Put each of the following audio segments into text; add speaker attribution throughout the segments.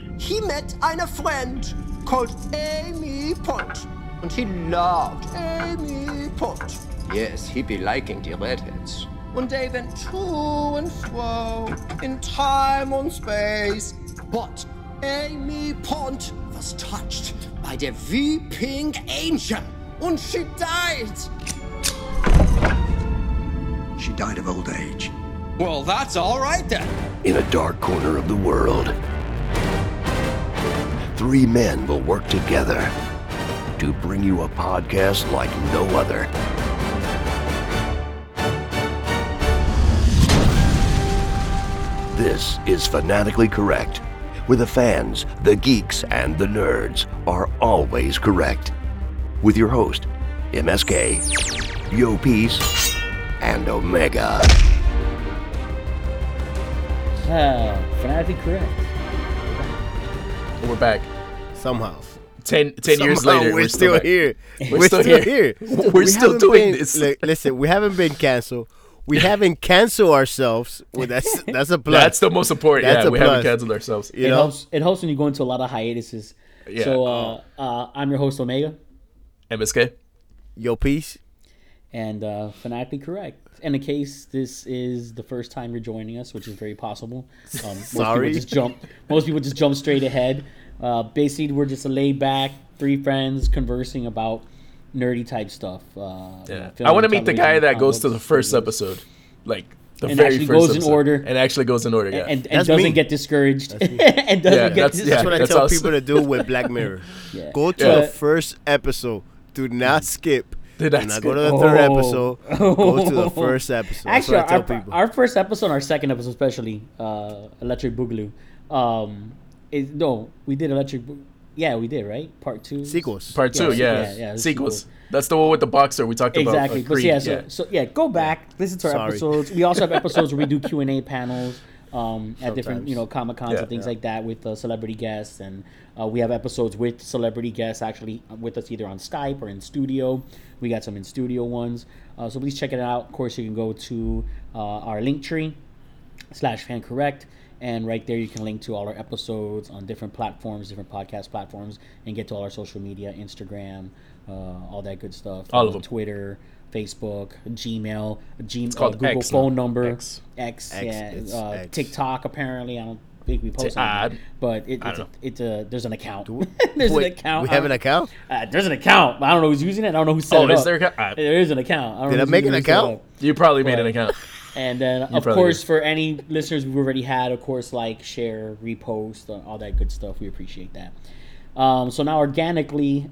Speaker 1: by us, fans like you, but mostly us.
Speaker 2: He met eine friend called Amy Pond, and he loved Amy Pond. Yes, he be liking the redheads. And they went to and fro in time and space. But Amy Pond was touched by the weeping angel, and she died.
Speaker 3: She died of old age
Speaker 4: Well, that's all right then.
Speaker 3: in a dark corner of the world. Three men will work together to bring you a podcast like no other. This is Fanatically Correct, where the fans, the geeks, and the nerds are always correct. With your host, MSK, Yo Peace, and Omega.
Speaker 5: Uh, fanatically correct.
Speaker 6: We're back somehow.
Speaker 7: Ten, ten years
Speaker 6: Somehow
Speaker 7: later, we're, still
Speaker 6: back.
Speaker 7: here.
Speaker 6: We're, still, here.
Speaker 7: We're
Speaker 6: We
Speaker 7: still
Speaker 6: haven't
Speaker 7: doing
Speaker 6: been-
Speaker 7: this.
Speaker 6: li- listen, we haven't been canceled. We haven't canceled ourselves. Well, that's that's a plus.
Speaker 7: That's the most important.
Speaker 6: That's
Speaker 7: yeah,
Speaker 6: a
Speaker 7: we
Speaker 6: plus.
Speaker 7: haven't canceled ourselves.
Speaker 6: you
Speaker 5: it
Speaker 6: know.
Speaker 5: helps. It helps when you go into a lot of hiatuses.
Speaker 7: Yeah. oh.
Speaker 5: So uh, uh, I'm your host Omega,
Speaker 7: MSK.
Speaker 6: Yo, peace.
Speaker 5: and uh, fanatically correct. And in case this is the first time you're joining us, which is very possible, um,
Speaker 6: Sorry.
Speaker 5: Most people just jump. Most people just jump straight ahead. Uh, basically, we're just a laid back three friends conversing about nerdy type stuff. Uh, you know,
Speaker 7: Yeah.
Speaker 5: film,
Speaker 7: I want to meet the guy
Speaker 5: television,
Speaker 7: that goes
Speaker 5: comics,
Speaker 7: to the first
Speaker 5: videos.
Speaker 7: episode, like the
Speaker 5: And
Speaker 7: very
Speaker 5: actually
Speaker 7: first
Speaker 5: goes in
Speaker 7: episode.
Speaker 5: order.
Speaker 7: and actually goes in order. Yeah,
Speaker 5: and, and
Speaker 6: That's
Speaker 5: doesn't
Speaker 6: me.
Speaker 5: get discouraged and doesn't
Speaker 7: Yeah,
Speaker 5: get
Speaker 7: that's- yeah.
Speaker 5: discouraged.
Speaker 6: That's what I
Speaker 7: that's
Speaker 6: tell
Speaker 7: us.
Speaker 6: people to do with Black Mirror.
Speaker 5: Yeah.
Speaker 6: Go to
Speaker 7: Yeah.
Speaker 6: the first episode. Do not skip.
Speaker 7: Did I
Speaker 6: Do not
Speaker 7: skip?
Speaker 6: go to the third
Speaker 5: Oh.
Speaker 6: episode. Go to the
Speaker 5: Oh.
Speaker 6: first episode. That's
Speaker 5: Actually,
Speaker 6: what I tell
Speaker 5: our,
Speaker 6: people.
Speaker 5: our first episode, our second episode, especially uh, Electric Boogaloo. Um, is no, we did Electric. Boo- yeah, we did right. Part two
Speaker 6: Sequels.
Speaker 7: part two.
Speaker 5: yeah,
Speaker 7: Yeah,
Speaker 5: yeah, yeah, it's
Speaker 7: sequels.
Speaker 5: cool.
Speaker 7: That's the one with the boxer we talked about.
Speaker 5: Exactly,
Speaker 7: uh,
Speaker 5: but
Speaker 7: Creed,
Speaker 5: yeah, so,
Speaker 7: yeah.
Speaker 5: so yeah, go back, listen to our
Speaker 6: Sorry.
Speaker 5: episodes. We also have episodes where we do Q and A panels um, at different
Speaker 6: Sometimes.
Speaker 5: you know comic cons
Speaker 7: Yeah,
Speaker 5: and things like that with uh, celebrity guests, and uh, we have episodes with celebrity guests actually uh, with us either on Skype or in studio. We got some in studio ones, uh, so please check it out. Of course, you can go to uh, our link tree slash fan correct and right there you can link to all our episodes on different platforms different podcast platforms and get to all our social media instagram uh, all that good stuff
Speaker 7: All of
Speaker 5: Uh,
Speaker 7: them.
Speaker 5: twitter facebook gmail gmail uh,
Speaker 7: called
Speaker 5: google
Speaker 7: X now.
Speaker 5: phone number
Speaker 7: X.
Speaker 5: x, yeah,
Speaker 6: it's
Speaker 5: uh,
Speaker 6: X.
Speaker 5: tiktok apparently i don't think we post
Speaker 7: Ti-
Speaker 5: on that,
Speaker 7: I-
Speaker 5: but it,
Speaker 7: I
Speaker 5: it's, a,
Speaker 7: don't know.
Speaker 5: it's a there's an account there's
Speaker 6: Wait,
Speaker 5: an account
Speaker 6: We have an account?
Speaker 5: uh, there's an account i don't know who's using it i don't know who set
Speaker 7: Oh,
Speaker 5: it
Speaker 7: is
Speaker 5: up.
Speaker 7: there a- I-
Speaker 5: there is an account I don't
Speaker 6: Did
Speaker 5: know
Speaker 6: I
Speaker 5: who's
Speaker 6: make an
Speaker 5: using it, who set it
Speaker 6: account?
Speaker 5: up.
Speaker 7: you probably made an
Speaker 5: Right.
Speaker 7: account.
Speaker 5: And then, of
Speaker 7: probably
Speaker 5: course,
Speaker 7: did.
Speaker 5: for any listeners we've already had, of course, like share, repost, uh, all that good stuff. We appreciate that. Um, so now, organically,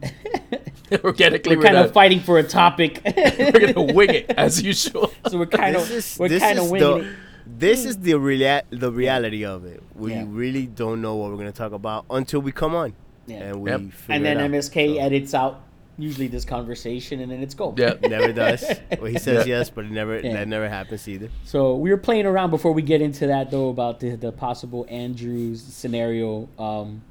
Speaker 7: Organically,
Speaker 5: we're
Speaker 7: we're,
Speaker 5: kind
Speaker 7: gonna,
Speaker 5: of fighting for a topic.
Speaker 7: we're gonna wing it as usual.
Speaker 5: so we're kind
Speaker 6: This
Speaker 5: of
Speaker 6: is,
Speaker 5: we're
Speaker 6: this
Speaker 5: kind
Speaker 6: is
Speaker 5: of winging Hmm.
Speaker 6: the, this is the, rea- the reality of it. We
Speaker 5: Yeah.
Speaker 6: really don't know what we're going to talk about until we come on.
Speaker 5: Yeah.
Speaker 6: And we
Speaker 7: Yep.
Speaker 5: it.
Speaker 6: figure
Speaker 5: And then
Speaker 6: it out.
Speaker 5: MSK
Speaker 6: So-
Speaker 5: edits out usually this conversation, and then it's go.
Speaker 7: Yeah,
Speaker 6: Never does. Well, he says
Speaker 7: Yeah.
Speaker 6: yes, but it never
Speaker 5: Yeah.
Speaker 6: that never happens either.
Speaker 5: So we were playing around before we get into that though about the, the possible Andrews scenario. Um,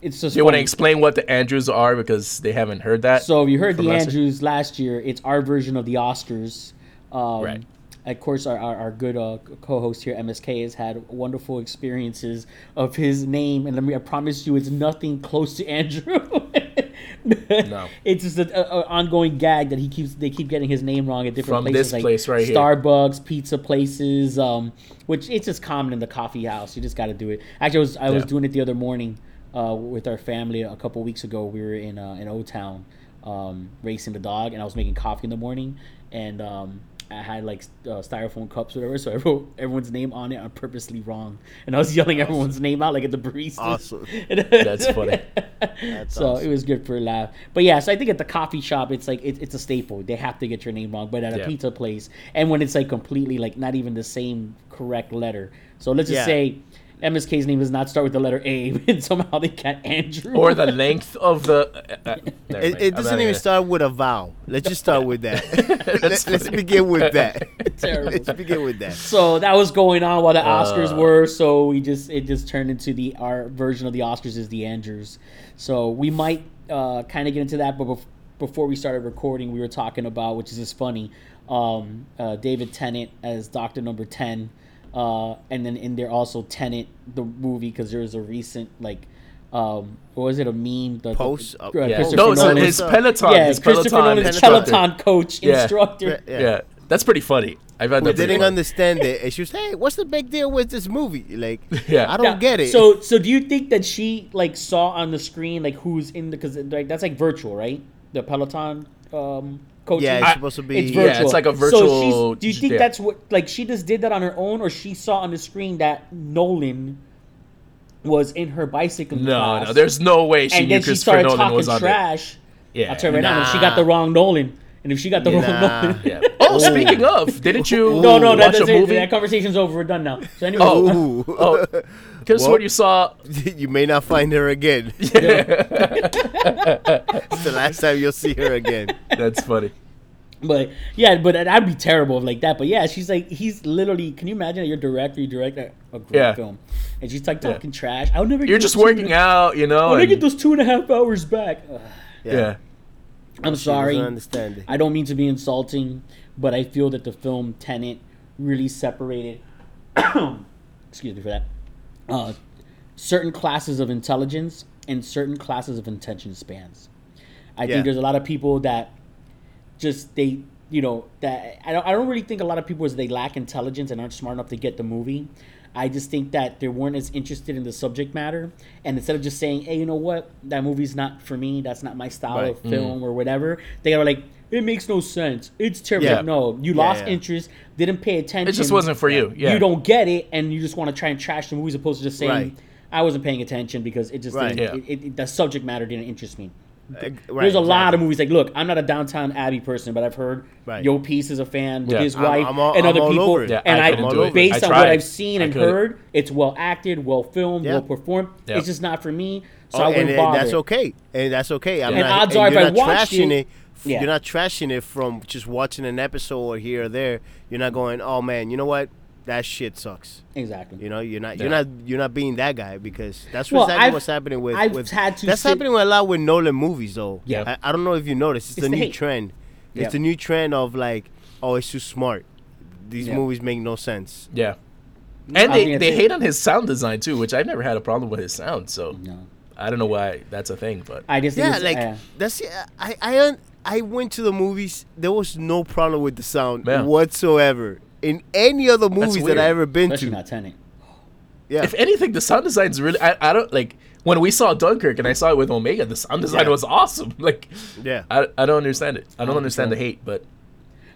Speaker 5: it's just
Speaker 7: Do you want to
Speaker 5: funny.
Speaker 7: explain what the Andrews are because they haven't heard that?
Speaker 5: So you heard
Speaker 7: from
Speaker 5: the
Speaker 7: last year?
Speaker 5: Andrews last year. It's our version of the Oscars. Um,
Speaker 7: Right.
Speaker 5: Of course, our, our, our good uh, co-host here, MSK, has had wonderful experiences of his name, and let me—I promise you, it's nothing close to Andrew. no, it's just an ongoing gag that he keeps—they keep getting his name wrong at different
Speaker 7: From
Speaker 5: places,
Speaker 7: this
Speaker 5: like
Speaker 7: place right here.
Speaker 5: Starbucks, pizza places, um, which it's just common in the coffee house. You just got to do it. Actually, I was I was
Speaker 7: Yeah.
Speaker 5: doing it the other morning uh, with our family a couple weeks ago. We were in uh, in Old Town um, racing the dog, and I was making coffee in the morning, and um, I had like uh, styrofoam cups, or whatever. So I wrote everyone's name on it, I'm purposely wrong, and I was yelling everyone's name out like at the barista.
Speaker 6: Awesome.
Speaker 7: That's funny.
Speaker 5: so
Speaker 6: awesome.
Speaker 5: it was good for a laugh. But yeah, so I think at the coffee shop, it's like it, it's a staple. They have to get your name wrong. But at a
Speaker 7: Yeah.
Speaker 5: pizza place, and when it's like completely like not even the same correct letter. So let's just
Speaker 6: Yeah.
Speaker 5: say MSK's name does not start with the letter A, and somehow they got Andrew.
Speaker 7: or the length of the. Uh, uh, never mind.
Speaker 6: It,
Speaker 7: I'm
Speaker 6: it
Speaker 7: not
Speaker 6: doesn't even
Speaker 7: gonna-
Speaker 6: start with a vowel. Let's just start with that. Let, let's
Speaker 7: funny.
Speaker 6: begin with that.
Speaker 5: Terrible.
Speaker 6: Let's begin with that.
Speaker 5: so that was going on while the Oscars were. So we just it just turned into the our version of the Oscars is the Andrews. So we might uh, kind of get into that, but bef- before we started recording, we were talking about which is just funny. Um, uh, David Tennant as Doctor Number Ten. Uh, and then in there also Tenant the movie because there was a recent like, um, what was it a meme? The, the-
Speaker 6: Post
Speaker 5: uh,
Speaker 6: up- yeah.
Speaker 5: Christopher
Speaker 7: No, it's,
Speaker 6: Nolan.
Speaker 7: it's
Speaker 6: Yeah,
Speaker 7: Peloton.
Speaker 5: yeah,
Speaker 7: it's
Speaker 5: Christopher
Speaker 7: Peloton.
Speaker 5: Nolan's
Speaker 7: instructor.
Speaker 5: Peloton coach
Speaker 7: Yeah.
Speaker 5: instructor.
Speaker 6: Yeah.
Speaker 7: Yeah, that's pretty funny. I found
Speaker 6: We
Speaker 7: that pretty
Speaker 6: didn't
Speaker 7: funny.
Speaker 6: understand it. And she was, hey, what's the big deal with this movie? Like,
Speaker 7: Yeah.
Speaker 6: I don't
Speaker 5: Yeah,
Speaker 6: get it.
Speaker 5: So, so do you think that she like saw on the screen like who's in the because like that's like virtual, right? The Peloton um, coaching.
Speaker 6: yeah, it's
Speaker 7: I-
Speaker 6: supposed to be.
Speaker 5: it's
Speaker 7: yeah,
Speaker 5: virtual.
Speaker 7: it's like a
Speaker 5: So
Speaker 7: virtual-
Speaker 5: she's, do you think
Speaker 7: yeah.
Speaker 5: that's what like she just did that on her own, or she saw on the screen that Nolan was in her bicycling
Speaker 7: No,
Speaker 5: class?
Speaker 7: no, there's no way she
Speaker 5: and
Speaker 7: knew
Speaker 5: then she
Speaker 7: Christopher
Speaker 5: started
Speaker 7: Nolan
Speaker 5: talking
Speaker 7: was on there.
Speaker 5: trash.
Speaker 7: Yeah,
Speaker 5: I'll tell you right now, if she got the wrong Nolan, and if she got the
Speaker 6: Nah.
Speaker 5: wrong Nolan,
Speaker 7: Yeah. Oh, speaking of, didn't you
Speaker 5: no, no, that,
Speaker 7: watch
Speaker 5: that's
Speaker 7: a
Speaker 5: it.
Speaker 7: movie?
Speaker 5: That conversation's over. We're done now. So anyway,
Speaker 6: Ooh.
Speaker 7: Oh, because
Speaker 6: Well-
Speaker 7: what you saw.
Speaker 6: you may not find her again. it's the last time you'll see her again.
Speaker 7: That's funny.
Speaker 5: But yeah, but that'd be terrible if like that. But yeah, she's like, he's literally. Can you imagine that you're director, you direct a, a great
Speaker 7: Yeah.
Speaker 5: film, and she's like talking trash. I'll never.
Speaker 7: You're
Speaker 5: get
Speaker 7: just
Speaker 5: those two and
Speaker 7: working
Speaker 5: a-
Speaker 7: out, you know.
Speaker 5: I'll never
Speaker 7: and-
Speaker 5: get those two and a half hours back. Ugh,
Speaker 7: yeah.
Speaker 5: I'm sorry.
Speaker 6: understand it.
Speaker 5: I don't mean to be insulting, but I feel that the film Tenet really separated. excuse me for that. Uh, certain classes of intelligence and certain classes of attention spans. I
Speaker 6: Yeah.
Speaker 5: think there's a lot of people that just they you know that I don't, I don't really think a lot of people is they lack intelligence and aren't smart enough to get the movie i just think that they weren't as interested in the subject matter and instead of just saying hey you know what that movie's not for me that's not my style of
Speaker 7: Mm-hmm.
Speaker 6: Right.
Speaker 5: film or whatever they are like it makes no sense it's terrible
Speaker 7: Yeah.
Speaker 5: no you lost
Speaker 6: yeah.
Speaker 5: interest didn't pay attention
Speaker 7: It just wasn't for you. Yeah.
Speaker 5: you don't get it and you just want to try and trash the movie as opposed to just saying
Speaker 6: Right.
Speaker 5: i wasn't paying attention because it just
Speaker 6: Right.
Speaker 5: didn't,
Speaker 7: Yeah.
Speaker 5: it, it, the subject matter didn't interest me
Speaker 6: Right,
Speaker 5: there's a lot of movies like look, I'm not a downtown Abbey person, but I've heard
Speaker 6: Right.
Speaker 5: Yo Peace is a fan with
Speaker 7: Yeah.
Speaker 5: his
Speaker 7: I'm-
Speaker 5: wife
Speaker 6: I'm all-
Speaker 5: and
Speaker 6: I'm
Speaker 5: other
Speaker 6: all
Speaker 5: people,
Speaker 6: over it. Yeah,
Speaker 5: and
Speaker 7: I
Speaker 5: I,
Speaker 7: couldn't do it.
Speaker 5: based
Speaker 7: I
Speaker 5: on what
Speaker 7: tried.
Speaker 5: I've seen
Speaker 7: I
Speaker 5: and
Speaker 7: couldn't.
Speaker 5: heard, it's well acted, well filmed,
Speaker 6: Yeah.
Speaker 5: well performed.
Speaker 7: Yeah.
Speaker 5: It's just not for me, so I
Speaker 6: Oh,
Speaker 5: wouldn't
Speaker 6: and, and
Speaker 5: bother.
Speaker 6: that's okay. And that's okay. I'm
Speaker 5: And
Speaker 6: not,
Speaker 5: odds are if
Speaker 6: you're
Speaker 5: I
Speaker 6: not
Speaker 5: watched
Speaker 6: trashing
Speaker 5: it-
Speaker 6: it.
Speaker 5: Yeah.
Speaker 6: You're not trashing it from just watching an episode or here or there. You're not going, oh man, you know what? That shit sucks.
Speaker 5: Exactly.
Speaker 6: You know, you're not, you're
Speaker 7: Yeah.
Speaker 6: not, you're not being that guy because that's
Speaker 5: Well,
Speaker 6: exactly
Speaker 5: I've-
Speaker 6: what's happening with.
Speaker 5: I've
Speaker 6: with-
Speaker 5: had to
Speaker 6: That's
Speaker 5: sit-
Speaker 6: happening a lot with Nolan movies, though.
Speaker 5: Yeah.
Speaker 6: I, I don't know if you noticed. It's,
Speaker 5: It's
Speaker 6: the,
Speaker 5: the
Speaker 6: new
Speaker 5: hate.
Speaker 6: trend.
Speaker 5: Yeah.
Speaker 6: It's the new trend of like, oh, it's too smart. These
Speaker 5: Yeah.
Speaker 6: movies make no sense.
Speaker 7: Yeah. And
Speaker 5: I think
Speaker 7: they,
Speaker 5: it's
Speaker 7: they
Speaker 5: it.
Speaker 7: hate on his sound design too, which I've never had a problem with his sound. So
Speaker 5: No.
Speaker 7: I don't know why that's a thing, but
Speaker 5: I just
Speaker 6: Yeah,
Speaker 5: think
Speaker 6: like
Speaker 5: it's, uh,
Speaker 6: that's yeah, I I un- I went to the movies. There was no problem with the sound
Speaker 7: Yeah.
Speaker 6: whatsoever in any other movies that
Speaker 7: weird.
Speaker 6: I ever been
Speaker 5: especially
Speaker 6: to.
Speaker 5: not Tenet.
Speaker 6: Yeah,
Speaker 7: if anything, the sound design's really. I, I don't like when we saw Dunkirk and I saw it with Omega. The sound design
Speaker 6: Yeah.
Speaker 7: was awesome. Like,
Speaker 6: Yeah.
Speaker 7: I, I don't understand it. I don't understand the hate, but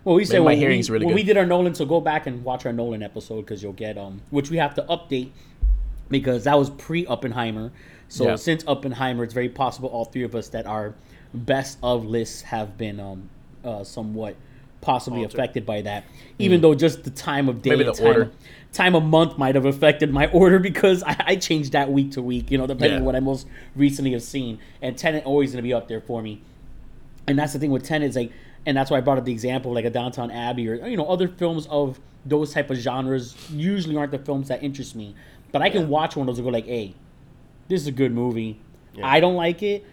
Speaker 5: Well, we said
Speaker 7: my
Speaker 5: when, we,
Speaker 7: hearing's really
Speaker 5: when we
Speaker 7: good.
Speaker 5: did our Nolan, so go back and watch our Nolan episode because you'll get um, which we have to update because that was pre Oppenheimer. So
Speaker 7: Yeah.
Speaker 5: since Oppenheimer, it's very possible all three of us that our best of lists have been um, uh, somewhat possibly affected by that. Even though just the time of day,
Speaker 7: Hmm. Maybe
Speaker 5: and
Speaker 7: the
Speaker 5: time,
Speaker 7: order.
Speaker 5: time of month might have affected my order because I, I changed that week to week. You know, depending
Speaker 7: Yeah.
Speaker 5: on what I most recently have seen, and Tenant always going to be up there for me and that's the thing with Tenet is like, and that's why I brought up the example like a Downtown Abbey or you know other films of those type of genres usually aren't the films that interest me, but I can watch one of those and go like, hey, this is a good movie. I don't like it,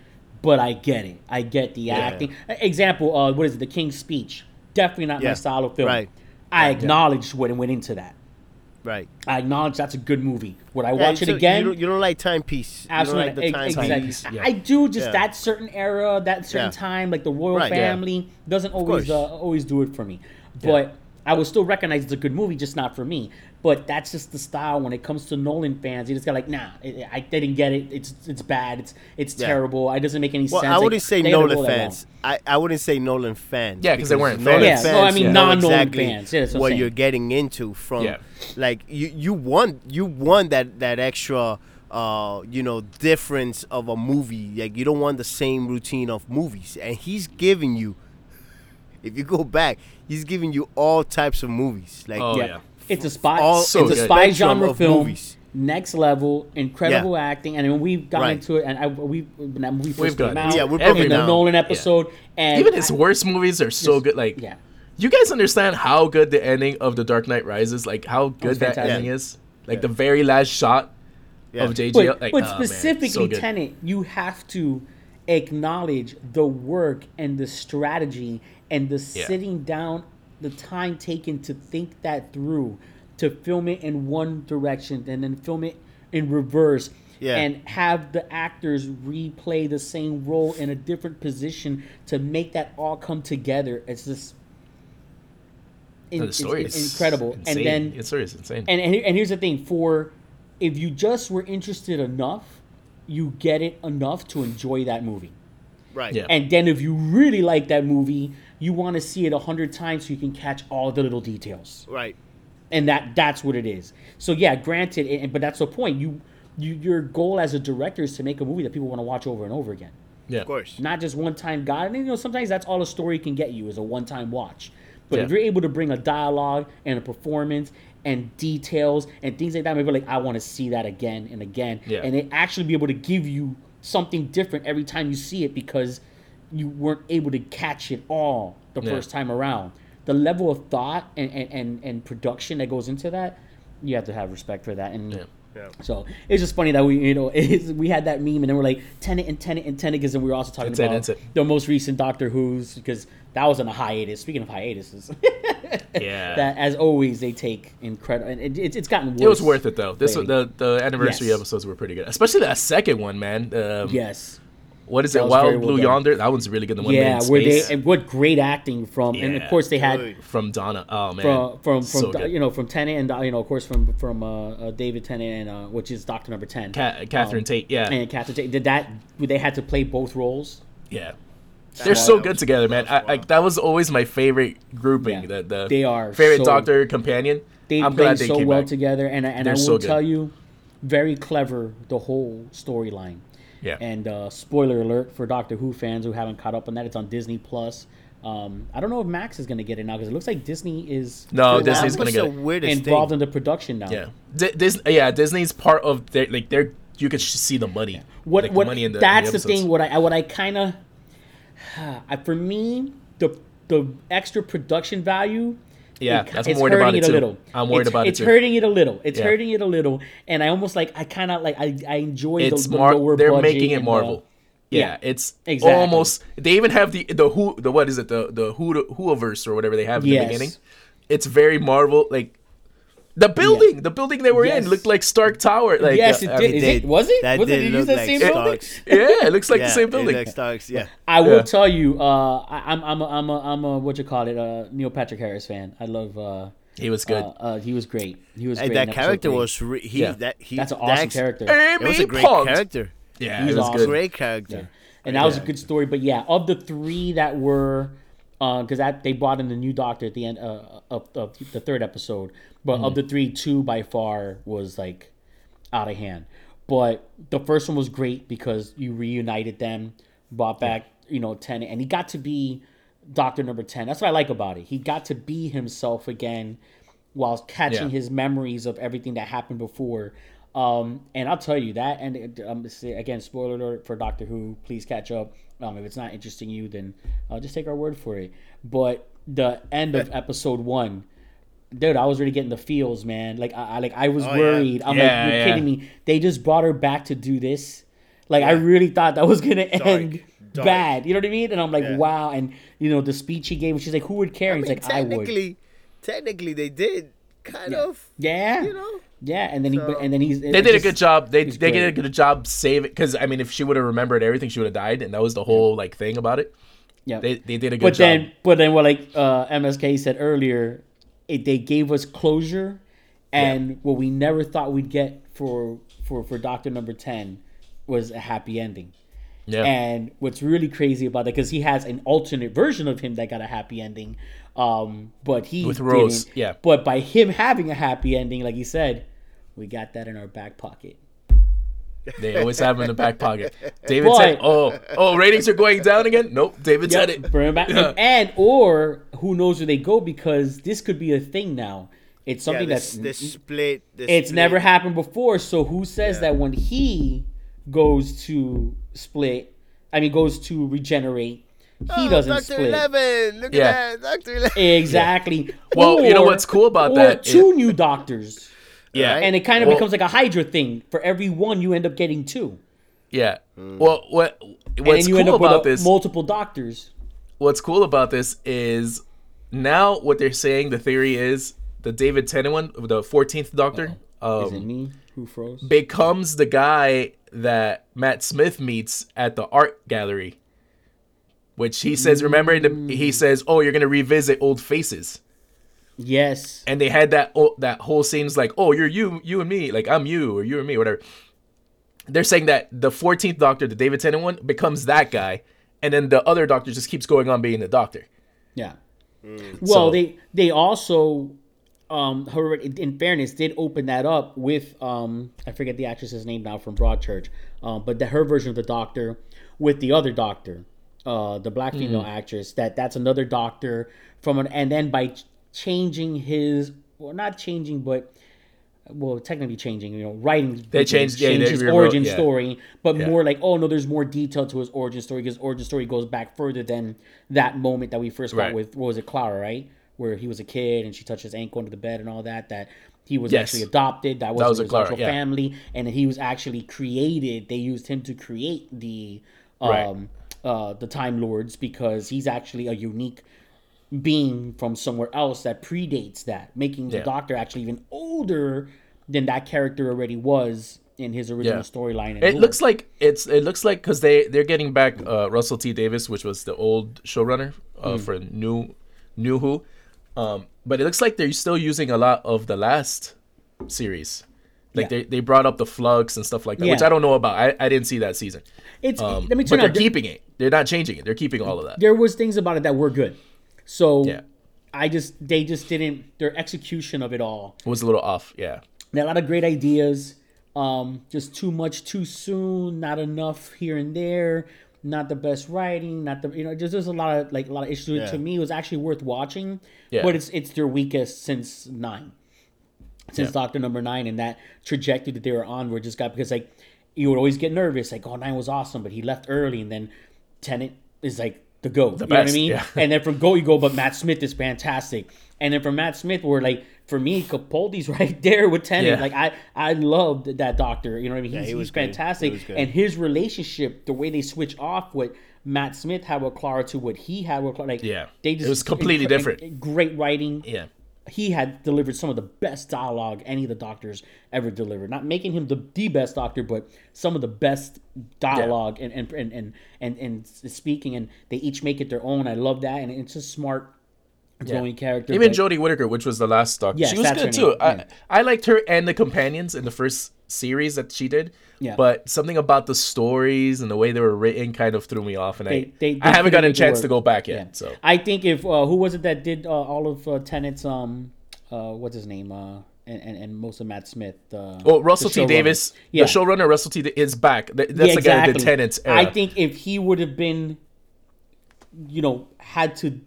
Speaker 5: but I get it. I get the acting. Uh, Example, uh, what is it? The King's Speech. Definitely not
Speaker 6: Yeah.
Speaker 5: my style of film.
Speaker 6: Right.
Speaker 5: I acknowledged what went into that.
Speaker 6: right.
Speaker 5: I acknowledge that's a good movie. Would I
Speaker 6: Yeah,
Speaker 5: watch it
Speaker 6: so
Speaker 5: again?
Speaker 6: You don't, you don't like timepiece.
Speaker 5: Absolutely, not.
Speaker 6: You don't like
Speaker 5: Ex-
Speaker 6: the timepiece.
Speaker 5: exactly.
Speaker 7: Yeah.
Speaker 5: I do just
Speaker 6: Yeah.
Speaker 5: that certain era, that certain
Speaker 6: Yeah.
Speaker 5: time, like the royal
Speaker 6: Right.
Speaker 7: Yeah.
Speaker 5: family doesn't always uh,
Speaker 6: course.
Speaker 5: always do it for me. But I would still recognize it's a good movie, just not for me. But that's just the style when it comes to Nolan fans. You just got like, nah, I, I didn't get it. It's it's bad. It's it's
Speaker 6: Yeah.
Speaker 5: terrible. It doesn't make any
Speaker 6: Well,
Speaker 5: sense.
Speaker 6: I
Speaker 5: Like,
Speaker 6: wouldn't say
Speaker 5: they gotta roll
Speaker 6: Nolan
Speaker 5: that
Speaker 6: fans.
Speaker 5: long.
Speaker 6: I, I wouldn't say Nolan fans.
Speaker 7: Yeah, 'cause they
Speaker 6: because
Speaker 7: weren't
Speaker 6: Nolan
Speaker 5: fans. Yeah, no, I mean,
Speaker 6: know
Speaker 5: non-Nolan
Speaker 6: exactly
Speaker 5: fans. Yeah, that's what I'm
Speaker 6: what
Speaker 5: saying.
Speaker 6: you're getting into from,
Speaker 7: Yeah.
Speaker 6: like you you want you want that that extra. Uh, you know, difference of a movie. Like you don't want the same routine of movies, and he's giving you. If you go back, he's giving you all types of movies. Like
Speaker 7: oh yeah,
Speaker 5: Yeah. It's a spy.
Speaker 6: all-
Speaker 5: it's
Speaker 7: So
Speaker 5: a
Speaker 7: good.
Speaker 5: spy
Speaker 6: spectrum
Speaker 5: genre
Speaker 6: of
Speaker 5: film.
Speaker 6: movies.
Speaker 5: Next level, incredible
Speaker 6: Yeah.
Speaker 5: acting, and then we've gotten
Speaker 6: Right.
Speaker 5: into it. And I, we when that movie
Speaker 7: We've
Speaker 5: first came
Speaker 7: done it.
Speaker 5: out,
Speaker 6: Yeah, we're
Speaker 5: and
Speaker 6: broken
Speaker 5: the
Speaker 6: down.
Speaker 5: Nolan episode, and
Speaker 7: even his
Speaker 5: I-
Speaker 7: worst movies are so
Speaker 5: Yes.
Speaker 7: good. Like,
Speaker 5: Yeah.
Speaker 7: you guys understand how good the ending of The Dark Knight Rises, like how good that
Speaker 5: fantastic.
Speaker 7: ending is. Like the very last shot
Speaker 6: Yeah.
Speaker 7: of JJ,
Speaker 5: but,
Speaker 7: like,
Speaker 5: but
Speaker 7: ah, man, so
Speaker 5: specifically
Speaker 7: good.
Speaker 5: tenant you have to acknowledge the work and the strategy and the
Speaker 7: Yeah.
Speaker 5: sitting down the time taken to think that through to to film it in one direction and then film it in reverse
Speaker 6: Yeah.
Speaker 5: and have the actors replay the same role in a different position to make that all come together. It's just in,
Speaker 7: the story
Speaker 5: it's
Speaker 7: is
Speaker 5: incredible.
Speaker 7: Insane.
Speaker 5: And then
Speaker 7: the story is insane.
Speaker 5: and, and here- and here's the thing for if you just were interested enough, you get it enough to enjoy that movie.
Speaker 6: Right.
Speaker 7: Yeah.
Speaker 5: And then if you really like that movie, you want to see it a hundred times so you can catch all the little details.
Speaker 6: Right.
Speaker 5: And that that's what it is. So yeah, granted, and, but that's the point. You, you your goal as a director is to make a movie that people want to watch over and over again,
Speaker 7: yeah,
Speaker 6: Of course.
Speaker 5: not just one time. God, and you know sometimes that's all a story can get you is a one time watch. But if
Speaker 7: Yeah.
Speaker 5: you're able to bring a dialogue and a performance and details and things like that, maybe like I want to see that again and again,
Speaker 7: Yeah.
Speaker 5: and they actually be able to give you something different every time you see it because you weren't able to catch it all the
Speaker 7: Yeah.
Speaker 5: first time around. The level of thought and, and, and, and production that goes into that, you have to have respect for that. And
Speaker 7: Yeah.
Speaker 6: Yeah.
Speaker 5: so it's just funny that we you know it's, we had that meme and then we're like tenant and tenant and tenant and we were also talking
Speaker 7: That's it,
Speaker 5: about
Speaker 7: that's it.
Speaker 5: the most recent Doctor Who's because that was on a hiatus. Speaking of hiatuses,
Speaker 7: yeah.
Speaker 5: that as always they take incredible and it, it's it's gotten worse.
Speaker 7: it was worth it though. This
Speaker 5: Wait.
Speaker 7: the the anniversary
Speaker 5: Yes.
Speaker 7: episodes were pretty good, especially that second one, man. Um,
Speaker 5: Yes.
Speaker 7: What is
Speaker 5: That
Speaker 7: it?
Speaker 5: was
Speaker 7: Wild
Speaker 5: very well
Speaker 7: Blue
Speaker 5: done.
Speaker 7: Yonder. That one's really good. The one made
Speaker 5: yeah,
Speaker 7: in
Speaker 5: where they
Speaker 7: space
Speaker 5: and what great acting from, and of
Speaker 7: Yeah.
Speaker 5: course they had
Speaker 6: Dude.
Speaker 7: from Donna. Oh man,
Speaker 5: from from, from
Speaker 7: so good.
Speaker 5: you know from Tennant and uh, you know of course from from uh, uh, David Tennant and uh, which is Doctor Number Ten
Speaker 7: Ca- Catherine Tate. Yeah,
Speaker 5: Oh. and Catherine. Tate. Did that? They had to play both roles.
Speaker 7: yeah. They're so good together, man.
Speaker 6: That's
Speaker 7: I, I,
Speaker 6: wild.
Speaker 7: that was always my favorite grouping.
Speaker 5: Yeah.
Speaker 7: The, the
Speaker 5: They are so-
Speaker 7: favorite doctor companion.
Speaker 5: they
Speaker 7: I'm
Speaker 5: play
Speaker 7: glad they
Speaker 5: so
Speaker 7: came
Speaker 5: well
Speaker 7: back.
Speaker 5: together, and I- and I
Speaker 7: They're
Speaker 5: will
Speaker 7: so good.
Speaker 5: tell you, very clever the whole storyline.
Speaker 7: Yeah.
Speaker 5: And uh, spoiler alert for Doctor Who fans who haven't caught up on that, it's on Disney Plus. Um, I don't know if Max is going to get it now because it looks like Disney is
Speaker 7: No,
Speaker 6: Dude, that
Speaker 7: Disney's gonna
Speaker 6: was
Speaker 7: get
Speaker 6: the
Speaker 7: it.
Speaker 6: weirdest
Speaker 5: involved
Speaker 6: thing.
Speaker 5: in the production now.
Speaker 7: Yeah, D- Dis- yeah, Disney's part of their like their. You could sh- see the money.
Speaker 5: What
Speaker 7: like,
Speaker 5: what?
Speaker 7: the money in the, in
Speaker 5: that's the
Speaker 7: episodes.
Speaker 5: thing. What I what I kind of for me the the extra production value
Speaker 7: Yeah,
Speaker 5: it-
Speaker 7: that's
Speaker 5: it's
Speaker 7: I'm worried about
Speaker 5: hurting it
Speaker 7: it
Speaker 5: a
Speaker 7: too.
Speaker 5: little.
Speaker 7: I'm worried
Speaker 5: it's,
Speaker 7: about
Speaker 5: it's
Speaker 7: it too.
Speaker 5: hurting it a little. It's
Speaker 7: Yeah.
Speaker 5: hurting it a little, and I almost like I kind of like I, I enjoy
Speaker 7: It's
Speaker 5: the, the
Speaker 7: Mar-
Speaker 5: lower
Speaker 7: They're
Speaker 5: budget
Speaker 7: making it
Speaker 5: and the-
Speaker 7: Marvel. yeah,
Speaker 5: yeah,
Speaker 7: it's
Speaker 5: exactly.
Speaker 7: almost. They even have the the who the what is it the the who whoverse or whatever they have in
Speaker 5: Yes.
Speaker 7: the beginning. It's very Marvel like. The building, the building they were
Speaker 5: Yes.
Speaker 7: in, looked like Stark Tower. Like,
Speaker 5: yes, it
Speaker 7: uh, I
Speaker 5: did.
Speaker 7: mean,
Speaker 5: Is
Speaker 6: they-
Speaker 5: it, was it?
Speaker 6: that
Speaker 5: was it?
Speaker 6: did
Speaker 5: Did you use
Speaker 6: look
Speaker 5: that
Speaker 6: like
Speaker 5: same
Speaker 6: Stark.
Speaker 5: building?
Speaker 7: yeah, it looks like
Speaker 6: yeah,
Speaker 7: the same
Speaker 6: it
Speaker 7: building.
Speaker 6: like Starks, yeah.
Speaker 5: I will
Speaker 7: Yeah.
Speaker 5: tell you, uh, I, I'm I'm a, I'm a I'm a what you call it, uh, Neil Patrick Harris fan. I love. Uh,
Speaker 7: He was good.
Speaker 5: Uh, uh, he was great. He was
Speaker 6: Hey,
Speaker 5: great.
Speaker 6: that
Speaker 5: in episode
Speaker 6: character
Speaker 5: three.
Speaker 6: was re- he
Speaker 7: Yeah.
Speaker 6: that he
Speaker 5: That's an
Speaker 6: that
Speaker 5: awesome
Speaker 6: ex-
Speaker 5: character.
Speaker 6: It
Speaker 7: Amy
Speaker 6: was a great
Speaker 7: Pond.
Speaker 6: character.
Speaker 7: Yeah,
Speaker 5: He's
Speaker 7: it was
Speaker 5: awesome.
Speaker 7: good.
Speaker 6: Great character.
Speaker 5: and that was a good story. But yeah, of the three that were, because that they brought in the new Doctor at the end uh, of, of the third episode. But of the three, two by far was like out of hand. But the first one was great because you reunited them, brought back you know ten, and he got to be Doctor Number Ten. That's what I like about it. He got to be himself again while catching
Speaker 7: Yeah.
Speaker 5: his memories of everything that happened before. Um, and I'll tell you that. And uh, um, say- again, spoiler alert for Doctor Who. Please catch up. Um, if it's not interesting you, then uh, just take our word for it. But the end of episode one, dude, I was really getting the feels, man. Like I, I like I was
Speaker 6: Oh, yeah.
Speaker 5: worried. I'm
Speaker 7: Yeah,
Speaker 5: like, you're
Speaker 7: yeah.
Speaker 5: kidding me. They just brought her back to do this. Like I really thought that was gonna end
Speaker 6: Dark.
Speaker 5: bad. You know what I mean? And I'm like,
Speaker 6: Yeah.
Speaker 5: wow. And you know the speech he gave, she's like, who would care? And he's like, I would.
Speaker 6: technically, technically they did kind of.
Speaker 5: Yeah.
Speaker 6: You know?
Speaker 5: Yeah, and then
Speaker 6: So-
Speaker 5: he and then he's
Speaker 7: They did a good job. They they
Speaker 5: great.
Speaker 7: did a good job saving because I mean, if she would have remembered everything, she would have died, and that was the whole like thing about it.
Speaker 5: Yeah.
Speaker 7: They they did a good
Speaker 5: but
Speaker 7: job.
Speaker 5: then but then what like uh, MSK said earlier, it, they gave us closure and what we never thought we'd get for for for Doctor Number 10 was a happy ending.
Speaker 7: yeah.
Speaker 5: And what's really crazy about that, because he has an alternate version of him that got a happy ending, um, but he
Speaker 7: With Rose,
Speaker 5: didn't.
Speaker 7: yeah.
Speaker 5: But by him having a happy ending, like he said, we got that in our back pocket.
Speaker 7: They always have them in the back pocket. David
Speaker 5: Boy.
Speaker 7: said, "Oh, oh, ratings are going down again." Nope, David said
Speaker 5: Yep,
Speaker 7: it.
Speaker 5: bring it back. And, and or who knows where they go because this could be a thing now. It's
Speaker 6: Yeah,
Speaker 5: something
Speaker 6: this,
Speaker 5: that's
Speaker 6: this split. This
Speaker 5: it's
Speaker 6: split.
Speaker 5: never happened before. So who says that when he goes to split, I mean goes to regenerate, he
Speaker 6: Oh,
Speaker 5: doesn't
Speaker 6: Doctor
Speaker 5: split.
Speaker 6: Eleven. Look
Speaker 7: Yeah.
Speaker 6: at that, Doctor Eleven.
Speaker 5: Exactly.
Speaker 7: Well, you know what's cool about
Speaker 5: or
Speaker 7: that is-
Speaker 5: Two new doctors,
Speaker 7: Yeah,
Speaker 5: and it kind of
Speaker 7: Well-
Speaker 5: becomes like a Hydra thing. For every one, you end up getting two,
Speaker 7: yeah. Well, what
Speaker 5: and then
Speaker 7: what's
Speaker 5: you end
Speaker 7: cool
Speaker 5: up with
Speaker 7: about
Speaker 5: a-
Speaker 7: this?
Speaker 5: multiple doctors.
Speaker 7: What's cool about this is now what they're saying. The theory is the David Tennant one, the Fourteenth Doctor,
Speaker 5: Is it
Speaker 7: um,
Speaker 5: me who froze?
Speaker 7: becomes the guy that Matt Smith meets at the art gallery, which he says, remember, the, he says, oh, you're gonna revisit old faces,
Speaker 5: yes.
Speaker 7: and they had that oh, that whole scene's like, oh, you're you, you and me, like I'm you or you and me, whatever. They're saying that the Fourteenth Doctor, the David Tennant one, becomes that guy, and then the other Doctor just keeps going on being the Doctor.
Speaker 5: Yeah. Well,
Speaker 7: Mm. So-
Speaker 5: they they also, um, however, in, in fairness, did open that up with um, I forget the actress's name now from Broadchurch, um, but the, her version of the Doctor with the other Doctor, uh, the black female
Speaker 7: Mm.
Speaker 5: actress. That that's another Doctor from an, and then by ch- changing his, well, not changing, but well, technically changing, you know, writing.
Speaker 7: They changed- yeah, they
Speaker 5: his
Speaker 7: rewrote-
Speaker 5: origin
Speaker 7: yeah.
Speaker 5: story, but more like, oh no, there's more detail to his origin story because origin story goes back further than that moment that we first got
Speaker 7: Right.
Speaker 5: with what was it, Clara, right? Where he was a kid and she touched his ankle under the bed and all that. That he was
Speaker 7: Yes.
Speaker 5: actually adopted. That wasn't
Speaker 7: was a
Speaker 5: his
Speaker 7: Clara,
Speaker 5: actual
Speaker 7: yeah.
Speaker 5: family, and he was actually created. They used him to create the um
Speaker 7: Right.
Speaker 5: uh the Time Lords because he's actually a unique being from somewhere else that predates that, making the
Speaker 7: Yeah.
Speaker 5: Doctor actually even older than that character already was in his original
Speaker 7: Yeah.
Speaker 5: storyline. and
Speaker 7: It
Speaker 5: lore.
Speaker 7: looks like it's. It looks like because they they're getting back uh, Russell T Davis, which was the old showrunner
Speaker 5: Hmm.
Speaker 7: uh, for New New Who, um, but it looks like they're still using a lot of the last series. Like
Speaker 5: Yeah.
Speaker 7: they, they brought up the flux and stuff like that, which
Speaker 5: Yeah.
Speaker 7: I don't know about. I, I didn't see that season.
Speaker 5: it's.
Speaker 7: Um,
Speaker 5: let me
Speaker 7: but
Speaker 5: turn
Speaker 7: they're
Speaker 5: out. There,
Speaker 7: keeping it. They're not changing it. They're keeping all of that.
Speaker 5: there was things about it that were good, so
Speaker 7: Yeah.
Speaker 5: I just they just didn't their execution of it all.
Speaker 7: It was a little off. Yeah.
Speaker 5: They had a lot of great ideas. Um, just too much too soon, not enough here and there, not the best writing, not the you know, just there's a lot of like a lot of issues. To me, it was actually worth watching,
Speaker 7: Yeah.
Speaker 5: but it's it's their weakest since nine, since Doctor Number Nine, and that trajectory that they were on, where it just got because like you would always get nervous, like oh nine was awesome, but he left early, and then Tennant is like the go, you know what I
Speaker 7: best,
Speaker 5: mean?
Speaker 7: yeah.
Speaker 5: And then from go you go, but Matt Smith is fantastic, and then from Matt Smith, we're like for me Capaldi's right there with Tennant,
Speaker 7: Yeah.
Speaker 5: like I I loved that Doctor, you know what I mean? He's,
Speaker 6: he was
Speaker 5: he's
Speaker 6: good. He
Speaker 5: fantastic,
Speaker 6: was good.
Speaker 5: and his relationship, the way they switch off what Matt Smith had with Clara to what he had with Clara, like
Speaker 7: Yeah.
Speaker 5: they
Speaker 7: It
Speaker 5: just
Speaker 7: was completely different.
Speaker 5: Great writing,
Speaker 7: Yeah.
Speaker 5: he had delivered some of the best dialogue any of the doctors ever delivered. Not making him the, the best doctor, but some of the best dialogue and, and, and, and, and, and speaking, and they each make it their own. I love that. And it's a smart, growing character.
Speaker 7: Even
Speaker 5: but-
Speaker 7: Jodie Whittaker, which was the last Doctor,
Speaker 5: Yes,
Speaker 7: she was
Speaker 5: that's her
Speaker 7: good too.
Speaker 5: name, yeah.
Speaker 7: I, I liked her and the companions in the first series that she did.
Speaker 5: Yeah.
Speaker 7: But something about the stories and the way they were written kind of threw me off, and
Speaker 5: They-
Speaker 7: I,
Speaker 5: they- they
Speaker 7: I
Speaker 5: couldn't
Speaker 7: haven't gotten a
Speaker 5: make it
Speaker 7: chance to
Speaker 5: work.
Speaker 7: go back yet.
Speaker 5: Yeah.
Speaker 7: So
Speaker 5: I think if uh, who was it that did uh, all of uh, Tenet's um uh what's his name uh and and, and most of Matt Smith. Uh,
Speaker 7: well, Oh, Russell
Speaker 5: the
Speaker 7: T.
Speaker 5: showrunner.
Speaker 7: Davis,
Speaker 5: Yeah.
Speaker 7: the showrunner, Russell T. Da- is back. Th- That's
Speaker 5: Yeah,
Speaker 7: the guy that did
Speaker 5: exactly.
Speaker 7: Tenants. Era.
Speaker 5: I think if he would have been, you know, had to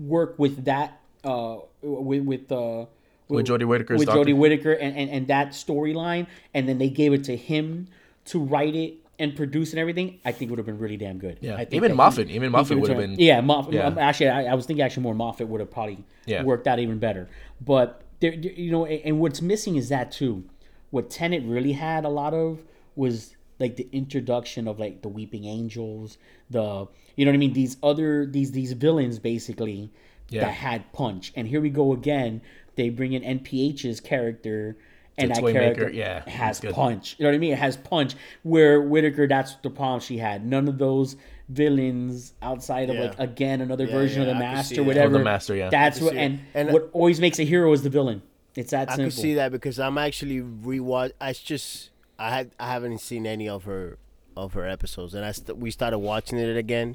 Speaker 5: work with that uh with with uh
Speaker 7: With Jodie Whittaker's
Speaker 5: with
Speaker 7: Doctor.
Speaker 5: Jodie Whittaker and and, and that storyline, and then they gave it to him to write it. And produce and everything, I think would have been really damn good.
Speaker 7: Yeah.
Speaker 5: I think
Speaker 7: Even
Speaker 5: that he-
Speaker 7: Moffat- even
Speaker 5: he
Speaker 7: Moffat
Speaker 5: could've
Speaker 7: would have
Speaker 5: turned-
Speaker 7: been-
Speaker 5: Yeah, Moff, um,
Speaker 7: Yeah.
Speaker 5: Actually, I, I was thinking actually more Moffat would have probably
Speaker 7: Yeah.
Speaker 5: worked out even better. But there, there- you know, and, and what's missing is that too. What Tenet really had a lot of was like the introduction of like the Weeping Angels, the you know what I mean. These other these these villains basically
Speaker 7: Yeah.
Speaker 5: that had punch. And here we go again. They bring in NPH's character. And
Speaker 7: The
Speaker 5: that
Speaker 7: Toymaker,
Speaker 5: character
Speaker 7: yeah, he
Speaker 5: has
Speaker 7: was good.
Speaker 5: punch. You know what I mean? It has punch. Where Whitaker, that's the problem she had. None of those villains outside of
Speaker 6: Yeah.
Speaker 5: like again another
Speaker 6: Yeah,
Speaker 5: version
Speaker 6: yeah,
Speaker 5: of the
Speaker 6: I can see
Speaker 5: master,
Speaker 6: that.
Speaker 5: whatever.
Speaker 7: Of Oh, the Master, yeah.
Speaker 5: That's what
Speaker 6: see
Speaker 5: and,
Speaker 6: it. And, uh,
Speaker 5: what always makes a hero is the villain. It's that
Speaker 6: I
Speaker 5: simple.
Speaker 6: can see that because I'm actually rewatch. I just I had I haven't seen any of her of her episodes, and I st- we started watching it again.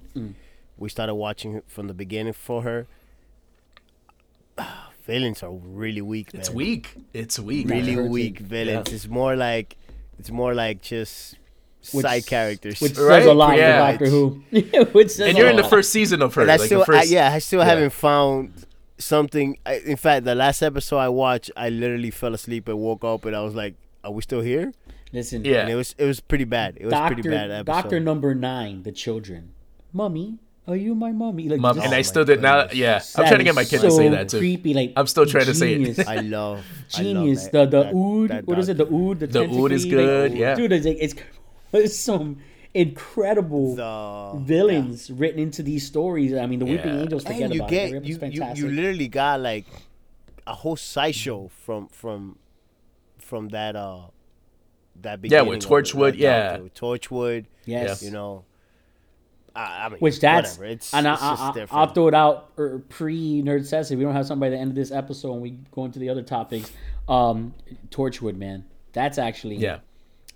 Speaker 6: We started watching it from the beginning for her. Villains are really weak.
Speaker 7: it's
Speaker 6: man.
Speaker 7: weak. It's weak.
Speaker 6: Really
Speaker 5: hurting.
Speaker 6: weak villains. It's more like it's more like just
Speaker 5: Which-
Speaker 6: side characters.
Speaker 5: Which
Speaker 7: Right?
Speaker 5: says a lot
Speaker 7: Yeah.
Speaker 5: of Doctor Who. which says a
Speaker 7: And you're in the
Speaker 5: lot.
Speaker 7: first season of her.
Speaker 6: And I
Speaker 7: like
Speaker 6: still,
Speaker 7: the first,
Speaker 6: I, yeah, I still haven't found something. I, in fact, the last episode I watched, I literally fell asleep and woke up, and I was like, "Are we still here?"
Speaker 5: Listen,
Speaker 7: Yeah.
Speaker 6: And it was, it was pretty bad. It was pretty bad
Speaker 5: Doctor
Speaker 6: episode.
Speaker 5: Doctor Number Nine, the children. Mummy, are you Oh my mummy? Like,
Speaker 7: Mom,
Speaker 5: just-
Speaker 6: Oh
Speaker 7: and I still did not. Yeah, I'm
Speaker 5: that
Speaker 7: trying to
Speaker 5: is
Speaker 7: get my kid
Speaker 5: so
Speaker 7: to say that too.
Speaker 5: Creepy, like
Speaker 7: I'm still trying to say it.
Speaker 5: genius.
Speaker 6: I love
Speaker 5: genius.
Speaker 6: I love
Speaker 5: the
Speaker 6: that-
Speaker 5: the
Speaker 6: that-
Speaker 5: ood.
Speaker 6: that
Speaker 5: what is it? The
Speaker 6: doctor.
Speaker 5: ood. The,
Speaker 7: The ood is
Speaker 5: tentacly,
Speaker 7: good,
Speaker 5: like,
Speaker 7: yeah.
Speaker 5: dude, it's like it's, it's some incredible
Speaker 6: The-
Speaker 5: villains written into these stories. I mean, the Weeping
Speaker 7: Yeah.
Speaker 5: Angels. Forget
Speaker 6: and you
Speaker 5: about it.
Speaker 6: get
Speaker 5: It was
Speaker 6: you, you
Speaker 5: fantastic.
Speaker 6: you literally got like a whole sideshow from from from that uh that
Speaker 7: Yeah,
Speaker 6: beginning. of
Speaker 7: with
Speaker 6: it,
Speaker 7: Torchwood,
Speaker 6: that
Speaker 7: yeah.
Speaker 6: doctor with Torchwood.
Speaker 5: Yes.
Speaker 6: you know. I, I mean,
Speaker 5: Which that's uh,
Speaker 6: whatever. It's,
Speaker 5: and I,
Speaker 6: it's
Speaker 5: I,
Speaker 6: just
Speaker 5: I,
Speaker 6: different.
Speaker 5: I'll throw it out er, pre nerd says if we don't have something by the end of this episode and we go into the other topics. Um, Torchwood, man, that's actually
Speaker 7: Yeah.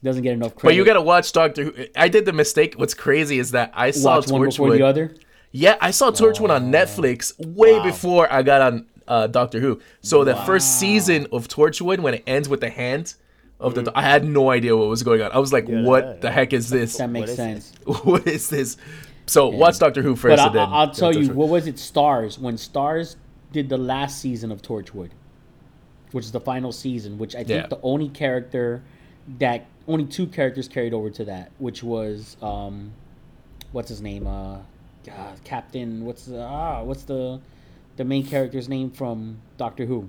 Speaker 5: doesn't get enough credit.
Speaker 7: But you gotta watch Doctor Who. I did the mistake. What's crazy is that I saw
Speaker 5: watch one before
Speaker 7: Torchwood.
Speaker 5: the other.
Speaker 7: Yeah, I saw Torchwood on Netflix way before I got on uh, Doctor Who. So the first season of Torchwood, when it ends with the hand of
Speaker 5: Mm.
Speaker 7: the, I had no idea what was going on. I was like, "What the heck is this?
Speaker 5: That makes
Speaker 6: is
Speaker 5: sense.
Speaker 7: what is this?" So watch Doctor Who first.
Speaker 5: But I,
Speaker 7: and then
Speaker 5: I, will tell you,
Speaker 7: Torchwood.
Speaker 5: what was it? Stars when Stars did the last season of Torchwood, which is the final season, which I think
Speaker 7: Yeah.
Speaker 5: the only character that only two characters carried over to that, which was um, what's his name? Uh, God, Captain. What's the ah? What's the the main character's name from Doctor Who?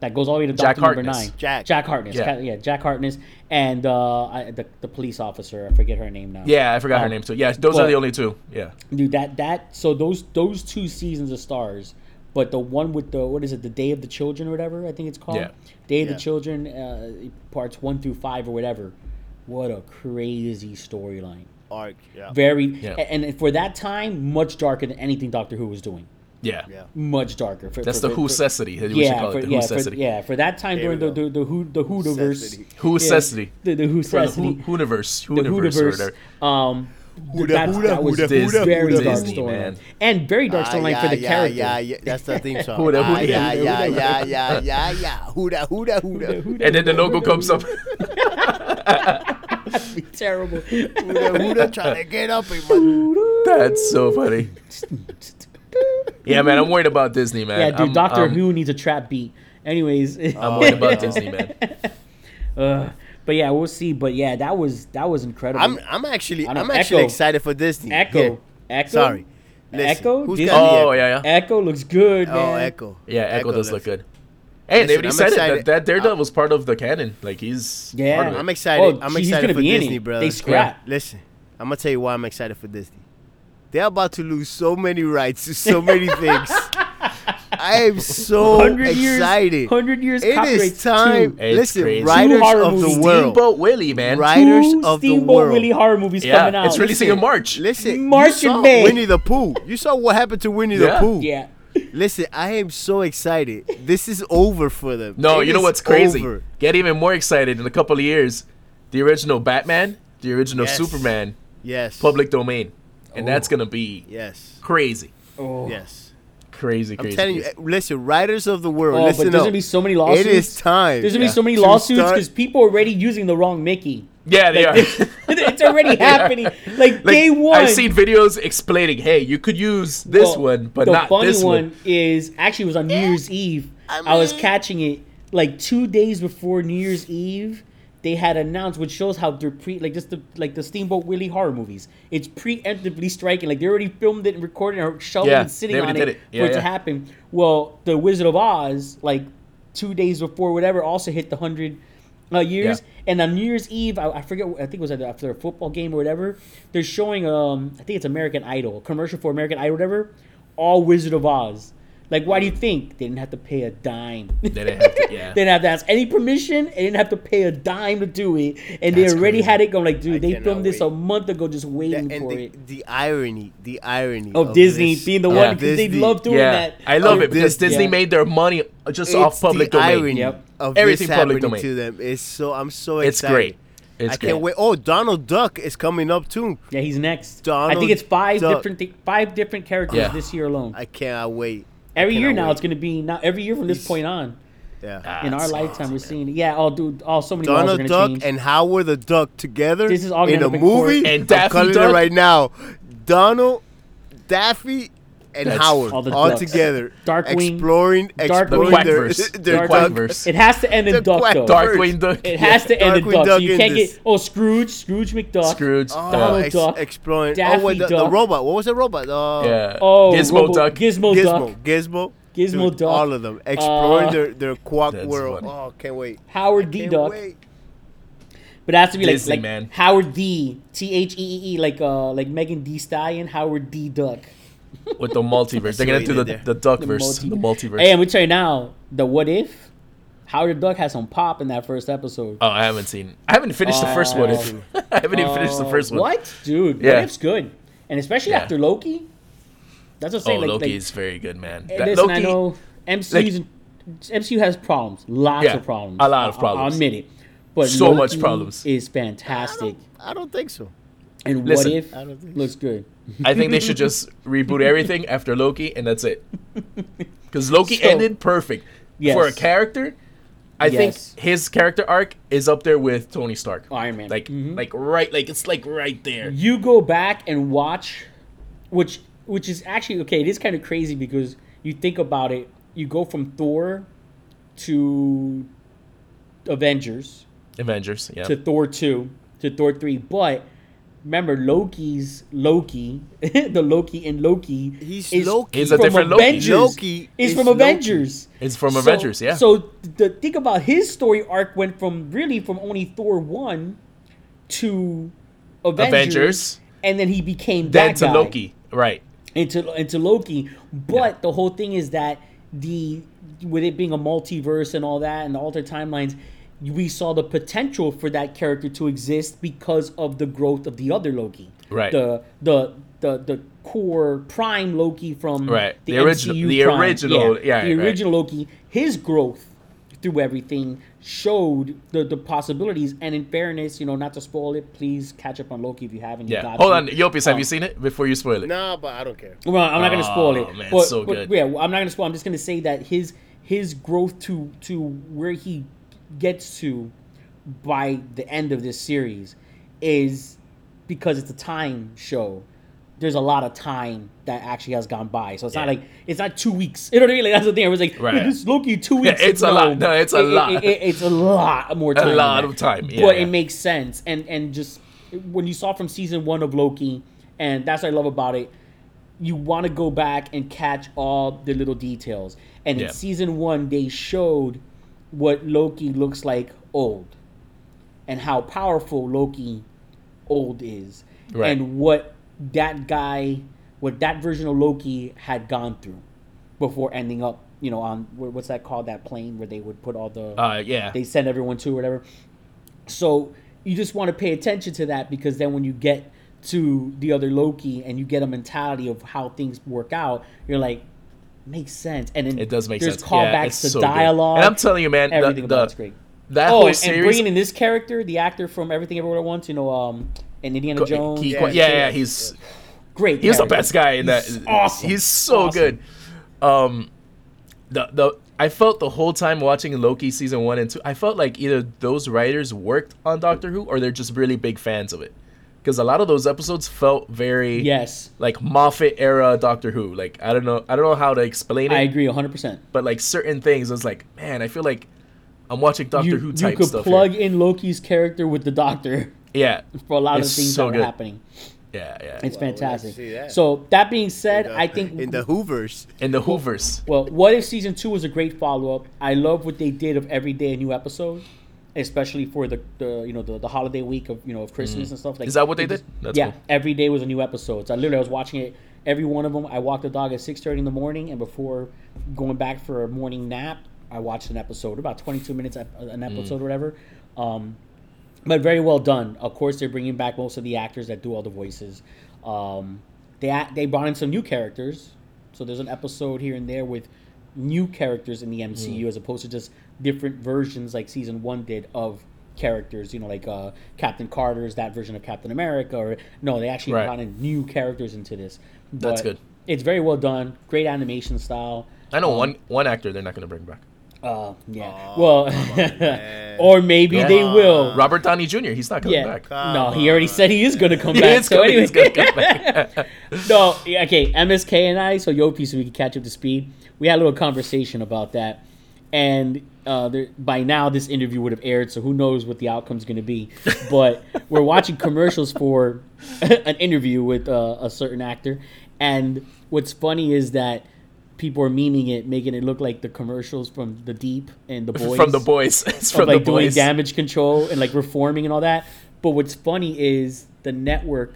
Speaker 5: That goes all the way to
Speaker 7: Jack
Speaker 5: Doctor Number
Speaker 7: Harkness.
Speaker 5: Nine.
Speaker 6: Jack.
Speaker 5: Jack Harkness.
Speaker 7: Yeah.
Speaker 5: Ca- yeah Jack Harkness and uh, I, the the police officer. I forget her name now.
Speaker 7: Yeah, I forgot her
Speaker 5: Oh.
Speaker 7: name too. Yeah, those are
Speaker 5: But-
Speaker 7: the only two. Yeah,
Speaker 5: Dude, that that so those those two seasons of stars, but the one with the what is it, the Day of the Children or whatever I think it's called,
Speaker 7: Yeah.
Speaker 5: Day of
Speaker 6: Yeah.
Speaker 5: the Children, uh, parts one through five or whatever. What a crazy storyline!
Speaker 6: Arc, yeah.
Speaker 5: Very
Speaker 7: Yeah.
Speaker 5: a- and, for that time, much darker than anything Doctor Who was doing.
Speaker 7: yeah,
Speaker 6: Yeah.
Speaker 5: Much darker. For,
Speaker 7: That's
Speaker 5: for-
Speaker 7: the
Speaker 5: for-
Speaker 7: Who
Speaker 5: for-
Speaker 7: cessity. We should
Speaker 5: Yeah,
Speaker 7: call
Speaker 5: for,
Speaker 7: it the
Speaker 5: yeah,
Speaker 7: Who
Speaker 5: for,
Speaker 7: cessity.
Speaker 5: yeah, for that time
Speaker 6: There we
Speaker 5: during the,
Speaker 6: go.
Speaker 5: the the Who the Who
Speaker 6: Cessity.
Speaker 7: Who
Speaker 5: yeah,
Speaker 7: cessity.
Speaker 5: the the Who
Speaker 7: For the Who
Speaker 5: cessity,
Speaker 7: Hooniverse.
Speaker 5: the
Speaker 7: Hooniverse. or
Speaker 5: Hooniverse.
Speaker 7: whatever.
Speaker 5: Um,
Speaker 6: Who da-
Speaker 5: that,
Speaker 6: who da-
Speaker 5: that was
Speaker 6: who da- who da-
Speaker 5: very
Speaker 6: who da-
Speaker 5: dark
Speaker 7: Disney,
Speaker 5: storyline
Speaker 7: man.
Speaker 5: and very dark
Speaker 6: Ah,
Speaker 5: storyline for the
Speaker 6: yeah,
Speaker 5: character.
Speaker 6: Yeah, yeah, that's the theme song.
Speaker 7: Who da, who
Speaker 6: Ah,
Speaker 7: da,
Speaker 6: yeah,
Speaker 7: who da,
Speaker 6: yeah,
Speaker 7: who da.
Speaker 6: yeah, yeah, yeah, yeah. Who da, who da, who da.
Speaker 5: Who
Speaker 7: And
Speaker 5: da-
Speaker 7: then the logo comes up.
Speaker 5: terrible.
Speaker 6: Who da, who da trying to get up in my...
Speaker 7: That's so funny. Yeah, man, I'm worried about Disney, man.
Speaker 5: yeah, dude.
Speaker 7: I'm-
Speaker 5: Doctor
Speaker 7: I'm-
Speaker 5: Who needs a trap beat. Anyways,
Speaker 7: I'm worried about Disney, man.
Speaker 5: uh, but yeah, we'll see. But yeah, that was that was incredible.
Speaker 6: I'm, I'm actually,
Speaker 5: I know,
Speaker 6: I'm actually
Speaker 5: Echo.
Speaker 6: excited for Disney.
Speaker 5: Echo,
Speaker 6: Yeah.
Speaker 5: Echo.
Speaker 6: Sorry. Listen,
Speaker 5: Echo?
Speaker 6: Who's
Speaker 5: Disney?
Speaker 6: got the
Speaker 7: Oh
Speaker 6: Echo?
Speaker 7: yeah, yeah,
Speaker 5: Echo looks good, man.
Speaker 6: Oh, Echo.
Speaker 7: yeah. Echo does
Speaker 6: listen.
Speaker 7: look good. Hey,
Speaker 6: Listen,
Speaker 7: they already
Speaker 6: I'm
Speaker 7: said it.
Speaker 6: excited. Uh,
Speaker 7: That, that Daredevil's part of the canon. Like he's
Speaker 5: Yeah.
Speaker 7: part of it.
Speaker 6: I'm excited.
Speaker 5: Oh,
Speaker 6: I'm
Speaker 5: he's
Speaker 6: excited
Speaker 5: gonna
Speaker 6: for
Speaker 5: be in
Speaker 6: Disney,
Speaker 5: it.
Speaker 6: brother.
Speaker 5: They scrap.
Speaker 6: Listen, I'm gonna tell you why I'm excited for Disney. They're about to lose so many rights to so many things. I am so
Speaker 5: Hundred years.
Speaker 6: excited.
Speaker 5: Hundred years.
Speaker 6: it
Speaker 5: copyrights
Speaker 6: is time.
Speaker 5: too.
Speaker 7: It's
Speaker 6: Listen,
Speaker 7: crazy.
Speaker 6: writers
Speaker 5: Two horror
Speaker 6: of the
Speaker 5: movies.
Speaker 6: world.
Speaker 7: Steamboat Willie, man.
Speaker 6: Writers
Speaker 5: Two
Speaker 6: of the
Speaker 5: Steamboat
Speaker 6: world.
Speaker 5: Willie horror movies
Speaker 7: Yeah,
Speaker 5: coming out.
Speaker 7: it's releasing in March.
Speaker 6: Listen,
Speaker 5: March
Speaker 6: you saw
Speaker 5: and May.
Speaker 6: Winnie the Pooh. You saw what happened to Winnie
Speaker 7: Yeah.
Speaker 6: the Pooh.
Speaker 5: Yeah. Oh,
Speaker 6: Listen, I am so excited. This is over for them.
Speaker 7: No,
Speaker 6: It
Speaker 7: you know
Speaker 6: is
Speaker 7: what's crazy?
Speaker 6: over.
Speaker 7: Get even more excited in a couple of years. The original Batman, the original
Speaker 6: Yes.
Speaker 7: Superman,
Speaker 6: Yes.
Speaker 7: public domain, and that's gonna be
Speaker 6: Yes.
Speaker 7: crazy,
Speaker 5: Oh.
Speaker 6: Yes.
Speaker 7: crazy,
Speaker 6: I'm
Speaker 7: crazy.
Speaker 6: telling you,
Speaker 7: crazy.
Speaker 6: eh, listen, writers of the world,
Speaker 5: Oh, but
Speaker 6: listen
Speaker 5: there's gonna
Speaker 6: up.
Speaker 5: be so many lawsuits.
Speaker 6: It is time.
Speaker 5: There's gonna be
Speaker 7: Yeah.
Speaker 5: so many
Speaker 6: To
Speaker 5: lawsuits
Speaker 6: start-
Speaker 5: because people are already using the wrong Mickey.
Speaker 7: yeah, they are.
Speaker 5: it's already happening. Like,
Speaker 7: Like,
Speaker 5: day one.
Speaker 7: I've seen videos explaining, hey, you could use this
Speaker 5: Well,
Speaker 7: one, but
Speaker 5: the
Speaker 7: not
Speaker 5: funny
Speaker 7: this one.
Speaker 5: one. Is actually it was on New Year's Eve. I, was catching it like two days before New Year's Eve. They had announced, which shows how they're pre like just the like the Steamboat Willie horror movies. It's preemptively striking. Like they already filmed it and recorded it or shelved
Speaker 7: Yeah,
Speaker 5: it and sitting
Speaker 7: they
Speaker 5: on
Speaker 7: already
Speaker 5: it,
Speaker 7: did it. Yeah,
Speaker 5: for it to
Speaker 7: yeah.
Speaker 5: happen. Well, the Wizard of Oz, like two days before whatever, also hit the hundred uh, years.
Speaker 7: Yeah.
Speaker 5: And on New Year's Eve, I, I forget. I think it was at- after a football game or whatever. They're showing um, I think it's American Idol, a commercial for American Idol, whatever. All Wizard of Oz. Like, why do you think they didn't have to pay a dime? they
Speaker 7: They didn't have to, yeah.
Speaker 5: didn't have to ask any permission. They didn't have to pay a dime to do it, and
Speaker 7: That's
Speaker 5: they already
Speaker 7: crazy.
Speaker 5: had it going. Like, dude, they
Speaker 6: cannot
Speaker 5: filmed this
Speaker 6: wait.
Speaker 5: a month ago, just
Speaker 6: Yeah,
Speaker 5: waiting
Speaker 6: and
Speaker 5: for
Speaker 6: the,
Speaker 5: it.
Speaker 6: the irony, the irony
Speaker 5: Of Disney
Speaker 6: this-
Speaker 5: being the
Speaker 6: of
Speaker 5: one because they
Speaker 6: Disney.
Speaker 5: love doing
Speaker 7: yeah,
Speaker 5: that.
Speaker 7: I love
Speaker 5: Of
Speaker 7: it because
Speaker 5: Disney.
Speaker 7: Disney
Speaker 5: Yeah.
Speaker 7: made their money just
Speaker 6: Oh, It's
Speaker 7: off public
Speaker 6: the
Speaker 7: domain.
Speaker 6: irony
Speaker 5: Yep.
Speaker 6: of
Speaker 7: Everything
Speaker 6: this
Speaker 7: public
Speaker 6: happening
Speaker 7: domain.
Speaker 6: to them. It's so I'm so
Speaker 7: It's
Speaker 6: excited.
Speaker 7: great. It's
Speaker 6: I
Speaker 7: great.
Speaker 6: can't wait. Oh, Donald Duck is coming up too.
Speaker 5: Yeah, he's next. I
Speaker 6: Donald
Speaker 5: think it's five
Speaker 6: Duck.
Speaker 5: different thi- five different characters
Speaker 7: Yeah.
Speaker 5: this year alone.
Speaker 6: I cannot wait.
Speaker 5: every
Speaker 6: I
Speaker 5: year
Speaker 6: cannot
Speaker 5: now,
Speaker 6: wait.
Speaker 5: it's going to be now every year from this point on
Speaker 6: Yeah.
Speaker 5: in our
Speaker 7: That's
Speaker 5: lifetime,
Speaker 7: crazy,
Speaker 5: we're
Speaker 7: Ah, man.
Speaker 5: seeing. Yeah, oh, dude, oh, so many laws are
Speaker 6: Donald
Speaker 5: going to
Speaker 6: Duck
Speaker 5: change.
Speaker 6: and Howard the Duck together
Speaker 5: This is all
Speaker 6: in
Speaker 5: gonna
Speaker 6: a
Speaker 5: end up in court.
Speaker 6: movie.
Speaker 7: And
Speaker 6: I'm
Speaker 7: Daffy
Speaker 6: calling it
Speaker 7: Duck?
Speaker 6: right now. Donald, Daffy, and
Speaker 7: That's
Speaker 6: Howard
Speaker 5: all
Speaker 6: all,
Speaker 5: the ducks.
Speaker 6: together.
Speaker 5: Darkwing,
Speaker 6: exploring,
Speaker 5: Darkwing.
Speaker 6: exploring their,
Speaker 7: Quackverse. The
Speaker 6: their duck-
Speaker 7: Quackverse.
Speaker 5: it has to end in
Speaker 6: The
Speaker 5: duck
Speaker 6: quack
Speaker 5: though.
Speaker 6: duck.
Speaker 7: Darkwing Duck.
Speaker 5: It has to end in
Speaker 6: Darkwing
Speaker 5: duck. so
Speaker 6: Duck
Speaker 5: you
Speaker 6: in
Speaker 5: can't
Speaker 6: this.
Speaker 5: get oh Scrooge, Scrooge McDuck,
Speaker 7: Scrooge.
Speaker 6: Oh,
Speaker 5: Donald
Speaker 6: ex-
Speaker 5: Duck,
Speaker 6: exploring.
Speaker 5: Daffy
Speaker 6: oh, wait, the, the
Speaker 5: Duck.
Speaker 6: robot. What was the robot? Uh,
Speaker 7: yeah.
Speaker 5: oh
Speaker 7: Gizmo
Speaker 5: Robo-
Speaker 7: Duck.
Speaker 5: Gizmo,
Speaker 6: Gizmo.
Speaker 5: Duck,
Speaker 6: Gizmo.
Speaker 5: Gizmo
Speaker 6: Dude,
Speaker 5: Duck.
Speaker 6: All of them exploring
Speaker 5: Uh,
Speaker 6: their their quack
Speaker 7: That's
Speaker 6: world.
Speaker 7: funny.
Speaker 6: Oh, can't wait.
Speaker 5: Howard D
Speaker 6: Can't
Speaker 5: Duck.
Speaker 6: wait.
Speaker 5: But it has to be like,
Speaker 7: Disney,
Speaker 5: like
Speaker 7: man.
Speaker 5: Howard D T H E E E like uh like Megan D Stallion Howard D Duck.
Speaker 7: with the multiverse. They're gonna
Speaker 6: what
Speaker 7: do
Speaker 6: you
Speaker 7: the,
Speaker 6: did
Speaker 7: the duckverse,
Speaker 5: multi-
Speaker 7: the multiverse.
Speaker 5: Hey, and we tell you now, the what if? Howard the Duck has some pop in that first episode.
Speaker 7: oh, I haven't seen. I haven't finished the first one.
Speaker 5: Oh.
Speaker 7: I haven't even finished the first one.
Speaker 5: What, dude?
Speaker 7: Yeah.
Speaker 5: What if's good, and especially
Speaker 7: Yeah.
Speaker 5: after Loki. That's what I'm
Speaker 7: Oh,
Speaker 5: saying. like,
Speaker 7: Loki
Speaker 5: like,
Speaker 7: is very good, man.
Speaker 5: Hey,
Speaker 7: That-
Speaker 5: Listen, I
Speaker 7: Loki-
Speaker 5: know MCU's, MCU has problems, lots
Speaker 7: Yeah,
Speaker 5: of problems,
Speaker 7: a lot of
Speaker 5: I-
Speaker 7: problems.
Speaker 5: I, will admit it, but
Speaker 7: So much
Speaker 5: Loki
Speaker 7: problems.
Speaker 5: is fantastic.
Speaker 6: I don't think so.
Speaker 5: And
Speaker 7: Listen,
Speaker 5: what if
Speaker 6: I don't think
Speaker 5: looks good?
Speaker 7: I think they should just reboot everything after Loki, and that's it. Because Loki
Speaker 5: So-
Speaker 7: ended perfect for a
Speaker 5: Yes.
Speaker 7: character. I
Speaker 5: Yes. Oh,
Speaker 7: think his character arc is up there with Tony Stark,
Speaker 5: Iron Man.
Speaker 7: Like, like right, like it's like right there.
Speaker 5: You go back and watch, which which is actually okay. It is kind of crazy because you think about it. You go from Thor to Avengers,
Speaker 7: Avengers, yeah.
Speaker 5: to Thor two to Thor three. But remember, Loki's Loki, the Loki in Loki.
Speaker 6: He's Loki.
Speaker 7: He's a different Loki.
Speaker 5: Avengers.
Speaker 6: Loki
Speaker 5: is,
Speaker 6: is
Speaker 5: from
Speaker 6: Loki.
Speaker 5: Avengers.
Speaker 7: It's from
Speaker 5: So-
Speaker 7: Avengers, yeah.
Speaker 5: So the think about his story arc went from really from only Thor one to Avengers,
Speaker 7: Avengers.
Speaker 5: and then he became
Speaker 7: then
Speaker 5: that
Speaker 7: to
Speaker 5: guy
Speaker 7: Loki, right?
Speaker 5: into into Loki. But the whole thing is that the with it being a multiverse and all that and the alternate timelines, we saw the potential for that character to exist because of the growth of the other Loki.
Speaker 7: Right.
Speaker 5: The the the the core prime Loki from
Speaker 7: Right.
Speaker 5: the,
Speaker 7: The
Speaker 5: original
Speaker 7: original- the
Speaker 5: prime.
Speaker 7: original- yeah,
Speaker 5: the
Speaker 7: right.
Speaker 5: original Loki his growth through everything showed the, the possibilities and in fairness you know not to spoil it please catch up on Loki if you haven't you
Speaker 7: Yeah.
Speaker 5: got
Speaker 7: Hold
Speaker 5: to.
Speaker 7: on, Yopis, have
Speaker 5: Um,
Speaker 7: you seen it before you spoil it?
Speaker 6: Nah, but I don't care.
Speaker 5: well, I'm not gonna spoil
Speaker 7: Oh,
Speaker 5: it.
Speaker 7: man,
Speaker 5: but,
Speaker 7: so
Speaker 5: but
Speaker 7: good.
Speaker 5: yeah, well, I'm not gonna spoil. I'm just gonna say that his his growth to to where he gets to by the end of this series is because it's a time show. There's a lot of time that actually has gone by, so it's not
Speaker 7: Yeah.
Speaker 5: like it's not two weeks. You know what I mean? Like that's the thing. It was like
Speaker 7: Right.
Speaker 5: this Loki two weeks.
Speaker 7: it's a lot. No, it's a
Speaker 5: It-
Speaker 7: lot.
Speaker 5: It, it- it's a lot more time. than
Speaker 7: lot
Speaker 5: that.
Speaker 7: of time. Yeah,
Speaker 5: but
Speaker 7: yeah.
Speaker 5: it makes sense, and and just when you saw from season one of Loki, and that's what I love about it you want to go back and catch all the little details. And
Speaker 7: Yeah.
Speaker 5: in season one, they showed what Loki looks like old and how powerful Loki old is
Speaker 7: Right.
Speaker 5: and what that guy, what that version of Loki had gone through before ending up, you know, on wh- what's that called? That plane where they would put all the
Speaker 7: Uh, yeah.
Speaker 5: they send everyone to whatever. So you just want to pay attention to that because then when you get to the other Loki and you get a mentality of how things work out, you're like, makes sense. And then
Speaker 7: It does make
Speaker 5: there's
Speaker 7: sense.
Speaker 5: callbacks
Speaker 7: Yeah,
Speaker 5: to
Speaker 7: it's so good.
Speaker 5: dialogue.
Speaker 7: And I'm telling you, man, the-
Speaker 5: everything
Speaker 7: the-
Speaker 5: about it's great.
Speaker 7: That
Speaker 5: Oh,
Speaker 7: whole
Speaker 5: and, and
Speaker 7: series.
Speaker 5: bringing in this character, the actor from Everything Everywhere at Once, you know, um, and Indiana
Speaker 7: Co-
Speaker 5: Jones,
Speaker 7: Key-
Speaker 6: Yeah,
Speaker 7: yeah, yeah, he's
Speaker 5: great.
Speaker 7: he was the
Speaker 5: character.
Speaker 7: best guy in that.
Speaker 5: He's awesome.
Speaker 7: He's so
Speaker 5: Awesome.
Speaker 7: good. Um, the the I felt the whole time watching Loki season one and two. I felt like either those writers worked on Doctor Who or they're just really big fans of it, because a lot of those episodes felt very
Speaker 5: Yes,
Speaker 7: like Moffat era Doctor Who. Like I don't know, I don't know how to explain it,
Speaker 5: I agree 100. percent
Speaker 7: but like certain things, I was like, man, I feel like I'm watching Doctor
Speaker 5: You,
Speaker 7: Who
Speaker 5: you
Speaker 7: type
Speaker 5: could
Speaker 7: stuff. here."
Speaker 5: plug in Loki's character with the Doctor
Speaker 7: yeah,
Speaker 5: for a lot
Speaker 7: It's
Speaker 5: of the things
Speaker 7: so
Speaker 5: that were
Speaker 7: good.
Speaker 5: happening.
Speaker 7: yeah, yeah.
Speaker 5: It's
Speaker 6: Well, we'll
Speaker 5: fantastic.
Speaker 6: see that.
Speaker 5: So that being said, I think
Speaker 6: in the Hoovers.
Speaker 7: in the Hoovers.
Speaker 5: well, what if season two was a great follow up? I love what they did of every day a new episode, especially for the, the you know the, the holiday week of you know of Christmas and stuff. Like
Speaker 7: Mm. Is that what they
Speaker 5: it
Speaker 7: did?
Speaker 5: just-
Speaker 7: That's
Speaker 5: yeah,
Speaker 7: cool.
Speaker 5: every day was a new episode. So I literally I was watching it every one of them. I walked the dog at six thirty in the morning, and before going back for a morning nap, I watched an episode about twenty two minutes ep- an
Speaker 7: Mm.
Speaker 5: episode or whatever. Um, but very well done. Of course, they're bringing back most of the actors that do all the voices. Um, they a- they brought in some new characters, so there's an episode here and there with new characters in the MCU
Speaker 7: Hmm.
Speaker 5: as opposed to just different versions like season one did of characters. You know, like uh, Captain Carter's that version of Captain America, or no, they actually
Speaker 7: Right.
Speaker 5: brought in new characters into this.
Speaker 7: That's
Speaker 5: But
Speaker 7: good.
Speaker 5: It's very well done. Great animation style.
Speaker 7: I know one one actor they're not gonna bring back.
Speaker 5: Uh, yeah. well, or maybe they will.
Speaker 7: Robert Downey Jr. He's not coming
Speaker 5: Yeah.
Speaker 7: back.
Speaker 5: no, he already said he is going to come
Speaker 7: He
Speaker 5: back.
Speaker 7: is
Speaker 5: so
Speaker 7: coming-
Speaker 5: anyway,
Speaker 7: he's gonna come back.
Speaker 5: no, yeah, okay. MSK and I, so Yopi, so we can catch up to speed. We had a little conversation about that, and uh, there, by now this interview would have aired, so who knows what the outcome's going to be. But we're watching commercials for an interview with uh, a certain actor, and what's funny is that people are memeing it, making it look like the commercials from The Deep and The Boys
Speaker 7: From the boys. It's
Speaker 5: of
Speaker 7: from
Speaker 5: like
Speaker 7: the
Speaker 5: doing
Speaker 7: boys.
Speaker 5: damage control and like reforming and all that. But what's funny is the network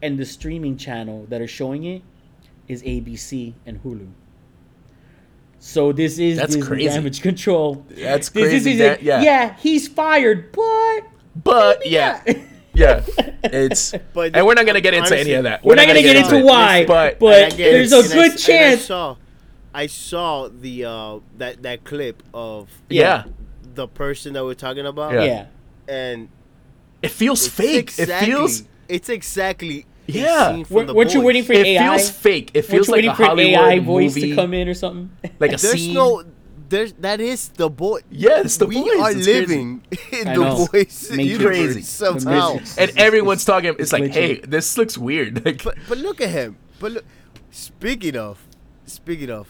Speaker 5: and the streaming channel that are showing it is ABC and Hulu. So this is
Speaker 7: That's
Speaker 5: Disney
Speaker 7: crazy.
Speaker 5: damage control.
Speaker 7: That's
Speaker 5: This is-
Speaker 7: crazy
Speaker 5: he's
Speaker 7: da-
Speaker 5: like,
Speaker 7: yeah.
Speaker 5: yeah, he's fired, but
Speaker 7: But yeah, yeah, it's
Speaker 6: But-
Speaker 7: and we're not gonna get into
Speaker 6: honestly,
Speaker 7: any of that.
Speaker 5: we're not gonna get into why,
Speaker 7: but
Speaker 5: but-
Speaker 6: And I get-
Speaker 5: there's a
Speaker 6: and I-
Speaker 5: good
Speaker 6: and I
Speaker 5: chance-
Speaker 6: saw, I saw the uh, that that clip of
Speaker 7: yeah,
Speaker 6: the person that we're talking about.
Speaker 7: Yeah.
Speaker 5: yeah.
Speaker 6: and
Speaker 7: it feels
Speaker 6: it's
Speaker 7: fake.
Speaker 6: Exactly,
Speaker 7: It feels
Speaker 6: It's exactly. a
Speaker 7: Yeah.
Speaker 6: scene from
Speaker 5: Weren't
Speaker 6: The
Speaker 5: weren't you
Speaker 6: Boys.
Speaker 5: waiting for
Speaker 7: it
Speaker 5: AI?
Speaker 7: feels fake. It
Speaker 5: Weren't
Speaker 7: feels
Speaker 5: you
Speaker 7: like
Speaker 5: waiting
Speaker 7: a
Speaker 5: for an
Speaker 7: Hollywood
Speaker 5: AI voice
Speaker 7: movie,
Speaker 5: to come in or something?
Speaker 7: like a
Speaker 6: There's
Speaker 7: scene.
Speaker 6: no. There's that is the boy.
Speaker 7: Yeah, it's The
Speaker 6: we
Speaker 7: Boys,
Speaker 6: are
Speaker 7: it's crazy.
Speaker 6: living in
Speaker 5: I
Speaker 6: the
Speaker 5: know.
Speaker 6: boys
Speaker 5: Make you
Speaker 6: universe
Speaker 7: crazy.
Speaker 6: somehow.
Speaker 5: Amazing.
Speaker 7: and everyone's talking. It's like,
Speaker 5: glitchy.
Speaker 7: hey, this looks weird. Like,
Speaker 6: But but look at him. But look, speaking of, speaking of,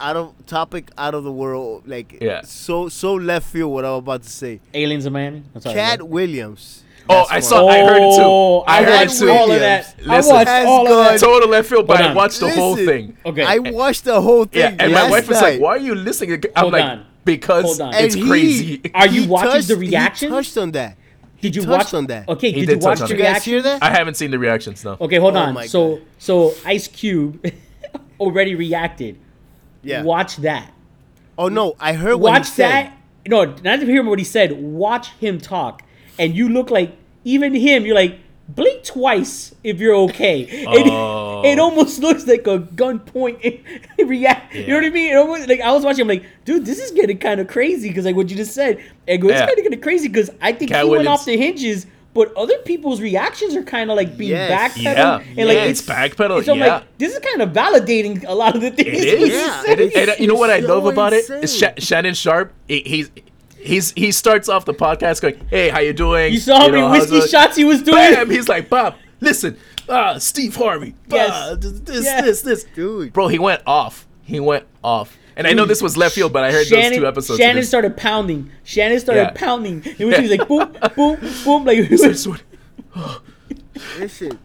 Speaker 6: out of topic, out of the world, like
Speaker 7: Yeah.
Speaker 6: so so left field. What I'm about to say.
Speaker 5: Aliens of Miami. I'm sorry,
Speaker 6: Cat
Speaker 5: yeah.
Speaker 6: Williams.
Speaker 7: oh, I saw. I heard it
Speaker 5: Oh,
Speaker 7: too. I,
Speaker 5: I
Speaker 7: heard it
Speaker 5: watched
Speaker 7: too.
Speaker 5: all of that.
Speaker 7: Listen.
Speaker 5: I watched
Speaker 6: Has
Speaker 5: all
Speaker 6: gone-
Speaker 5: of that.
Speaker 7: Total left field, but
Speaker 5: Hold
Speaker 7: I
Speaker 5: on.
Speaker 7: watched the whole
Speaker 6: Listen,
Speaker 7: thing.
Speaker 5: Okay.
Speaker 6: I watched the whole thing.
Speaker 7: Yeah, and my
Speaker 6: last
Speaker 7: wife was like,
Speaker 6: night.
Speaker 7: "Why are you listening?" I'm
Speaker 5: Hold
Speaker 7: like,
Speaker 5: on.
Speaker 7: "Because
Speaker 5: Hold on.
Speaker 7: it's
Speaker 6: And he-
Speaker 7: crazy."
Speaker 5: Are you
Speaker 6: he
Speaker 5: watching
Speaker 6: touched-
Speaker 5: the reaction?
Speaker 6: He touched on that.
Speaker 5: Did you
Speaker 6: touched
Speaker 5: watch
Speaker 6: on that.
Speaker 5: Okay,
Speaker 7: He
Speaker 5: did,
Speaker 7: did
Speaker 5: you watch
Speaker 7: touch
Speaker 5: the
Speaker 7: on it.
Speaker 6: You guys hear
Speaker 5: reaction?
Speaker 6: that?
Speaker 7: I haven't seen the reactions now.
Speaker 5: Okay, hold
Speaker 6: Oh my
Speaker 5: on. So
Speaker 6: God.
Speaker 5: so Ice Cube already reacted.
Speaker 6: yeah.
Speaker 5: Watch that.
Speaker 6: Oh no, I heard what he
Speaker 5: Watch
Speaker 6: said.
Speaker 5: that. No, not to hear what he said. Watch him talk, and you look like even him. You're like blink twice if you're okay. It,
Speaker 7: Oh.
Speaker 5: it almost looks like a gunpoint react. You know what I mean? It almost like I was watching. I'm like, dude, this is getting kind of crazy because like what you just said. And go, it's
Speaker 7: Yeah.
Speaker 5: kind of getting crazy because I think
Speaker 7: Cat
Speaker 5: he went
Speaker 7: Williams.
Speaker 5: off the hinges. But other people's reactions are kind of like being
Speaker 6: Yes.
Speaker 5: backpedaled,
Speaker 7: Yeah.
Speaker 5: and
Speaker 7: Yeah,
Speaker 5: like
Speaker 7: it's backpedal,
Speaker 5: So I'm
Speaker 7: yeah.
Speaker 5: like, this is kind of validating a lot of the things.
Speaker 7: It
Speaker 5: he
Speaker 7: is.
Speaker 6: Yeah,
Speaker 5: said.
Speaker 7: It is. And, uh, you know what I
Speaker 6: So
Speaker 7: love about it? It's
Speaker 6: insane.
Speaker 7: Sha- Shannon Sharp. He, he's he's he starts off the podcast going, "Hey, how you doing?"
Speaker 5: You saw how many
Speaker 7: know, how's
Speaker 5: whiskey
Speaker 7: the-"
Speaker 5: shots he was doing.
Speaker 7: Bam! He's like, "Bob, listen, uh, Steve Harvey,
Speaker 5: Yes.
Speaker 7: uh, this,
Speaker 5: Yes.
Speaker 7: this, this,
Speaker 6: Dude.
Speaker 7: bro." He went off. He went off. And I know this was left field, but I heard those two episodes. of
Speaker 5: Shannon
Speaker 7: this.
Speaker 5: started pounding. Shannon started
Speaker 7: Yeah.
Speaker 5: pounding. It was, he was like boom, boom, boom. Like oh,
Speaker 7: I just want-
Speaker 6: Listen,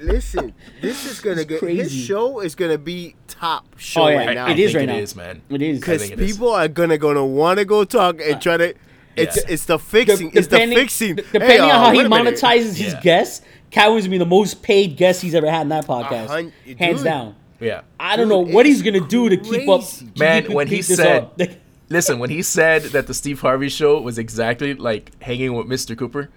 Speaker 6: listen. This is gonna get his
Speaker 5: crazy.
Speaker 6: show is gonna be top show
Speaker 5: Oh, yeah,
Speaker 6: right now.
Speaker 7: I
Speaker 5: It is
Speaker 7: think
Speaker 5: right now.
Speaker 7: It is, man.
Speaker 5: it is.
Speaker 7: I
Speaker 6: because
Speaker 7: think it is.
Speaker 6: people are gonna gonna want to go talk and try to. It's
Speaker 7: Yeah.
Speaker 6: it's the fixing. it's the fixing.
Speaker 5: d-
Speaker 6: Hey,
Speaker 5: Depending
Speaker 6: uh,
Speaker 5: on how he
Speaker 6: wait a minute.
Speaker 5: monetizes his
Speaker 7: Yeah.
Speaker 5: guests, Cowan's gonna be the most paid guest he's ever had in that podcast,
Speaker 6: hun- dude.
Speaker 5: hands down.
Speaker 7: Yeah.
Speaker 5: I don't know
Speaker 6: Dude,
Speaker 5: what
Speaker 6: it
Speaker 5: he's
Speaker 6: is
Speaker 5: gonna do to keep up.
Speaker 6: crazy.
Speaker 5: to
Speaker 7: Man,
Speaker 5: keep-
Speaker 7: when he
Speaker 5: keep this
Speaker 7: said-
Speaker 5: up. Like,
Speaker 7: Listen, when he said that the Steve Harvey show was exactly like hanging with Mr. Cooper,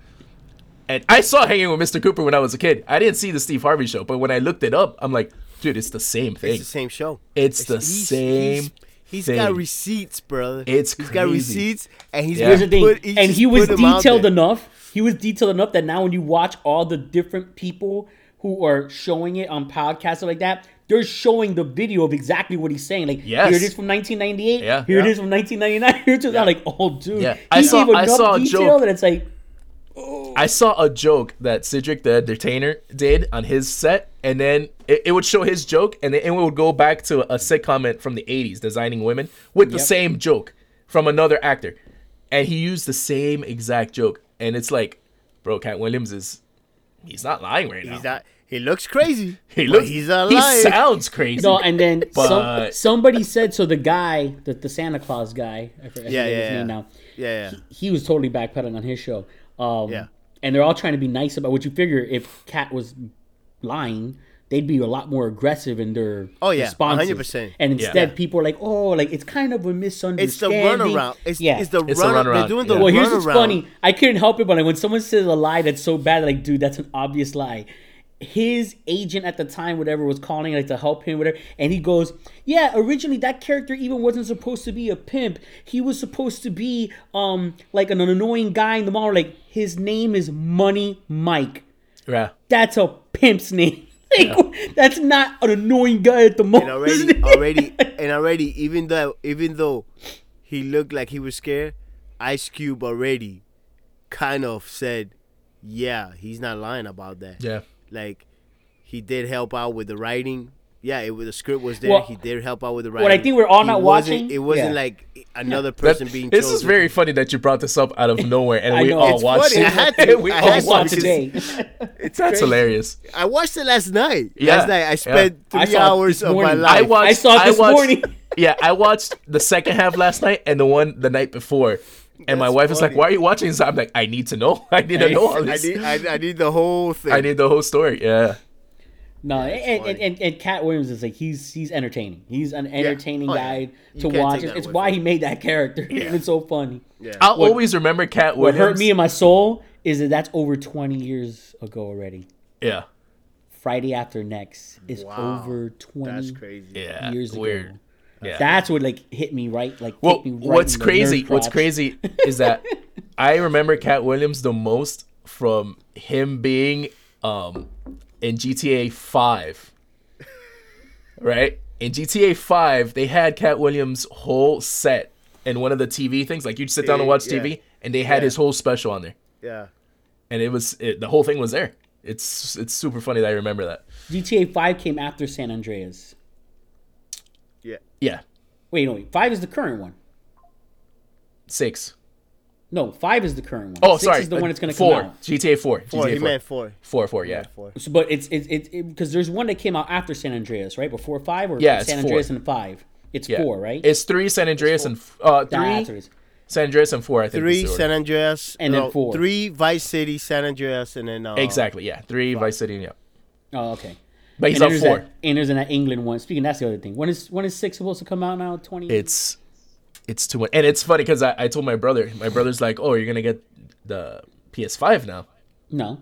Speaker 7: and I saw hanging with Mr. Cooper when I was a kid. I didn't see the Steve Harvey show, but when I looked it up, I'm like, dude, it's the same thing.
Speaker 6: It's the same show.
Speaker 7: It's the
Speaker 6: He's,
Speaker 7: same
Speaker 6: he's
Speaker 7: thing.
Speaker 6: got receipts, brother.
Speaker 7: It's
Speaker 6: he's got
Speaker 7: crazy.
Speaker 6: receipts, and he's
Speaker 7: Yeah.
Speaker 5: Here's the thing,
Speaker 6: put- he's
Speaker 5: and he
Speaker 6: just
Speaker 5: was
Speaker 6: put 'em out
Speaker 5: detailed
Speaker 6: there.
Speaker 5: enough. He was detailed enough that now when you watch all the different people who are showing it on podcasts and like that, they're showing the video of exactly what he's saying. Like,
Speaker 7: Yes.
Speaker 5: here it is from 1998.
Speaker 7: Yeah.
Speaker 5: Here it
Speaker 7: Yeah.
Speaker 5: is from 1999. Here it is. I'm like, oh, dude.
Speaker 7: Yeah.
Speaker 5: He
Speaker 7: I saw-
Speaker 5: gave
Speaker 7: I
Speaker 5: enough
Speaker 7: saw a
Speaker 5: detail
Speaker 7: joke.
Speaker 5: that it's like,
Speaker 7: I saw a joke that Cedric the Entertainer did on his set, and then it, it would show his joke, and then it would go back to a sitcom from the 80s, Designing Women, with the same joke from another actor. And he used the same exact joke. And it's like, bro, Cat Williams is. He's not lying right now.
Speaker 6: He's not. He looks crazy.
Speaker 7: He
Speaker 6: but
Speaker 7: looks.
Speaker 6: He's
Speaker 7: he
Speaker 6: alive.
Speaker 7: sounds crazy.
Speaker 5: no. And then some,
Speaker 7: But-
Speaker 5: somebody said, so the guy, the, the Santa Claus guy, I forget
Speaker 6: Yeah,
Speaker 5: his
Speaker 6: yeah, yeah.
Speaker 5: name now.
Speaker 6: yeah, yeah.
Speaker 5: he was totally backpedaling on his show. Um,
Speaker 6: Yeah.
Speaker 5: And they're all trying to be nice about what you figure if Cat was lying, they'd be a lot more aggressive in their
Speaker 6: Oh, yeah,
Speaker 5: responses.
Speaker 6: 100%.
Speaker 5: And instead,
Speaker 7: Yeah.
Speaker 5: people are like, oh, like it's kind of a misunderstanding.
Speaker 6: It's the runaround. It's,
Speaker 5: yeah.
Speaker 6: it's the
Speaker 7: It's the
Speaker 6: runaround. They're
Speaker 7: runaround,
Speaker 6: doing
Speaker 7: yeah.
Speaker 6: the
Speaker 5: well,
Speaker 6: runaround.
Speaker 5: here's what's funny. I couldn't help it, but like when someone says a lie that's so bad, like dude, that's an obvious lie. His agent at the time, whatever, was calling like to help him, whatever, and he goes, "Yeah, originally that character even wasn't supposed to be a pimp. He was supposed to be um like an annoying guy in the mall. Like his name is Money Mike.
Speaker 7: yeah.
Speaker 5: That's a pimp's name. Like, That's not an annoying guy at the mall.
Speaker 6: And already, already, and already, even though, even though he looked like he was scared, Ice Cube already kind of said, "Yeah, he's not lying about that."
Speaker 7: Yeah.
Speaker 6: like he did help out with the writing. Yeah, it was the script was there.
Speaker 5: Well,
Speaker 6: he did help out with the writing.
Speaker 5: I think we're all
Speaker 6: He
Speaker 5: not
Speaker 6: wasn't-
Speaker 5: watching-
Speaker 6: It wasn't
Speaker 5: yeah.
Speaker 6: like another
Speaker 7: That-
Speaker 6: person being.
Speaker 7: this
Speaker 6: chosen.
Speaker 7: is very funny that you brought this up out of nowhere, and
Speaker 5: I
Speaker 7: we
Speaker 5: know.
Speaker 7: all
Speaker 5: It's
Speaker 7: watched
Speaker 6: funny.
Speaker 7: it.
Speaker 6: I had to.
Speaker 7: And we
Speaker 6: I
Speaker 7: all
Speaker 5: I
Speaker 6: had to
Speaker 5: saw it
Speaker 7: watched it.
Speaker 5: Oh, today.
Speaker 6: It's
Speaker 7: That's hilarious.
Speaker 6: I watched it last night.
Speaker 7: Yeah.
Speaker 6: Last night I
Speaker 7: Yeah.
Speaker 6: spent
Speaker 5: I
Speaker 6: three
Speaker 5: saw it
Speaker 6: hours
Speaker 5: this
Speaker 6: of my
Speaker 5: morning.
Speaker 6: life.
Speaker 7: I watched.
Speaker 5: saw it this
Speaker 7: watched-
Speaker 5: morning.
Speaker 7: Yeah, I watched the second half last night and the one the night before. And my
Speaker 6: That's
Speaker 7: wife is like,
Speaker 6: funny.
Speaker 7: "Why are you watching this?" I'm like, "I need to know. I need to know all
Speaker 6: I
Speaker 7: this.
Speaker 6: need, I, I need the whole thing.
Speaker 7: I need the whole story." Yeah,
Speaker 5: No, and,
Speaker 6: funny.
Speaker 5: and, and, and Cat Williams is like he's he's entertaining. He's an entertaining
Speaker 6: Oh, yeah.
Speaker 5: guy
Speaker 6: You
Speaker 5: to
Speaker 6: can't
Speaker 5: watch.
Speaker 6: take that
Speaker 5: It's
Speaker 6: away
Speaker 5: why
Speaker 6: from
Speaker 5: he made that character. it's so funny.
Speaker 7: I'll always remember Cat
Speaker 5: What
Speaker 7: Williams.
Speaker 5: hurt me in my soul is that that's over twenty years ago already.
Speaker 7: yeah,
Speaker 5: Friday after next is
Speaker 6: Wow.
Speaker 5: over twenty.
Speaker 6: That's crazy.
Speaker 7: yeah,
Speaker 5: Years ago.
Speaker 7: weird. Yeah.
Speaker 5: That's what like hit me right. Like
Speaker 7: well,
Speaker 5: hit me right
Speaker 7: what's
Speaker 5: in the
Speaker 7: crazy?
Speaker 5: nerve
Speaker 7: What's
Speaker 5: crotch.
Speaker 7: crazy is that I remember Cat Williams the most from him being um in GTA Five, right? In GTA Five, they had Cat Williams' whole set in one of the TV things. Like you'd sit down and watch
Speaker 6: Yeah.
Speaker 7: TV, and they had his whole special on there,
Speaker 6: Yeah.
Speaker 7: and it was it, the whole thing was there. It's it's super funny that I remember that.
Speaker 5: GTA Five came after San Andreas.
Speaker 6: Yeah.
Speaker 7: Yeah,
Speaker 5: Wait, no, wait. Five is the current one.
Speaker 7: six.
Speaker 5: No, five is the current one.
Speaker 7: Oh,
Speaker 5: Six
Speaker 7: sorry,
Speaker 5: is the
Speaker 7: uh,
Speaker 5: one that's going to come
Speaker 7: four.
Speaker 5: out.
Speaker 7: GTA Four.
Speaker 6: Four.
Speaker 7: GTA
Speaker 6: He meant four.
Speaker 7: Four, four, yeah.
Speaker 6: Four.
Speaker 5: So, but it's it's it because there's one that came out after San Andreas, right? Before five or
Speaker 7: Yeah, it's
Speaker 5: San
Speaker 7: four.
Speaker 5: Andreas and five. It's
Speaker 7: Yeah.
Speaker 5: four, right?
Speaker 7: It's three San Andreas and f- uh,
Speaker 5: That's what
Speaker 7: three
Speaker 5: it is.
Speaker 7: San Andreas and four. I think
Speaker 6: Three
Speaker 7: is the order.
Speaker 6: San Andreas.
Speaker 5: And then
Speaker 6: no,
Speaker 5: four.
Speaker 6: Three Vice City, San Andreas, and then. Uh,
Speaker 7: exactly. Yeah, three Vice City. Yeah,
Speaker 5: Oh, okay.
Speaker 7: but he's
Speaker 5: and
Speaker 7: on
Speaker 5: there's
Speaker 7: four.
Speaker 5: That, and there's an England one. Speaking, that's the other thing. When is when is six supposed to come out now? Twenty.
Speaker 7: It's it's too much, and it's funny because I, I told my brother. My brother's like, "Oh, you're gonna get the PS5 now."
Speaker 5: no.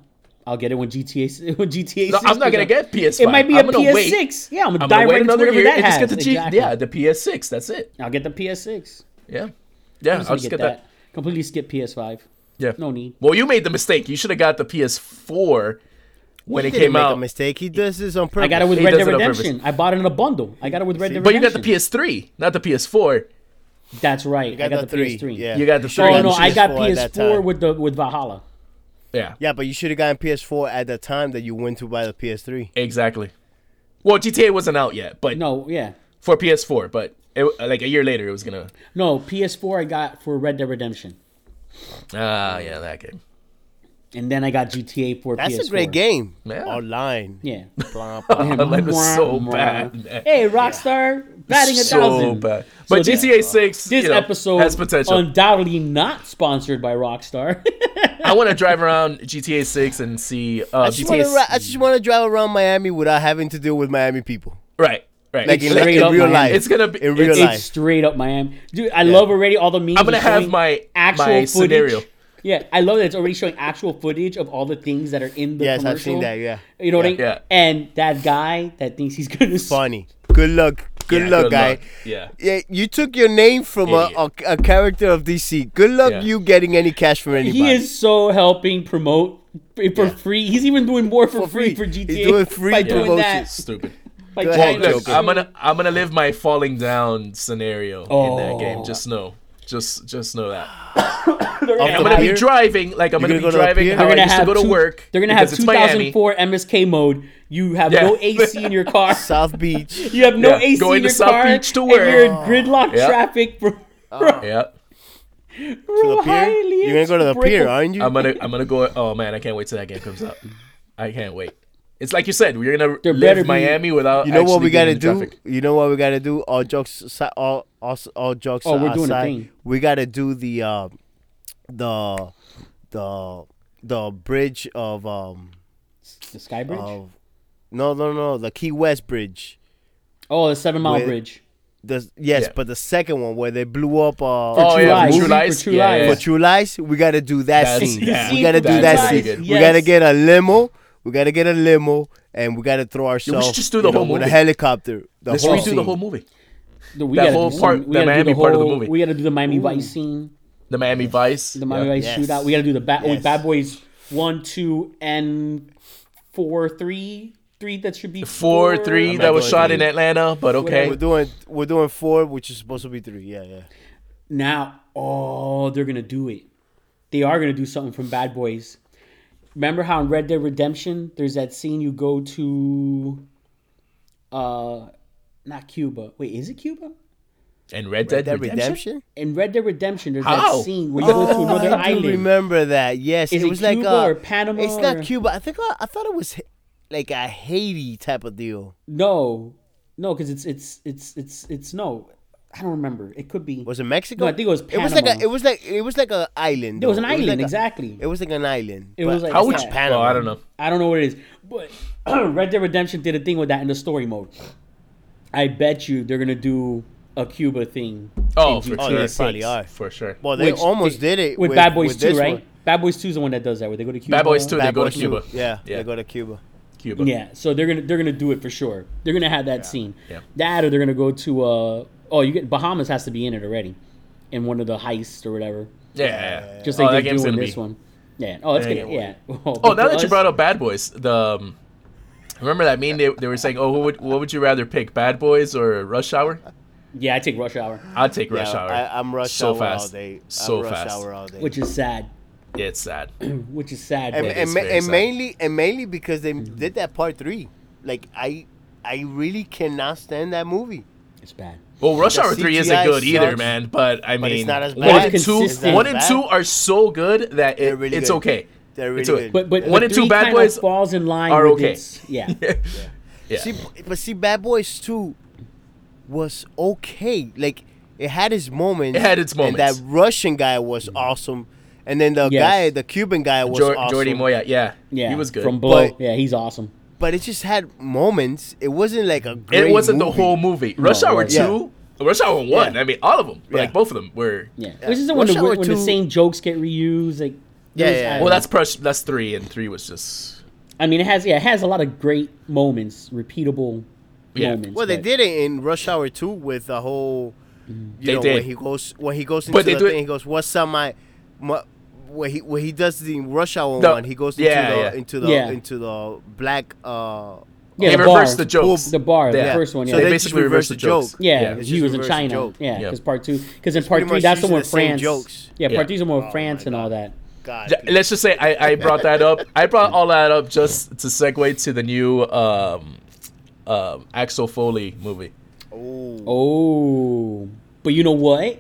Speaker 5: I'll get it when GTA when GTA.
Speaker 7: No,
Speaker 5: 6
Speaker 7: I'm
Speaker 5: comes
Speaker 7: not gonna
Speaker 5: out.
Speaker 7: get PS5.
Speaker 5: It might be
Speaker 7: I'm
Speaker 5: a
Speaker 7: gonna
Speaker 5: PS6.
Speaker 7: wait.
Speaker 5: Yeah, I'm gonna dive
Speaker 7: I'm gonna
Speaker 5: right into
Speaker 7: wait another
Speaker 5: whatever
Speaker 7: year
Speaker 5: that
Speaker 7: and just
Speaker 5: has.
Speaker 7: get the G-
Speaker 5: Exactly.
Speaker 7: yeah the PS6. That's it.
Speaker 5: I'll get the PS6.
Speaker 7: Yeah, yeah. I'll
Speaker 5: I'll
Speaker 7: just
Speaker 5: get,
Speaker 7: get
Speaker 5: that.
Speaker 7: that.
Speaker 5: Completely skip PS5.
Speaker 7: Yeah.
Speaker 5: No need.
Speaker 7: Well, you made the mistake. You should have got the PS4 when
Speaker 6: He
Speaker 7: it
Speaker 6: didn't
Speaker 7: came
Speaker 6: make a
Speaker 7: out.
Speaker 6: mistake. He does this on purpose.
Speaker 5: I got it with
Speaker 7: He
Speaker 5: Red
Speaker 7: does
Speaker 5: Dead
Speaker 7: it on purpose.
Speaker 5: Redemption. I bought it in a bundle. I got it with Red Dead
Speaker 7: But you
Speaker 5: Redemption.
Speaker 7: got the PS3, not the PS4.
Speaker 5: That's right. I got the,
Speaker 6: three.
Speaker 5: PS3.
Speaker 6: Yeah.
Speaker 7: You got the
Speaker 6: should've
Speaker 7: three.
Speaker 5: Oh
Speaker 6: gotten
Speaker 5: no, I got
Speaker 6: PS4 at that
Speaker 5: PS4
Speaker 6: time.
Speaker 5: with the with Valhalla.
Speaker 7: Yeah.
Speaker 6: Yeah, but you should have gotten PS4 at the time that you went to buy the PS3.
Speaker 7: Exactly. Well, GTA wasn't out yet, but
Speaker 5: No, yeah.
Speaker 7: for PS4, but it, like a year later, it was gonna.
Speaker 5: No, PS4 I got for Red Dead Redemption.
Speaker 7: Ah, yeah, that game.
Speaker 5: And then I got GTA for
Speaker 6: That's
Speaker 5: PS4.
Speaker 6: a great game.
Speaker 7: Yeah.
Speaker 6: Online.
Speaker 5: Yeah.
Speaker 6: Blah, blah, blah.
Speaker 7: Online was
Speaker 5: Mwah,
Speaker 7: so
Speaker 5: mwah.
Speaker 7: bad. man.
Speaker 5: Hey, Rockstar, batting a
Speaker 7: So
Speaker 5: thousand.
Speaker 7: bad. But
Speaker 5: So
Speaker 7: GTA 6
Speaker 5: This
Speaker 7: you know,
Speaker 5: episode
Speaker 7: has potential.
Speaker 5: undoubtedly not sponsored by Rockstar.
Speaker 7: I want to drive around GTA 6 and see. Uh,
Speaker 6: I just want
Speaker 7: GTA,
Speaker 6: to. I just want to drive around Miami without having to deal with Miami people.
Speaker 7: right, right.
Speaker 6: Like in,
Speaker 5: Straight
Speaker 6: like, in
Speaker 5: up
Speaker 6: real
Speaker 5: Miami.
Speaker 6: life.
Speaker 7: it's gonna be.
Speaker 6: in real
Speaker 7: it's-
Speaker 5: it's
Speaker 6: life.
Speaker 5: straight up Miami. Dude, I love already all the memes.
Speaker 7: I'm gonna
Speaker 5: are
Speaker 7: have
Speaker 5: showing
Speaker 7: my
Speaker 5: actual
Speaker 7: my
Speaker 5: footage.
Speaker 7: scenario.
Speaker 5: Yeah, I love that it's already showing actual footage of all the things that are in the
Speaker 6: Yes,
Speaker 5: commercial.
Speaker 6: I've seen that. Yeah.
Speaker 5: You know what I mean?
Speaker 7: Yeah.
Speaker 5: And that guy that thinks he's gonna
Speaker 6: Funny. Good luck. Good
Speaker 7: Yeah,
Speaker 6: luck,
Speaker 7: good
Speaker 6: guy.
Speaker 7: luck. Yeah.
Speaker 6: Yeah, you took your name from a, a,
Speaker 7: Idiot.
Speaker 6: a character of DC. Good luck,
Speaker 7: Yeah.
Speaker 6: you getting any cash from anybody.
Speaker 5: He is so helping promote for free. He's even doing more for,
Speaker 6: For
Speaker 5: free,
Speaker 6: free.
Speaker 5: for GTA.
Speaker 6: He's doing free
Speaker 5: by doing
Speaker 6: promotion.
Speaker 5: that.
Speaker 7: Stupid.
Speaker 5: By
Speaker 6: Go
Speaker 5: trying
Speaker 6: ahead,
Speaker 5: to
Speaker 7: Look,
Speaker 5: sue-
Speaker 6: Joker.
Speaker 7: I'm gonna I'm gonna live my falling down scenario in
Speaker 5: Oh.
Speaker 7: that game. Just know, just just know that.
Speaker 6: Off
Speaker 7: And I'm
Speaker 6: the
Speaker 7: gonna
Speaker 6: pier?
Speaker 7: be driving like I'm
Speaker 6: You're gonna
Speaker 7: gonna,
Speaker 6: go to
Speaker 7: be
Speaker 6: the
Speaker 7: driving
Speaker 6: pier?
Speaker 7: how
Speaker 5: They're
Speaker 7: I
Speaker 5: gonna
Speaker 7: used
Speaker 5: have
Speaker 7: to go to
Speaker 5: two-
Speaker 7: work.
Speaker 5: They're gonna have
Speaker 7: because it's Miami.
Speaker 5: 2004 MSK mode. You have
Speaker 7: Yeah.
Speaker 5: no AC in your car.
Speaker 6: South Beach.
Speaker 5: You have no
Speaker 7: Yeah,
Speaker 5: AC
Speaker 7: going
Speaker 5: in
Speaker 7: to
Speaker 5: your
Speaker 7: South
Speaker 5: car.
Speaker 7: Beach to
Speaker 5: and
Speaker 7: work.
Speaker 5: You're in gridlock
Speaker 7: Yeah.
Speaker 5: traffic, bro.
Speaker 7: Yeah,
Speaker 6: To the pier? You're gonna go to the pier, aren't you?
Speaker 7: I'm gonna I'm gonna go. Oh man, I can't wait till that game comes out. I can't wait. It's like you said, we're gonna
Speaker 5: There better
Speaker 7: live
Speaker 5: be-
Speaker 7: Miami without.
Speaker 6: you know what
Speaker 7: actually
Speaker 6: we
Speaker 7: being
Speaker 6: gotta
Speaker 7: in
Speaker 6: do?
Speaker 7: traffic.
Speaker 6: You know what we gotta do? All jokes, aside, all all, all jokes
Speaker 5: Oh, we're doing a
Speaker 6: aside,
Speaker 5: thing.
Speaker 6: we gotta do the uh, the the the bridge of um
Speaker 5: The Sky Bridge?
Speaker 6: of no no no the Key West Bridge.
Speaker 5: oh, the Seven Mile
Speaker 6: Wait.
Speaker 5: Bridge.
Speaker 6: The yes,
Speaker 7: Yeah.
Speaker 6: but the second one where they blew up uh
Speaker 7: Oh
Speaker 5: True
Speaker 7: yeah,
Speaker 5: Lies.
Speaker 7: True
Speaker 5: Movie for
Speaker 7: Lies.
Speaker 5: True
Speaker 7: Yeah,
Speaker 5: Lies.
Speaker 7: yeah.
Speaker 6: for True Lies. We gotta do that
Speaker 7: That's-
Speaker 6: scene.
Speaker 7: yeah.
Speaker 6: We gotta do
Speaker 7: That's
Speaker 6: that
Speaker 7: really
Speaker 6: scene.
Speaker 7: good.
Speaker 6: We gotta
Speaker 5: Yes.
Speaker 6: get a limo. We gotta get a limo, and we gotta throw ourselves
Speaker 7: just do the
Speaker 6: you know,
Speaker 7: whole
Speaker 6: with a
Speaker 7: movie.
Speaker 6: helicopter. The
Speaker 7: Let's
Speaker 6: whole
Speaker 7: redo
Speaker 6: scene.
Speaker 7: the whole movie.
Speaker 5: The, we
Speaker 7: That
Speaker 5: gotta
Speaker 7: whole
Speaker 5: do
Speaker 7: part-
Speaker 5: some- we
Speaker 7: the
Speaker 5: gotta do
Speaker 7: Miami part of the
Speaker 5: whole-
Speaker 7: movie.
Speaker 5: We got to do the Miami Vice scene.
Speaker 7: The Miami Vice.
Speaker 5: The Miami Vice
Speaker 6: Yes.
Speaker 5: shootout. We got to do the Bat with
Speaker 6: Yes.
Speaker 5: Bad Boys one, two, and four, three, three. That should be
Speaker 7: Four three that was shot in Atlanta, but okay.
Speaker 6: We're doing we're doing four, which is supposed to be three. Yeah, yeah.
Speaker 5: Now, oh, they're gonna do it. They are gonna do something from Bad Boys. Remember how in Red Dead Redemption, there's that scene you go to, uh, not Cuba. Wait, is it Cuba?
Speaker 7: And Red Dead
Speaker 6: That
Speaker 7: Redemption.
Speaker 6: Redemption.
Speaker 5: In Red Dead Redemption, there's
Speaker 7: How?
Speaker 5: that scene where you go to another
Speaker 6: Oh, I do
Speaker 5: island.
Speaker 6: remember that. Yes,
Speaker 5: Is
Speaker 6: it
Speaker 5: it
Speaker 6: was like
Speaker 5: Cuba
Speaker 6: uh,
Speaker 5: or Panama
Speaker 6: It's not
Speaker 5: or-
Speaker 6: Cuba. I think I, I thought it was Ha- like a Haiti type of deal.
Speaker 5: No, no, because it's it's it's it's it's no. I don't remember. It could be.
Speaker 6: Was it Mexico?
Speaker 5: No, I think it was
Speaker 6: It was like a.
Speaker 5: Panama.
Speaker 6: It was like it was like a island.
Speaker 5: It was
Speaker 6: though.
Speaker 5: an island,
Speaker 6: like a-
Speaker 5: exactly.
Speaker 6: It was like an island.
Speaker 5: It was
Speaker 6: but-
Speaker 5: like-
Speaker 7: How
Speaker 5: It's
Speaker 7: would
Speaker 5: not
Speaker 7: you?
Speaker 6: Panama.
Speaker 7: Oh, I don't know.
Speaker 5: I don't know what it is, but Red Dead Redemption did a thing with that in the story mode. I bet you they're gonna do a Cuba thing.
Speaker 7: Oh,
Speaker 5: in
Speaker 7: for
Speaker 5: GTA
Speaker 7: sure.
Speaker 6: they
Speaker 5: 6,
Speaker 6: probably are.
Speaker 7: For sure.
Speaker 6: Well, they
Speaker 5: which
Speaker 6: almost
Speaker 5: they-
Speaker 6: did it
Speaker 5: with,
Speaker 6: with
Speaker 5: Bad Boys
Speaker 6: with
Speaker 5: Two,
Speaker 6: this
Speaker 5: right?
Speaker 6: one.
Speaker 5: Bad Boys Two is the one that does that, where they go to Cuba.
Speaker 7: Bad Boys 2, they
Speaker 6: Bad
Speaker 7: go to
Speaker 6: Boys
Speaker 7: Cuba.
Speaker 6: Two. Yeah,
Speaker 7: Yeah.
Speaker 6: they go to Cuba.
Speaker 7: Cuba.
Speaker 5: Yeah, so they're gonna they're gonna do it for sure. They're gonna have that scene.
Speaker 7: Yeah.
Speaker 5: That or they're gonna go to uh oh you get Bahamas has to be in it already, in one of the heists or whatever.
Speaker 7: Yeah, yeah, yeah.
Speaker 5: Just
Speaker 7: Oh,
Speaker 5: like
Speaker 7: that
Speaker 5: they
Speaker 7: game's
Speaker 5: do in
Speaker 7: gonna
Speaker 5: this
Speaker 7: be-
Speaker 5: one. Yeah. Oh, it's
Speaker 7: That
Speaker 5: gonna yeah.
Speaker 7: ain't Oh,
Speaker 5: but
Speaker 7: now
Speaker 5: for
Speaker 7: that
Speaker 5: us-
Speaker 7: you brought up Bad Boys, the um, remember that meme they, they were saying, oh, who would what would you rather pick, Bad Boys or Rush Hour?
Speaker 5: yeah, I take Rush Hour,
Speaker 7: I'd take Rush
Speaker 6: Yeah,
Speaker 7: Hour.
Speaker 6: I, I'm rush
Speaker 7: so
Speaker 6: hour
Speaker 7: fast.
Speaker 6: all day. I'm
Speaker 7: So
Speaker 6: rush
Speaker 7: fast.
Speaker 6: hour all day.
Speaker 5: which is sad,
Speaker 7: Yeah, it's sad.
Speaker 5: which is sad.
Speaker 6: and,
Speaker 5: but-
Speaker 6: and, ma-
Speaker 7: very
Speaker 6: and
Speaker 7: sad.
Speaker 6: mainly and mainly because they did that part three. Like I, I really cannot stand that movie.
Speaker 5: It's bad.
Speaker 7: Well, Rush
Speaker 6: The
Speaker 7: Hour Three isn't
Speaker 6: CGI
Speaker 7: good either,
Speaker 6: sucks,
Speaker 7: man. But I mean,
Speaker 6: it's not as
Speaker 7: one
Speaker 6: bad.
Speaker 7: and
Speaker 5: It's
Speaker 7: two,
Speaker 5: consistent.
Speaker 7: one and
Speaker 6: Bad.
Speaker 7: two are so good that
Speaker 6: They're
Speaker 7: it,
Speaker 6: really
Speaker 7: it's
Speaker 6: good.
Speaker 7: okay.
Speaker 6: They're
Speaker 7: It's
Speaker 6: really
Speaker 7: okay.
Speaker 5: But
Speaker 6: good.
Speaker 5: but
Speaker 7: One
Speaker 5: the
Speaker 7: and two
Speaker 5: three
Speaker 7: Bad
Speaker 5: kinda
Speaker 7: Boys
Speaker 5: falls in line
Speaker 7: are
Speaker 5: with
Speaker 7: okay.
Speaker 5: its- yeah.
Speaker 7: yeah.
Speaker 6: See, but see, Bad Boys Two was okay. Like it had its moments.
Speaker 7: It had its
Speaker 6: And
Speaker 7: moments. Mm.
Speaker 6: that Russian guy was awesome, and then the
Speaker 5: Yes.
Speaker 6: guy, the Cuban guy, was
Speaker 7: Jor-
Speaker 6: awesome.
Speaker 7: Jordi Moya, yeah,
Speaker 5: Yeah,
Speaker 7: he was good.
Speaker 5: from Blow.
Speaker 6: But-
Speaker 5: yeah, he's awesome.
Speaker 6: But it just had moments. It wasn't like a great.
Speaker 7: it wasn't the
Speaker 6: movie.
Speaker 7: whole movie. Rush
Speaker 5: it
Speaker 7: Hour
Speaker 5: wasn't.
Speaker 7: Two, Rush Hour One.
Speaker 6: Yeah.
Speaker 7: I mean, all of them,
Speaker 6: Yeah.
Speaker 7: like both of them were.
Speaker 5: Yeah, which is the one
Speaker 6: Rush
Speaker 5: that- when,
Speaker 6: Hour
Speaker 5: when the
Speaker 6: 2
Speaker 5: same jokes get reused. Like
Speaker 6: Yeah,
Speaker 5: there's-
Speaker 6: yeah,
Speaker 5: I
Speaker 6: yeah.
Speaker 5: don't
Speaker 7: Well,
Speaker 5: know.
Speaker 7: that's Prush. That's three, and three was just.
Speaker 5: I mean, it has yeah, it has a lot of great moments, repeatable
Speaker 7: Yeah.
Speaker 5: moments.
Speaker 6: Well, they
Speaker 5: but-
Speaker 6: did it in Rush Hour Two with the whole. You
Speaker 7: They
Speaker 6: know,
Speaker 7: did.
Speaker 6: when he goes when he goes into
Speaker 7: But they
Speaker 6: the
Speaker 7: do it-
Speaker 6: thing, he goes, "What's up, my?" my when he when he does the Rush Hour
Speaker 7: No.
Speaker 6: one, he goes into
Speaker 7: Yeah,
Speaker 6: the
Speaker 7: yeah.
Speaker 6: into the
Speaker 5: Yeah.
Speaker 6: into the black. uh
Speaker 5: Yeah,
Speaker 7: they
Speaker 5: the bar.
Speaker 7: reversed the jokes.
Speaker 5: The bar, the
Speaker 7: Yeah.
Speaker 5: first one.
Speaker 6: So
Speaker 5: Yeah,
Speaker 7: they,
Speaker 6: they just
Speaker 7: basically reversed the jokes.
Speaker 5: yeah,
Speaker 7: yeah.
Speaker 6: it's
Speaker 5: he
Speaker 6: just
Speaker 5: was in
Speaker 6: reverse
Speaker 5: China.
Speaker 6: joke.
Speaker 5: Yeah,
Speaker 7: Yeah.
Speaker 5: because part two, because in
Speaker 6: pretty
Speaker 5: part three,
Speaker 6: much
Speaker 5: that's the
Speaker 6: using
Speaker 5: one
Speaker 6: the
Speaker 5: with
Speaker 6: same
Speaker 5: France.
Speaker 6: jokes.
Speaker 5: Yeah,
Speaker 7: Yeah.
Speaker 5: part three's the one
Speaker 6: Oh,
Speaker 5: with France
Speaker 6: my
Speaker 5: and all
Speaker 6: God.
Speaker 5: that.
Speaker 6: God,
Speaker 7: J- Let's just say I, I brought that up. I brought all that up just to segue to the new um, um, Axel Foley movie.
Speaker 5: Oh, but you know what?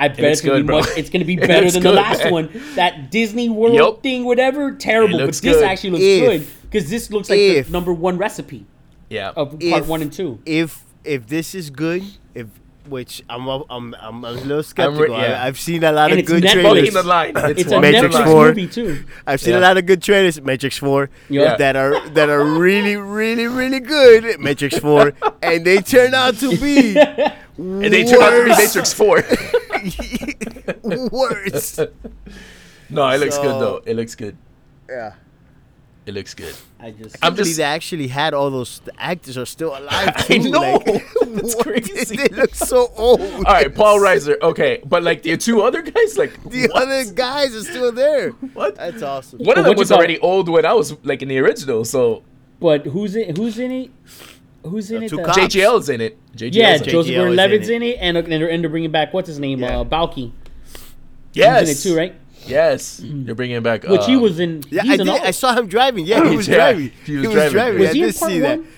Speaker 5: I bet
Speaker 7: looks
Speaker 5: it's gonna
Speaker 7: good,
Speaker 5: be
Speaker 7: bro.
Speaker 5: much. It's gonna be
Speaker 7: It
Speaker 5: better
Speaker 7: looks
Speaker 5: than the
Speaker 7: good,
Speaker 5: last
Speaker 7: man.
Speaker 5: one. That Disney World
Speaker 7: Yup.
Speaker 5: thing, whatever, terrible.
Speaker 7: It
Speaker 5: But
Speaker 7: looks
Speaker 5: this
Speaker 7: good.
Speaker 5: actually looks
Speaker 6: If-
Speaker 5: good because this looks like
Speaker 6: if-
Speaker 5: the number one recipe
Speaker 7: Yeah.
Speaker 5: of part
Speaker 6: If-
Speaker 5: one and two.
Speaker 6: if if this is good, if which I'm I'm I'm, I'm a little skeptical.
Speaker 7: yeah.
Speaker 6: I, have seen a lot
Speaker 5: And
Speaker 6: of
Speaker 5: it's
Speaker 6: good
Speaker 5: Netflix.
Speaker 7: Walking
Speaker 6: trailers.
Speaker 7: the line. It's,
Speaker 5: It's a
Speaker 7: walking the
Speaker 6: Matrix
Speaker 5: Netflix
Speaker 7: line.
Speaker 6: four.
Speaker 5: movie too.
Speaker 6: I've seen
Speaker 7: Yeah.
Speaker 6: a lot of good trailers. Matrix Four.
Speaker 5: Yeah.
Speaker 6: That are that are really really really good. Matrix Four, and they turn out to be.
Speaker 7: And they turned out to be Matrix Four.
Speaker 6: worse.
Speaker 7: no, it looks good
Speaker 6: So-
Speaker 7: though. It looks good.
Speaker 6: Yeah.
Speaker 7: It looks good.
Speaker 5: I just
Speaker 7: I'm
Speaker 6: Somebody
Speaker 7: just-
Speaker 6: that actually had all those the actors are still alive.
Speaker 7: I
Speaker 6: Too.
Speaker 7: know.
Speaker 6: Like,
Speaker 7: That's
Speaker 6: what?
Speaker 7: crazy.
Speaker 6: They look so old. All
Speaker 7: All right, Paul Reiser. Okay, but like the two other guys, like
Speaker 6: The
Speaker 7: what?
Speaker 6: other guys are still there.
Speaker 7: What?
Speaker 6: That's awesome.
Speaker 7: One
Speaker 5: But
Speaker 7: of them
Speaker 5: what you
Speaker 7: was
Speaker 5: call-
Speaker 7: already old when I was like in the original. So
Speaker 5: But who's in? Who's in it? Who's in it?
Speaker 6: two
Speaker 5: that-
Speaker 6: cops. J-
Speaker 7: JGL's in it. JGL's
Speaker 5: yeah,
Speaker 7: in it.
Speaker 5: Joseph
Speaker 6: JGL is in
Speaker 5: Gordon-Levitt's
Speaker 6: it.
Speaker 5: in it, and and they're, and they're bringing back what's his name?
Speaker 6: Yeah.
Speaker 5: Uh, Balky.
Speaker 7: yes,
Speaker 5: He's in it too, right? Mm.
Speaker 7: Yes, you're bringing back.
Speaker 5: Which he
Speaker 7: um,
Speaker 5: was in.
Speaker 6: Yeah,
Speaker 5: he's
Speaker 6: I
Speaker 5: in
Speaker 6: did.
Speaker 5: all-
Speaker 6: I saw him driving. Yeah, he was
Speaker 7: Yeah,
Speaker 6: driving.
Speaker 7: he was driving.
Speaker 5: Was
Speaker 6: I
Speaker 5: he in
Speaker 6: did
Speaker 5: part
Speaker 6: see that.
Speaker 5: one?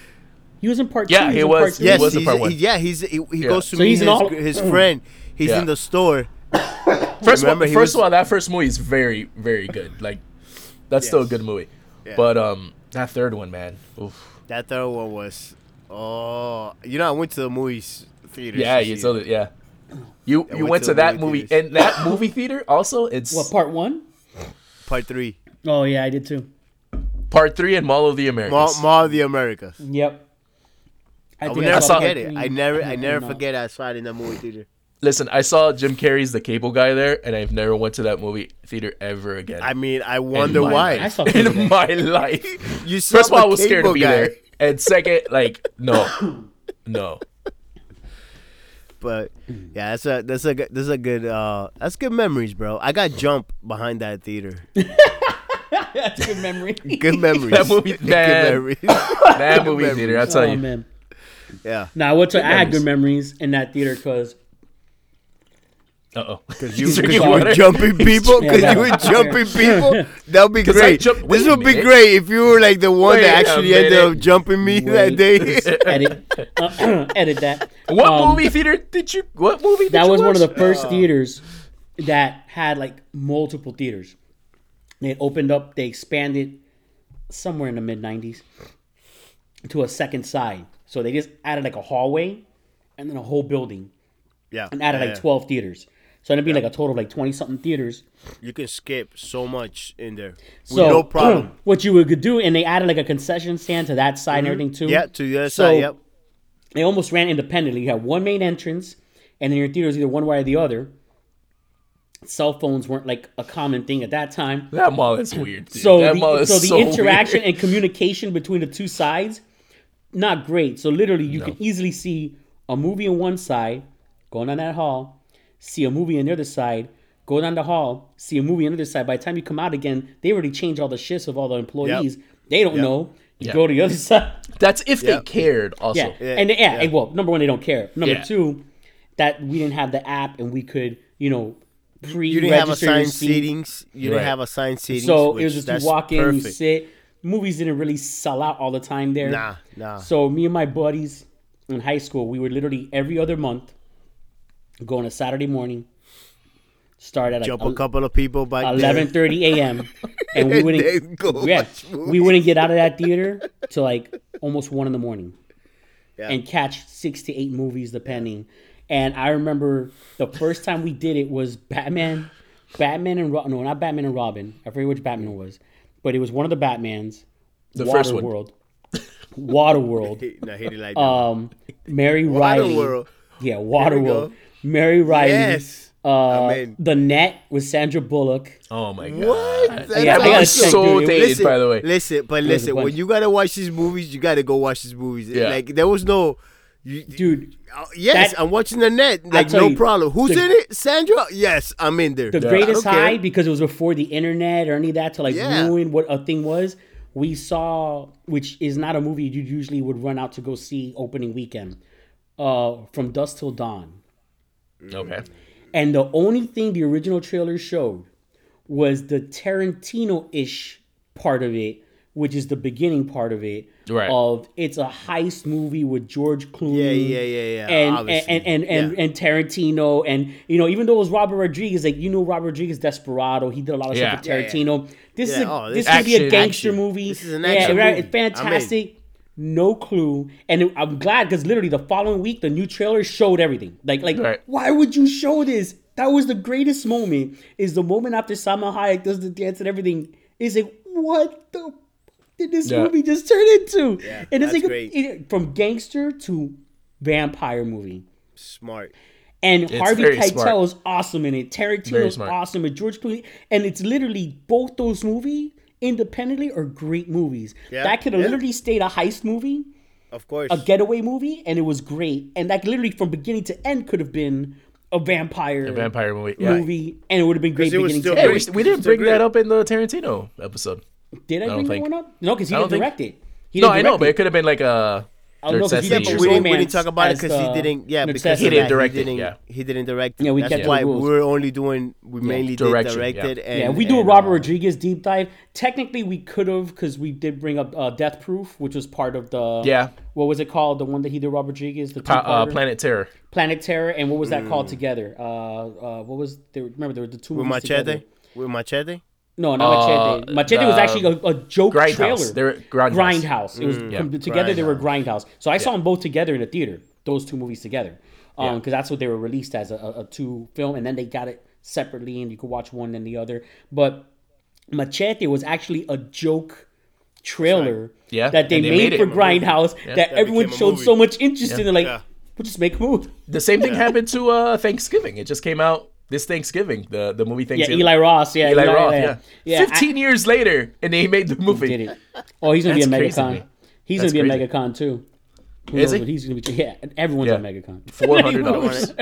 Speaker 5: He was in part
Speaker 7: Yeah,
Speaker 5: two.
Speaker 7: he
Speaker 5: in
Speaker 7: was.
Speaker 5: part three.
Speaker 7: He
Speaker 6: Yes,
Speaker 7: was in
Speaker 6: he's,
Speaker 7: part one.
Speaker 6: he- yeah, he's he, he
Speaker 7: Yeah.
Speaker 6: goes to
Speaker 5: So
Speaker 6: meet
Speaker 5: he's
Speaker 6: his,
Speaker 5: in all-
Speaker 6: his friend. He's
Speaker 7: Yeah.
Speaker 6: in the store.
Speaker 7: First
Speaker 6: Remember,
Speaker 7: of
Speaker 6: he
Speaker 7: all, first
Speaker 6: was-
Speaker 7: of all, that first movie is very, very good. Like, that's still a
Speaker 6: Yes.
Speaker 7: good movie.
Speaker 6: Yeah.
Speaker 7: But um, that third one, man. Oof.
Speaker 6: That third one was oh, you know I went to the movies theater.
Speaker 7: Yeah, you told it. Yeah, you you
Speaker 6: went
Speaker 7: went
Speaker 6: to
Speaker 7: to
Speaker 6: the
Speaker 7: that
Speaker 6: movie
Speaker 7: movie
Speaker 6: theaters.
Speaker 7: and that movie theater also. It's
Speaker 5: What part one?
Speaker 6: Part three,
Speaker 5: Oh yeah, I did too.
Speaker 7: part three and Mall of the
Speaker 6: Mall,
Speaker 7: Americans.
Speaker 6: Mall of the Americas.
Speaker 5: Yep.
Speaker 6: I
Speaker 5: think
Speaker 6: will never
Speaker 5: saw
Speaker 6: forget
Speaker 5: part
Speaker 6: it.
Speaker 5: three.
Speaker 6: I never, I
Speaker 5: No,
Speaker 6: never
Speaker 5: no.
Speaker 6: forget. I saw it in the movie theater.
Speaker 7: Listen, I saw Jim Carrey's The Cable Guy there, and I've never went to that movie theater ever again.
Speaker 6: I mean, I wonder
Speaker 7: my
Speaker 6: why.
Speaker 5: I saw Cable
Speaker 7: in my life.
Speaker 6: You saw
Speaker 7: First of all, I
Speaker 6: the
Speaker 7: was scared
Speaker 6: cable
Speaker 7: to be
Speaker 6: guy,
Speaker 7: there, and second, like no, no.
Speaker 6: But yeah, that's a that's a good- that's a good uh that's good memories, bro. I got jump behind that theater.
Speaker 5: That's good memory.
Speaker 6: Good memories.
Speaker 7: That movie-
Speaker 6: good
Speaker 7: man.
Speaker 6: memories.
Speaker 7: That movie theater, I tell
Speaker 5: oh
Speaker 7: you.
Speaker 5: man.
Speaker 6: yeah,
Speaker 5: Nah, what's I had good memories in that theater because
Speaker 7: Uh oh. Because
Speaker 6: you, 'cause you were jumping people, because you were jumping people. That would be
Speaker 7: 'Cause I
Speaker 6: great.
Speaker 7: jumped-
Speaker 6: this
Speaker 7: wait a
Speaker 6: would be
Speaker 7: minute.
Speaker 6: great if you were like the one
Speaker 7: Wait a
Speaker 6: that actually ended
Speaker 7: minute.
Speaker 6: up jumping me that
Speaker 5: Wait.
Speaker 6: day.
Speaker 5: edit uh, edit that.
Speaker 7: What
Speaker 5: Um,
Speaker 7: movie theater did you? What movie? Did
Speaker 5: that
Speaker 7: you
Speaker 5: was one of
Speaker 7: watch?
Speaker 5: the first theaters that had like multiple theaters. They opened up, they expanded somewhere in the mid 90s to a second side. So they just added like a hallway and then a whole building.
Speaker 6: Yeah.
Speaker 5: and added
Speaker 6: yeah.
Speaker 5: like 12 theaters. So it'd be like a total of like 20 something theaters.
Speaker 6: You can skip so much in there. With
Speaker 5: So
Speaker 6: no problem. Mm-hmm.
Speaker 5: what you would do, and they added like a concession stand to that side and everything too.
Speaker 6: Yeah, to the other
Speaker 5: So,
Speaker 6: side. Yep.
Speaker 5: They almost ran independently. You had one main entrance, and then your theater was either one way or the other. Cell phones weren't like a common thing at that time.
Speaker 7: That mall is weird. Dude.
Speaker 5: So
Speaker 7: that mall
Speaker 5: the,
Speaker 7: is
Speaker 5: so the
Speaker 7: weird.
Speaker 5: interaction and communication between the two sides, not great. So literally, you can easily see a movie on one side, going down that hall, see a movie on the other side, go down the hall, see a movie on the other side. By the time you come out again, they already changed all the shifts of all the employees. They don't know. You
Speaker 7: Yeah.
Speaker 5: go to the other side.
Speaker 7: That's if
Speaker 6: Yeah.
Speaker 7: they cared. Also,
Speaker 5: Yeah. And yeah, and, well, number one, they don't care. Number
Speaker 7: Yeah.
Speaker 5: two, that we didn't have the app and we could, you know, pre
Speaker 6: You didn't have assigned
Speaker 5: seat.
Speaker 6: seatings. You
Speaker 7: Right.
Speaker 6: didn't have assigned seatings.
Speaker 5: So
Speaker 6: which
Speaker 5: it was just
Speaker 6: that's
Speaker 5: you walk in, you
Speaker 6: perfect.
Speaker 5: sit. Movies didn't really sell out all the time there.
Speaker 6: Nah, nah.
Speaker 5: So me and my buddies in high school, we would literally every other month go on a Saturday morning, start at like
Speaker 6: Jump a couple of people by
Speaker 5: eleven thirty a.m. and we
Speaker 6: then
Speaker 5: wouldn't
Speaker 6: go
Speaker 5: yeah,
Speaker 6: watch
Speaker 5: we wouldn't get out of that theater till like almost one in the morning, and catch six to eight movies depending. And I remember the first time we did it was Batman, Batman and Ro- no, not Batman and Robin. I forget which Batman it was, but it was one of the Batmans.
Speaker 7: The first one.
Speaker 5: Waterworld, Waterworld,
Speaker 6: No, hit it like
Speaker 5: um, Mary
Speaker 6: that.
Speaker 5: Riley.
Speaker 6: Waterworld.
Speaker 5: Yeah,
Speaker 6: we go.
Speaker 5: Waterworld, Mary Riley.
Speaker 6: Yes.
Speaker 5: Uh,
Speaker 6: Amen.
Speaker 5: the Net with Sandra Bullock.
Speaker 7: Oh my god.
Speaker 6: What? That's
Speaker 5: Yeah, I gotta
Speaker 7: that's
Speaker 5: check,
Speaker 7: so
Speaker 5: dude.
Speaker 7: dated,
Speaker 6: listen,
Speaker 7: by the way.
Speaker 6: Listen, but listen,
Speaker 5: bunch.
Speaker 6: when you gotta watch these movies, you gotta go watch these movies.
Speaker 7: Yeah.
Speaker 6: Like there was no, you,
Speaker 5: Dude,
Speaker 6: uh, yes,
Speaker 5: that-
Speaker 6: I'm watching the net. Like
Speaker 5: tell
Speaker 6: no
Speaker 5: you,
Speaker 6: problem. Who's
Speaker 5: the-
Speaker 6: in it? Sandra. Yes, I'm in there.
Speaker 5: the
Speaker 6: I
Speaker 5: greatest
Speaker 6: don't care.
Speaker 5: high because it was before the internet or any of that to like
Speaker 6: Yeah.
Speaker 5: ruin what a thing was. We saw, which is not a movie you usually would run out to go see opening weekend, uh, from dusk till dawn.
Speaker 7: Okay.
Speaker 5: And the only thing the original trailer showed was the Tarantino ish part of it, which is the beginning part of it.
Speaker 7: Right.
Speaker 5: Of it's a heist movie with George Clooney.
Speaker 6: Yeah, yeah, yeah, yeah,
Speaker 5: And and
Speaker 6: obviously.
Speaker 5: and and, and,
Speaker 6: Yeah.
Speaker 5: and Tarantino and you know even though it was Robert Rodriguez, like you know Robert Rodriguez Desperado, he did a lot of
Speaker 7: Yeah.
Speaker 5: stuff
Speaker 7: Yeah,
Speaker 5: with Tarantino. This is
Speaker 6: Yeah,
Speaker 5: a,
Speaker 6: oh,
Speaker 5: this
Speaker 6: this
Speaker 5: could be a
Speaker 7: action,
Speaker 5: gangster
Speaker 7: action.
Speaker 5: movie.
Speaker 6: This is an action
Speaker 5: right,
Speaker 6: movie. I'm in.
Speaker 5: Fantastic. No clue, and it- I'm glad because literally the following week the new trailer showed everything. Like, like
Speaker 7: Right.
Speaker 5: why would you show this? That was the greatest moment. Is the moment after Salma Hayek does the dance and everything. Is like what the fuck did this
Speaker 7: Yeah.
Speaker 5: movie just turn into? and it's
Speaker 6: that's
Speaker 5: like a-
Speaker 6: great.
Speaker 5: it- from gangster to vampire movie.
Speaker 6: Smart.
Speaker 5: And Harvey
Speaker 7: very
Speaker 5: Keitel
Speaker 7: smart.
Speaker 5: is awesome in it.
Speaker 7: Very
Speaker 5: Tarantino's
Speaker 7: smart.
Speaker 5: awesome, and George Clooney, and it's literally both those movies independently are great movies.
Speaker 6: Yeah,
Speaker 5: That could have
Speaker 6: yeah.
Speaker 5: literally stayed a heist movie,
Speaker 6: Of course.
Speaker 5: a getaway movie, and it was great. And that literally from beginning to end could have been a vampire,
Speaker 7: Vampire movie. Yeah.
Speaker 5: movie, and it would have been great
Speaker 6: it was
Speaker 5: beginning
Speaker 6: still
Speaker 5: to
Speaker 7: Hey,
Speaker 5: end.
Speaker 7: we, we didn't
Speaker 6: Still
Speaker 7: bring that
Speaker 6: great.
Speaker 7: up in the Tarantino episode.
Speaker 5: Did I,
Speaker 7: don't
Speaker 5: bring
Speaker 7: think-
Speaker 5: that one up? No, because he
Speaker 7: I don't
Speaker 5: didn't
Speaker 7: think-
Speaker 5: direct it. He
Speaker 7: No,
Speaker 5: didn't
Speaker 7: I know,
Speaker 5: direct
Speaker 7: but
Speaker 5: it.
Speaker 7: it could have been like a
Speaker 5: I don't know, 'cause
Speaker 7: Third
Speaker 5: you
Speaker 6: yeah,
Speaker 5: Age
Speaker 6: but
Speaker 7: Sesame
Speaker 5: of
Speaker 6: we didn't, we
Speaker 5: Romance
Speaker 6: didn't talk about it
Speaker 5: as
Speaker 6: because
Speaker 5: the
Speaker 6: he didn't. Yeah, because
Speaker 5: successor.
Speaker 7: He didn't
Speaker 6: that,
Speaker 7: direct it,
Speaker 6: didn't-
Speaker 7: yeah.
Speaker 6: he didn't direct. it.
Speaker 5: Yeah, we
Speaker 6: That's
Speaker 5: kept the
Speaker 6: why
Speaker 5: rules.
Speaker 6: we're only doing. We mainly
Speaker 7: Direction,
Speaker 6: did directed.
Speaker 7: yeah.
Speaker 6: And,
Speaker 5: Yeah, we do a
Speaker 6: and,
Speaker 5: Robert
Speaker 6: uh,
Speaker 5: Rodriguez deep dive. Technically, we could have because we did bring up uh, Death Proof, which was part of the
Speaker 7: Yeah.
Speaker 5: What was it called? The one that he did Robert Rodriguez, the
Speaker 7: pa- uh,
Speaker 5: two-parter?
Speaker 7: Planet Terror.
Speaker 5: Planet Terror, and what was that called together? Uh, uh, what was there? Remember there were the two
Speaker 6: Mm. with
Speaker 5: movies
Speaker 6: machete.
Speaker 5: together.
Speaker 6: With machete.
Speaker 5: No, not Machete. Machete was
Speaker 7: Uh, the-
Speaker 5: actually a, a joke
Speaker 7: Grindhouse.
Speaker 5: trailer.
Speaker 7: They were Grindhouse. Mm.
Speaker 5: It was com- together. They were Grindhouse. So I saw them both together in a theater. Those two movies together, because that's what they were released as a, a, a two film, and then they got it separately, and you could watch one and the other. But Machete was actually a joke trailer
Speaker 7: Yeah,
Speaker 5: that they,
Speaker 7: and they
Speaker 5: made,
Speaker 7: made it
Speaker 5: for
Speaker 7: a movie.
Speaker 5: Grindhouse that, everyone
Speaker 6: became a
Speaker 5: showed
Speaker 6: movie.
Speaker 5: so much interest in. They're like, we'll just make a movie.
Speaker 7: The same thing happened to uh, Thanksgiving. It just came out this Thanksgiving. The the movie
Speaker 5: Yeah,
Speaker 7: Thanksgiving.
Speaker 5: Eli Ross. Yeah,
Speaker 7: Eli Roth. Yeah.
Speaker 5: yeah. I-
Speaker 7: Fifteen years later, and they made the movie.
Speaker 5: did it. Oh, he's gonna be a
Speaker 7: That's crazy to
Speaker 5: MegaCon.
Speaker 7: me.
Speaker 5: He's
Speaker 7: That's
Speaker 5: gonna be a
Speaker 7: crazy.
Speaker 5: MegaCon too. Who knows
Speaker 7: Is he?
Speaker 5: what he's gonna be? Yeah, everyone's
Speaker 7: Yeah.
Speaker 5: a MegaCon.
Speaker 7: Four hundred dollars.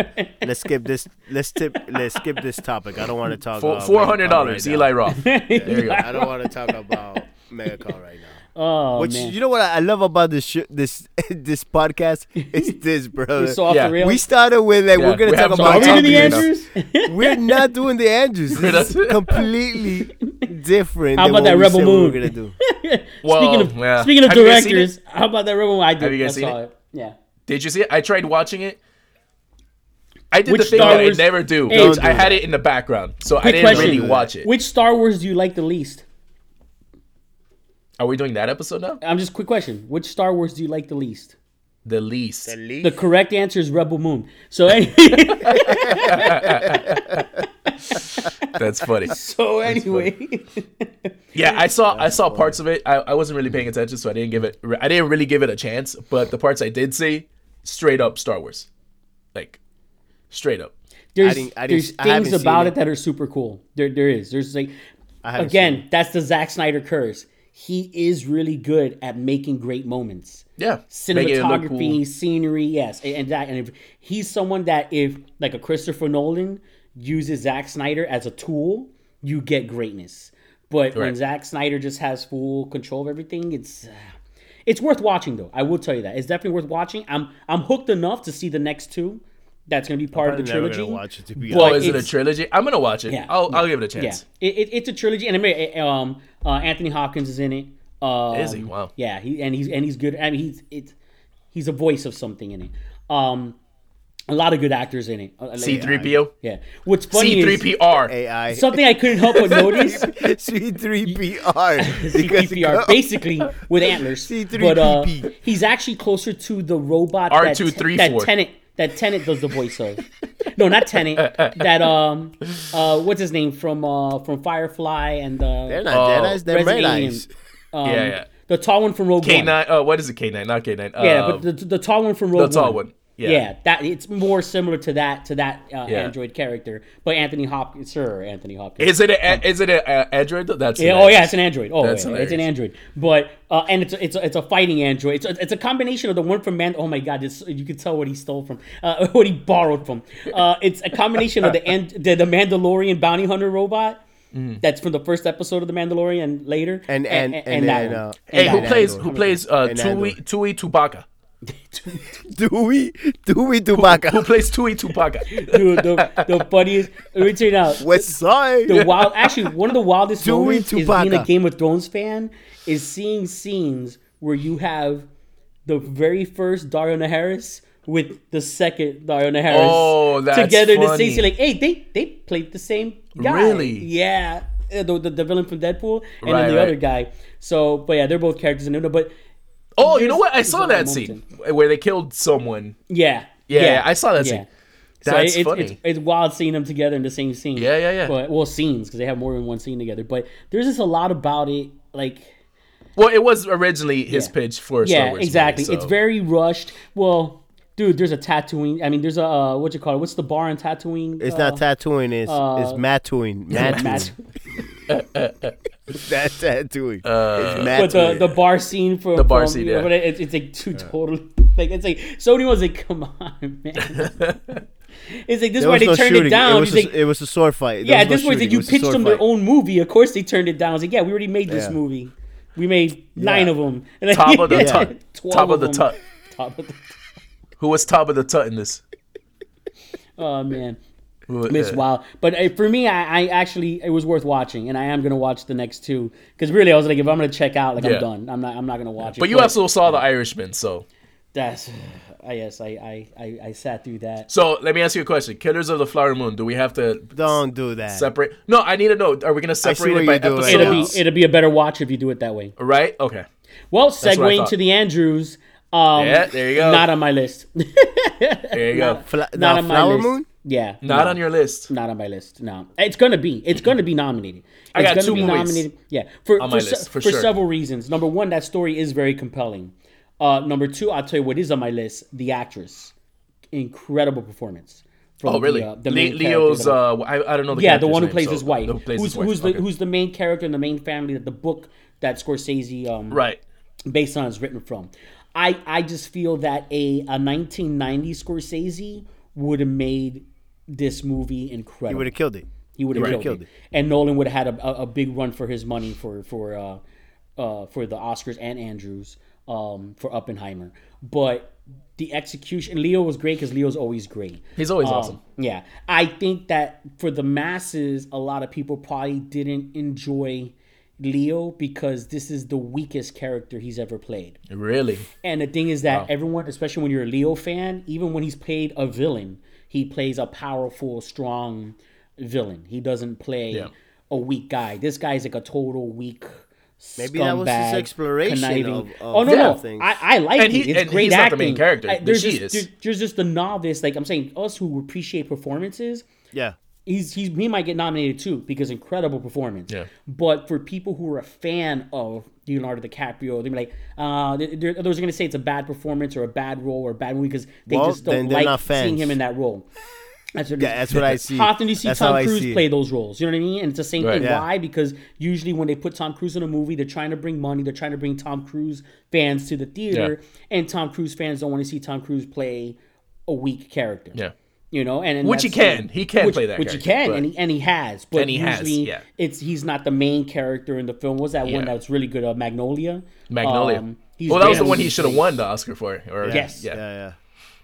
Speaker 6: Let's skip this. Let's tip. Let's skip this topic. I don't want to talk. about
Speaker 7: Four hundred dollars.
Speaker 6: Megacon right now.
Speaker 7: Eli Roth. There you go.
Speaker 6: I don't want to talk about MegaCon right now.
Speaker 5: Oh
Speaker 6: Which
Speaker 5: man,
Speaker 6: you know what I I love about this sh- this this podcast is this, bro.
Speaker 5: it's so off
Speaker 7: yeah.
Speaker 5: the rails.
Speaker 6: we started with like
Speaker 7: Yeah,
Speaker 6: we're gonna
Speaker 7: we
Speaker 6: talk
Speaker 7: have
Speaker 5: Are
Speaker 6: about
Speaker 5: we doing
Speaker 7: some
Speaker 5: the
Speaker 7: topics.
Speaker 6: topics.
Speaker 5: Andrews?
Speaker 6: We're not doing the Andrews.
Speaker 7: We're
Speaker 6: This is
Speaker 7: not-
Speaker 6: completely different.
Speaker 5: How
Speaker 6: than
Speaker 5: about
Speaker 6: what
Speaker 5: that
Speaker 6: we
Speaker 5: Rebel
Speaker 6: said we
Speaker 5: Moon?
Speaker 6: We're gonna do.
Speaker 7: Well,
Speaker 5: speaking of
Speaker 7: Oh, yeah.
Speaker 5: speaking of
Speaker 7: Have you guys seen it?
Speaker 5: directors, how about that Rebel? I did.
Speaker 7: Have you guys
Speaker 5: I
Speaker 7: seen
Speaker 5: saw
Speaker 7: it?
Speaker 5: Yeah.
Speaker 7: Did you see it? I tried watching it. I did
Speaker 5: Which
Speaker 7: the thing
Speaker 5: Star
Speaker 7: that
Speaker 5: Wars-
Speaker 7: I never do.
Speaker 5: Hey,
Speaker 7: I had it in the background, so I
Speaker 5: Quick
Speaker 7: didn't
Speaker 5: question.
Speaker 7: really watch it.
Speaker 5: Which Star Wars do you like the least?
Speaker 7: Are we doing that episode now?
Speaker 5: I'm just quick question. Which Star Wars do you like the least?
Speaker 7: The least.
Speaker 6: The least.
Speaker 5: The correct answer is Rebel Moon. So, any-
Speaker 7: That's funny.
Speaker 5: so anyway,
Speaker 7: Yeah, I saw I saw parts of it. I, I wasn't really paying attention, so I didn't give it. I didn't really give it a chance. But the parts I did see, straight up Star Wars, like straight up.
Speaker 5: there's,
Speaker 6: didn't- I
Speaker 5: there's
Speaker 6: didn't- I haven't
Speaker 5: things
Speaker 6: seen
Speaker 5: about
Speaker 6: it.
Speaker 5: it that are super cool. There, there is. There's like,
Speaker 6: haven't
Speaker 5: again, that's the Zack Snyder curse. He is really good at making great moments.
Speaker 7: Yeah, making it look
Speaker 5: cinematography,
Speaker 7: cool.
Speaker 5: scenery, yes, and, and that. And if he's someone that if like a Christopher Nolan uses Zack Snyder as a tool, you get greatness. But when
Speaker 7: Right.
Speaker 5: Zack Snyder just has full control of everything, it's uh, it's worth watching though. I will tell you that it's definitely worth watching. I'm I'm hooked enough to see the next two. That's gonna be part of the
Speaker 6: Probably never gonna
Speaker 5: trilogy.
Speaker 6: watch it, to be
Speaker 5: But
Speaker 7: Oh, is it a
Speaker 5: it's-
Speaker 7: trilogy? I'm gonna watch it.
Speaker 5: Yeah,
Speaker 7: I'll, I'll give it a
Speaker 5: Yeah,
Speaker 7: chance.
Speaker 5: it, it, it's a trilogy, and I mean, uh, um, uh, Anthony Hopkins is in it. Um,
Speaker 7: Is he? Wow.
Speaker 5: Yeah, he and he's and he's good. I mean, he's it's he's a voice of something in it. Um, a lot of good actors in it. Uh, like-
Speaker 7: C3PO.
Speaker 5: Yeah. What's funny
Speaker 7: C3PR.
Speaker 6: AI.
Speaker 5: is something I couldn't help but notice.
Speaker 6: C3PR. Because it
Speaker 5: CPR,
Speaker 6: co-
Speaker 5: basically with antlers.
Speaker 6: C3PP.
Speaker 5: But uh, he's actually closer to the robot that,
Speaker 7: R234.
Speaker 5: that Tenet that Tenet does the voice of. no, not Tenet. That um uh what's his name from uh from Firefly and uh
Speaker 6: They're not
Speaker 7: Oh.
Speaker 6: Jedi's, they're
Speaker 5: Resident
Speaker 6: Red
Speaker 5: Alien.
Speaker 6: Eyes.
Speaker 5: um,
Speaker 7: Yeah, yeah.
Speaker 5: the tall one from Rogue One.
Speaker 7: K9. Oh, what is it? K9, not K9.
Speaker 5: Yeah,
Speaker 7: uh,
Speaker 5: but the, the tall one from Rogue
Speaker 7: the
Speaker 5: One.
Speaker 7: tall one.
Speaker 5: Yeah.
Speaker 7: Yeah.
Speaker 5: that it's more similar to that to that uh,
Speaker 7: Yeah.
Speaker 5: android character, but Anthony Hopkins, Sir Anthony Hopkins.
Speaker 7: Is it a, is it a, a Android? That's
Speaker 5: Yeah, oh yeah, it's an Android. Oh,
Speaker 7: That's
Speaker 5: yeah, it's an
Speaker 7: hilarious.
Speaker 5: Android. But uh, and it's a, it's a, it's a fighting Android. It's a, it's a combination of the one from Man. Oh my God, this, you can tell what he stole from, uh, what he borrowed from. Uh, it's a combination of the, and, the the Mandalorian bounty hunter robot.
Speaker 7: Mm.
Speaker 5: That's from the first episode of the Mandalorian and later,
Speaker 6: And- and- and then, uh,
Speaker 5: and
Speaker 7: Hey,
Speaker 5: that
Speaker 7: who
Speaker 5: one.
Speaker 7: plays who plays uh,
Speaker 6: And
Speaker 7: Tui
Speaker 6: Android.
Speaker 7: Tui Tubaka?
Speaker 6: Dewey, Dewey
Speaker 7: Who
Speaker 6: Dubaka.
Speaker 7: plays Tui Tubaka?
Speaker 5: Dude, the, the funniest. Let me tell you now.
Speaker 6: West Side.
Speaker 5: the wild actually one of the wildest
Speaker 6: Dewey
Speaker 5: moments is being a
Speaker 6: Chewbacca.
Speaker 5: Game of Thrones fan is seeing scenes where you have the very first Dariana Harris with the second Dariana Harris
Speaker 7: Oh, that's
Speaker 5: together in the
Speaker 7: funny.
Speaker 5: scene. You're like, hey, they they played the same guy.
Speaker 7: Really?
Speaker 5: Yeah. Uh, The, the, the villain from Deadpool and
Speaker 7: Right,
Speaker 5: then the
Speaker 7: right.
Speaker 5: other guy. So, but yeah, they're both characters in it. But
Speaker 7: Oh, you
Speaker 5: There's-
Speaker 7: know what? I
Speaker 5: there's
Speaker 7: saw
Speaker 5: a lot of
Speaker 7: that scene where they killed someone.
Speaker 5: yeah,
Speaker 7: Yeah, I saw that scene.
Speaker 5: So
Speaker 7: That's
Speaker 5: it- it's-
Speaker 7: funny.
Speaker 5: It's, it's wild seeing them together in the same scene.
Speaker 7: Yeah, yeah, yeah.
Speaker 5: But, well, scenes because they have more than one scene together. But there's just a lot about it. Like,
Speaker 7: well, it was originally his
Speaker 5: Yeah.
Speaker 7: pitch for a Star
Speaker 5: yeah,
Speaker 7: Wars.
Speaker 5: exactly.
Speaker 7: movie,
Speaker 5: It's
Speaker 7: so-
Speaker 5: very rushed. Well, dude, there's a tattooing. I mean, there's a uh, what you call it? What's the bar in Uh, tattooing?
Speaker 6: It's not tattooing, it's,
Speaker 5: uh,
Speaker 6: it's mattoing. Mattoing. That tattooing.
Speaker 7: Uh,
Speaker 5: But
Speaker 6: it's
Speaker 5: the,
Speaker 6: mattoing.
Speaker 5: the bar scene from the
Speaker 7: bar scene, yeah.
Speaker 5: it's, it's like two totally like it's like Sony was like, come on, man. it's like this
Speaker 6: There
Speaker 5: why
Speaker 6: was
Speaker 5: they
Speaker 6: no
Speaker 5: turned it
Speaker 6: shooting.
Speaker 5: down.
Speaker 6: It
Speaker 5: It's
Speaker 6: was,
Speaker 5: like,
Speaker 6: a, it was a sword fight. There
Speaker 5: yeah, at
Speaker 6: was
Speaker 5: this
Speaker 6: no
Speaker 5: point, like
Speaker 6: shooting. It
Speaker 5: you
Speaker 6: was a
Speaker 5: pitched
Speaker 6: sword
Speaker 5: them their
Speaker 6: fight.
Speaker 5: own movie. Of course, they turned it down. I was like, yeah, we already made this
Speaker 6: Yeah.
Speaker 5: movie. We made nine of them. And like,
Speaker 7: Top of the
Speaker 5: yeah,
Speaker 7: top.
Speaker 5: 12
Speaker 7: Top of the
Speaker 5: them.
Speaker 7: top.
Speaker 5: Top of the.
Speaker 7: Who was top of the tut in this?
Speaker 5: Oh man.
Speaker 7: Who-
Speaker 5: Miss
Speaker 7: uh,
Speaker 5: Wild. But uh, for me, I, I actually it was worth watching, and I am gonna watch the next two because really, I was like, if I'm gonna check out, like I'm
Speaker 7: Yeah.
Speaker 5: done. I'm not. I'm not gonna watch it.
Speaker 7: But you also saw The Irishman, so
Speaker 5: that's. I yes, I, I I I sat through that.
Speaker 7: so let me ask you a question: Killers of the Flower Moon. Do we have to
Speaker 6: Don't do that.
Speaker 7: separate? No, I need to know. Are we gonna separate
Speaker 6: what
Speaker 7: it by
Speaker 6: you're doing.
Speaker 5: It'll be
Speaker 7: episodes?
Speaker 5: it'll be a better watch if you do it that way.
Speaker 7: right? Okay.
Speaker 5: Well,
Speaker 7: what I
Speaker 5: segueing
Speaker 7: thought.
Speaker 5: to the Andrews. Um,
Speaker 7: Yeah, there you go.
Speaker 5: Not on my list.
Speaker 7: There you go.
Speaker 6: Fla-
Speaker 5: not
Speaker 6: now,
Speaker 5: on my
Speaker 6: Flower
Speaker 5: list.
Speaker 6: Moon?
Speaker 5: Yeah.
Speaker 7: Not on your list.
Speaker 5: Not on my list. No, it's gonna be. It's gonna be nominated. It's
Speaker 7: I got
Speaker 5: gonna
Speaker 7: two
Speaker 5: be
Speaker 7: movies
Speaker 5: nominated. Yeah, for
Speaker 7: on
Speaker 5: for,
Speaker 7: my
Speaker 5: se-
Speaker 7: list,
Speaker 5: for,
Speaker 7: for sure.
Speaker 5: several reasons. Number one, that story is very compelling. Uh, number two, I'll tell you what is on my list: the actress, incredible performance. From
Speaker 7: Oh, really?
Speaker 5: The, uh, the
Speaker 7: Le-
Speaker 5: main
Speaker 7: Leo's.
Speaker 5: character.
Speaker 7: Uh, I, I don't know. The
Speaker 5: yeah, the
Speaker 7: character's
Speaker 5: one who
Speaker 7: name,
Speaker 5: plays
Speaker 7: so-
Speaker 5: his wife.
Speaker 7: Who plays
Speaker 5: who's
Speaker 7: his wife?
Speaker 5: who's
Speaker 7: okay.
Speaker 5: the who's the main character in the main family that the book that Scorsese um
Speaker 7: right?
Speaker 5: based on is written from. I, I just feel that a, a 1990 Scorsese would have made this movie incredible.
Speaker 6: You would have killed it.
Speaker 5: He would have
Speaker 6: Right.
Speaker 5: killed,
Speaker 6: Killed
Speaker 5: it.
Speaker 6: it.
Speaker 5: and Nolan would have had a, a, a big run for his money for for uh, uh, for the Oscars and Andrews um, for Oppenheimer. But the execution, Leo was great because Leo's always great.
Speaker 7: He's always
Speaker 5: Um,
Speaker 7: awesome.
Speaker 5: Yeah, I think that for the masses, a lot of people probably didn't enjoy Leo because this is the weakest character he's ever played.
Speaker 7: Really?
Speaker 5: And the thing is that everyone, especially when you're a Leo fan, even when he's played a villain, he plays a powerful, strong villain. He doesn't play
Speaker 7: Yeah.
Speaker 5: a weak guy. This guy's like a total weak
Speaker 6: Maybe that was his
Speaker 5: scumbag,
Speaker 6: exploration
Speaker 5: conniving-
Speaker 6: of- of
Speaker 5: oh no, no,
Speaker 6: things.
Speaker 5: I, I like
Speaker 7: And he-
Speaker 5: it. It's
Speaker 7: and
Speaker 5: great
Speaker 7: he's not the
Speaker 5: acting.
Speaker 7: main character,
Speaker 5: I-
Speaker 7: but
Speaker 5: there's
Speaker 7: she
Speaker 5: just,
Speaker 7: is.
Speaker 5: there- There's just the novice. Like I'm saying, us who appreciate performances.
Speaker 6: Yeah.
Speaker 5: He's, he's he might get nominated too because incredible performance.
Speaker 7: Yeah.
Speaker 5: But for people who are a fan of Leonardo DiCaprio, they're like, uh, they're, they're, those are gonna say it's a bad performance or a bad role or a bad movie because they
Speaker 6: Well,
Speaker 5: just don't
Speaker 6: then they're
Speaker 5: like
Speaker 6: not
Speaker 5: seeing
Speaker 6: fans.
Speaker 5: him in that role. That's what, it
Speaker 6: Yeah,
Speaker 5: is.
Speaker 6: that's what I see.
Speaker 5: How often do you see
Speaker 6: That's how
Speaker 5: Tom
Speaker 6: I
Speaker 5: Cruise
Speaker 6: see it.
Speaker 5: play those roles? You know what I mean? And it's the same
Speaker 7: Right.
Speaker 5: thing.
Speaker 6: Yeah.
Speaker 5: Why? Because usually when they put Tom Cruise in a movie, they're trying to bring money. They're trying to bring Tom Cruise fans to the theater, and Tom Cruise fans don't want to see Tom Cruise play a weak character.
Speaker 7: Yeah.
Speaker 5: You know, and, and
Speaker 7: Which he
Speaker 5: that's-
Speaker 7: can. He can
Speaker 5: which,
Speaker 7: play that
Speaker 5: Which he
Speaker 7: character,
Speaker 5: can,
Speaker 7: but-
Speaker 5: and he and he has. But
Speaker 7: And he has,
Speaker 5: usually
Speaker 7: yeah.
Speaker 5: it's he's not the main character in the film. What was that one
Speaker 7: Yeah.
Speaker 5: that's really good? Uh, Magnolia.
Speaker 7: Magnolia.
Speaker 5: Um, he's
Speaker 7: well, that was the
Speaker 5: very
Speaker 7: one he should have
Speaker 5: great.
Speaker 7: won the Oscar for. Or,
Speaker 5: Yes.
Speaker 7: Yeah.
Speaker 6: Yeah, yeah.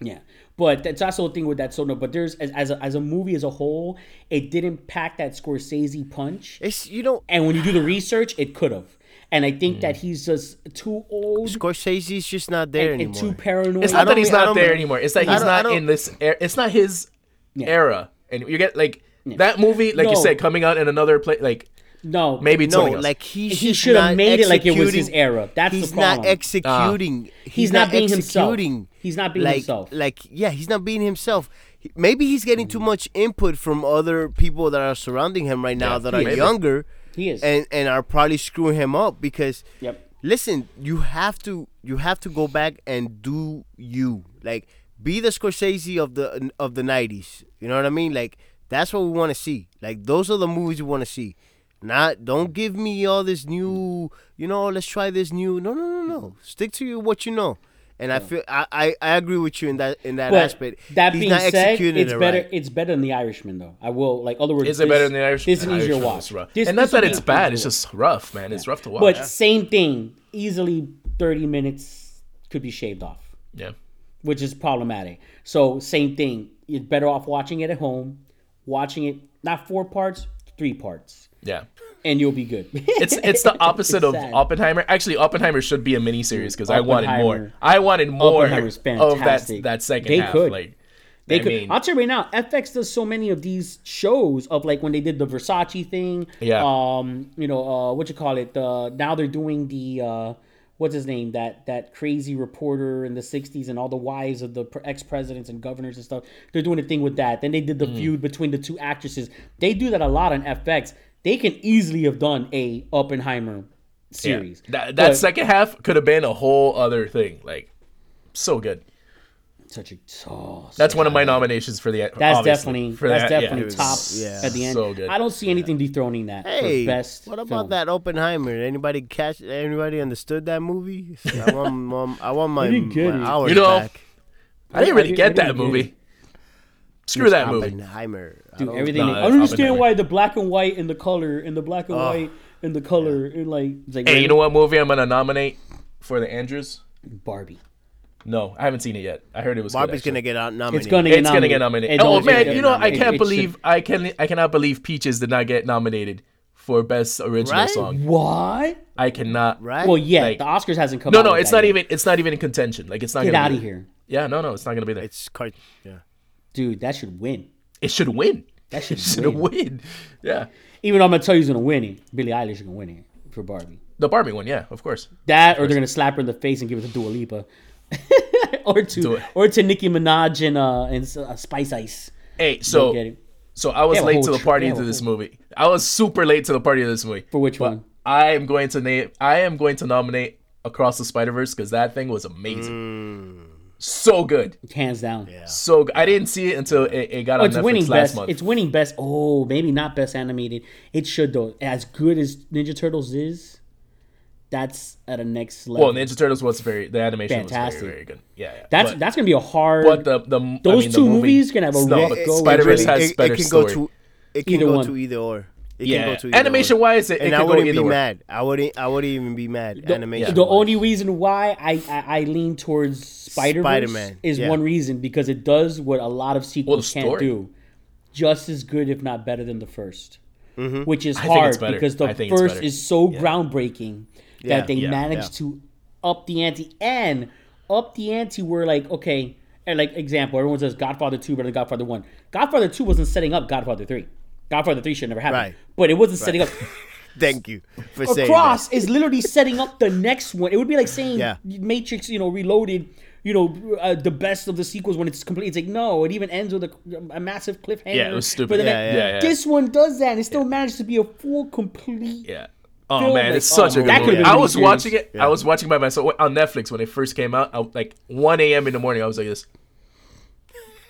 Speaker 5: Yeah, but that's also the thing with that. So no, but there's as as a, as a movie as a whole, it didn't pack that Scorsese punch.
Speaker 6: It's you know
Speaker 5: And when you do the research, it could have. And I
Speaker 7: Mm.
Speaker 5: think that he's just too old
Speaker 6: Scorsese's just not there
Speaker 5: and, and
Speaker 6: anymore.
Speaker 5: too paranoid.
Speaker 7: It's not that
Speaker 6: don't-
Speaker 7: he's
Speaker 6: I
Speaker 7: not
Speaker 6: don't-
Speaker 7: there anymore. It's that
Speaker 6: I
Speaker 7: he's
Speaker 6: don't- I
Speaker 7: not
Speaker 6: don't-
Speaker 7: in this. Era. It's not his
Speaker 5: Yeah.
Speaker 7: era. And you get like that movie, like you
Speaker 5: No.
Speaker 7: said, coming out in another place. Like
Speaker 5: no,
Speaker 7: maybe
Speaker 6: no,
Speaker 7: something else.
Speaker 6: like he,
Speaker 5: He
Speaker 6: just
Speaker 5: should have
Speaker 6: not
Speaker 5: made it like it was his
Speaker 6: executing-
Speaker 5: era. That's the
Speaker 6: he's not
Speaker 5: problem.
Speaker 6: executing. he's,
Speaker 5: not being himself.
Speaker 6: executing,
Speaker 5: He's not being
Speaker 6: like,
Speaker 5: himself.
Speaker 6: Like yeah, he's not being himself. He- Maybe he's getting
Speaker 5: Mm.
Speaker 6: too much input from other people that are surrounding him right now that are
Speaker 7: maybe.
Speaker 6: younger.
Speaker 5: He is.
Speaker 6: and and are probably screwing him up because.
Speaker 5: Yep.
Speaker 6: Listen, you have to you have to go back and do you like be the Scorsese of the of the nineties. You know what I mean? Like that's what we want to see. Like those are the movies we want to see. Not don't give me all this new. You know, let's try this new. No, no, no, no. Stick to you what you know. And I feel I, I, I agree with you in that in that
Speaker 5: but
Speaker 6: aspect.
Speaker 5: that being said,
Speaker 6: executing
Speaker 5: it's better.
Speaker 6: right.
Speaker 5: It's better than the Irishman, though. I will like other words.
Speaker 7: Is it better than the Irish?
Speaker 5: This is an
Speaker 7: Irish
Speaker 5: easier
Speaker 7: one
Speaker 5: watch.
Speaker 7: is rough.
Speaker 5: This-
Speaker 7: and not
Speaker 5: this
Speaker 7: that
Speaker 5: one
Speaker 7: it's
Speaker 5: is
Speaker 7: bad.
Speaker 5: easier
Speaker 7: It's
Speaker 5: to
Speaker 7: just rough, man. It's rough to watch.
Speaker 5: But same thing. Easily thirty minutes could be shaved off.
Speaker 7: yeah.
Speaker 5: which is problematic. So same thing. You're better off watching it at home, watching it not four parts, three parts,
Speaker 7: Yeah.
Speaker 5: and you'll be good.
Speaker 7: It's it's the opposite
Speaker 5: It's
Speaker 7: of
Speaker 5: sad.
Speaker 7: Oppenheimer. Actually, Oppenheimer should be a miniseries because I wanted more.
Speaker 5: Oppenheimer-
Speaker 7: I wanted more
Speaker 5: Oppenheimer's
Speaker 7: of that
Speaker 5: fantastic.
Speaker 7: that second
Speaker 5: They
Speaker 7: half.
Speaker 5: could.
Speaker 7: Like
Speaker 5: they
Speaker 7: I
Speaker 5: could.
Speaker 7: mean-
Speaker 5: I'll tell you right now, FX does so many of these shows of like when they did the Versace thing.
Speaker 7: Yeah.
Speaker 5: Um, you know, uh, what you call it? Uh, now they're doing the uh, what's his name? That that crazy reporter in the '60s and all the wives of the ex presidents and governors and stuff. They're doing a thing with that. Then they did
Speaker 7: Mm.
Speaker 5: the feud between the two actresses. They do that a lot on FX. They can easily have done a Oppenheimer
Speaker 7: yeah.
Speaker 5: series.
Speaker 7: that that
Speaker 5: But-
Speaker 7: second half could have been a whole other thing. Like so good.
Speaker 5: such a oh,
Speaker 7: That's one of my nominations for the.
Speaker 5: That's
Speaker 7: obviously,
Speaker 5: definitely
Speaker 7: for
Speaker 5: that's
Speaker 7: that, yeah.
Speaker 5: definitely top
Speaker 6: yeah.
Speaker 5: at the end.
Speaker 7: So good.
Speaker 5: I don't see anything dethroning that.
Speaker 6: Hey,
Speaker 5: for best.
Speaker 6: what about
Speaker 5: film.
Speaker 6: that Oppenheimer? Anybody catch? Anybody understood that movie? I want, mom, I want my,
Speaker 5: You didn't get
Speaker 6: my
Speaker 5: it.
Speaker 6: hours
Speaker 7: You know,
Speaker 6: back.
Speaker 7: I didn't
Speaker 5: I
Speaker 7: really
Speaker 5: didn't- I
Speaker 7: get that
Speaker 5: didn't get
Speaker 7: movie. Screw that movie.
Speaker 6: Oppenheimer. Uh, I
Speaker 5: Dude,
Speaker 6: don't-
Speaker 5: everything.
Speaker 7: No,
Speaker 5: I
Speaker 7: that's
Speaker 5: don't understand
Speaker 7: Oppenheimer.
Speaker 5: why the black and white and the color and the black and white and the color and like, it's like
Speaker 7: Hey,
Speaker 5: really?
Speaker 7: you know what movie I'm gonna nominate for the Andrews?
Speaker 5: Barbie.
Speaker 7: No, I haven't seen it yet. I heard it was.
Speaker 6: Barbie's
Speaker 7: good, actually.
Speaker 6: gonna get out nominated.
Speaker 5: It's gonna. Get
Speaker 7: It's gonna get nominated.
Speaker 5: It's
Speaker 7: oh
Speaker 5: always gonna
Speaker 7: man,
Speaker 5: get
Speaker 7: you know I
Speaker 5: nominated.
Speaker 7: can't
Speaker 5: It should-
Speaker 7: believe I can I cannot believe Peaches did not get nominated for best original
Speaker 6: Right?
Speaker 7: song.
Speaker 5: What?
Speaker 7: I cannot.
Speaker 6: right.
Speaker 5: Well, yeah,
Speaker 7: Like-
Speaker 5: the Oscars hasn't come.
Speaker 7: No,
Speaker 5: out
Speaker 7: no,
Speaker 5: with
Speaker 7: it's
Speaker 5: that
Speaker 7: not
Speaker 5: yet.
Speaker 7: even it's not even in contention. Like it's not.
Speaker 5: Get
Speaker 7: gonna
Speaker 5: out
Speaker 7: be
Speaker 5: of
Speaker 7: there.
Speaker 5: here,
Speaker 7: Yeah, no, no, it's not gonna be there.
Speaker 6: It's cart. Yeah.
Speaker 5: dude. That should win.
Speaker 7: it should win.
Speaker 5: That should
Speaker 7: It should
Speaker 5: win.
Speaker 7: win. Yeah,
Speaker 5: Even though I'm gonna tell you who's gonna win it. Billie Eilish is gonna win it for Barbie.
Speaker 7: the Barbie one. Yeah, of course.
Speaker 5: That or they're gonna slap her in the face and give it to Dua Lipa, or
Speaker 7: Do
Speaker 5: to
Speaker 7: it.
Speaker 5: or to Nicki Minaj and uh and uh, Spice Ice.
Speaker 7: Hey, so
Speaker 5: get it.
Speaker 7: so I
Speaker 5: They
Speaker 7: was
Speaker 5: have a
Speaker 7: late
Speaker 5: whole
Speaker 7: to the
Speaker 5: tr-
Speaker 7: party
Speaker 5: they have
Speaker 7: to
Speaker 5: a
Speaker 7: this movie. I was super late to the party to this movie.
Speaker 5: For which
Speaker 7: But
Speaker 5: one?
Speaker 7: I am going to name. I am going to nominate Across the Spider Verse because that thing was amazing.
Speaker 5: Mm.
Speaker 7: So good,
Speaker 5: Hands down. Yeah.
Speaker 7: so good. I didn't see it until it, it got
Speaker 5: Oh,
Speaker 7: on
Speaker 5: it's
Speaker 7: Netflix
Speaker 5: winning
Speaker 7: last
Speaker 5: best.
Speaker 7: month.
Speaker 5: It's winning best. Oh, maybe not best animated. It should though. As good as Ninja Turtles is, that's at a next level.
Speaker 7: well, Ninja Turtles was very the animation
Speaker 5: Fantastic.
Speaker 7: was very very good. Yeah, yeah.
Speaker 5: that's
Speaker 7: but,
Speaker 5: that's gonna be a hard.
Speaker 7: but the
Speaker 5: those
Speaker 7: the I mean,
Speaker 5: two
Speaker 7: the movie,
Speaker 5: movies can have a rough go with
Speaker 7: Spider Verse
Speaker 5: it.
Speaker 7: has
Speaker 6: it, it
Speaker 7: better
Speaker 6: can
Speaker 7: story.
Speaker 6: go to. It can
Speaker 5: Either
Speaker 6: go
Speaker 5: one.
Speaker 6: to either or. It
Speaker 7: yeah,
Speaker 6: can go to either
Speaker 7: animation
Speaker 6: or.
Speaker 7: wise, it, it
Speaker 6: and I
Speaker 7: can go
Speaker 6: wouldn't
Speaker 7: either
Speaker 6: be
Speaker 7: way.
Speaker 6: mad. I wouldn't. I wouldn't even be mad.
Speaker 5: the,
Speaker 6: animation.
Speaker 5: the
Speaker 6: wise.
Speaker 5: only reason why I I, I lean towards Spider Verse
Speaker 6: Spider-Man,
Speaker 5: is
Speaker 6: yeah.
Speaker 5: one reason because it does what a lot of sequels can't
Speaker 7: story.
Speaker 5: do, just as good if not better than the 1st
Speaker 6: Mm-hmm.
Speaker 5: which is
Speaker 7: think it's
Speaker 5: hard
Speaker 7: better.
Speaker 5: because
Speaker 7: I
Speaker 5: the
Speaker 7: think it's
Speaker 5: first
Speaker 7: better.
Speaker 5: is so groundbreaking
Speaker 6: Yeah,
Speaker 5: that they
Speaker 6: yeah,
Speaker 5: managed to up the ante and up the ante were like okay and like example everyone says Godfather two better than Godfather one Godfather two wasn't setting up Godfather three Godfather three should never happen
Speaker 6: Right.
Speaker 5: but it wasn't setting up
Speaker 6: Thank you for saying that.
Speaker 5: Across is literally setting up the next one. It would be like saying
Speaker 6: Yeah.
Speaker 5: Matrix, you know, Reloaded, you know, uh, the best of the sequels when it's complete. It's like no, it even ends with a, a massive cliffhanger.
Speaker 7: Yeah, it was stupid.
Speaker 5: But then
Speaker 7: Yeah,
Speaker 5: it-
Speaker 7: yeah, yeah.
Speaker 5: This one does that, and it still manages to be a full, complete.
Speaker 7: Yeah. Oh
Speaker 5: Film
Speaker 7: man,
Speaker 5: like-
Speaker 7: it's such
Speaker 5: oh,
Speaker 7: a
Speaker 5: that could've
Speaker 7: good movie.
Speaker 5: been
Speaker 7: I
Speaker 5: a
Speaker 7: was
Speaker 5: miniseries.
Speaker 7: watching it. I was watching by myself on Netflix when it first came out. I, like 1 a.m. in the morning, I was like, "This,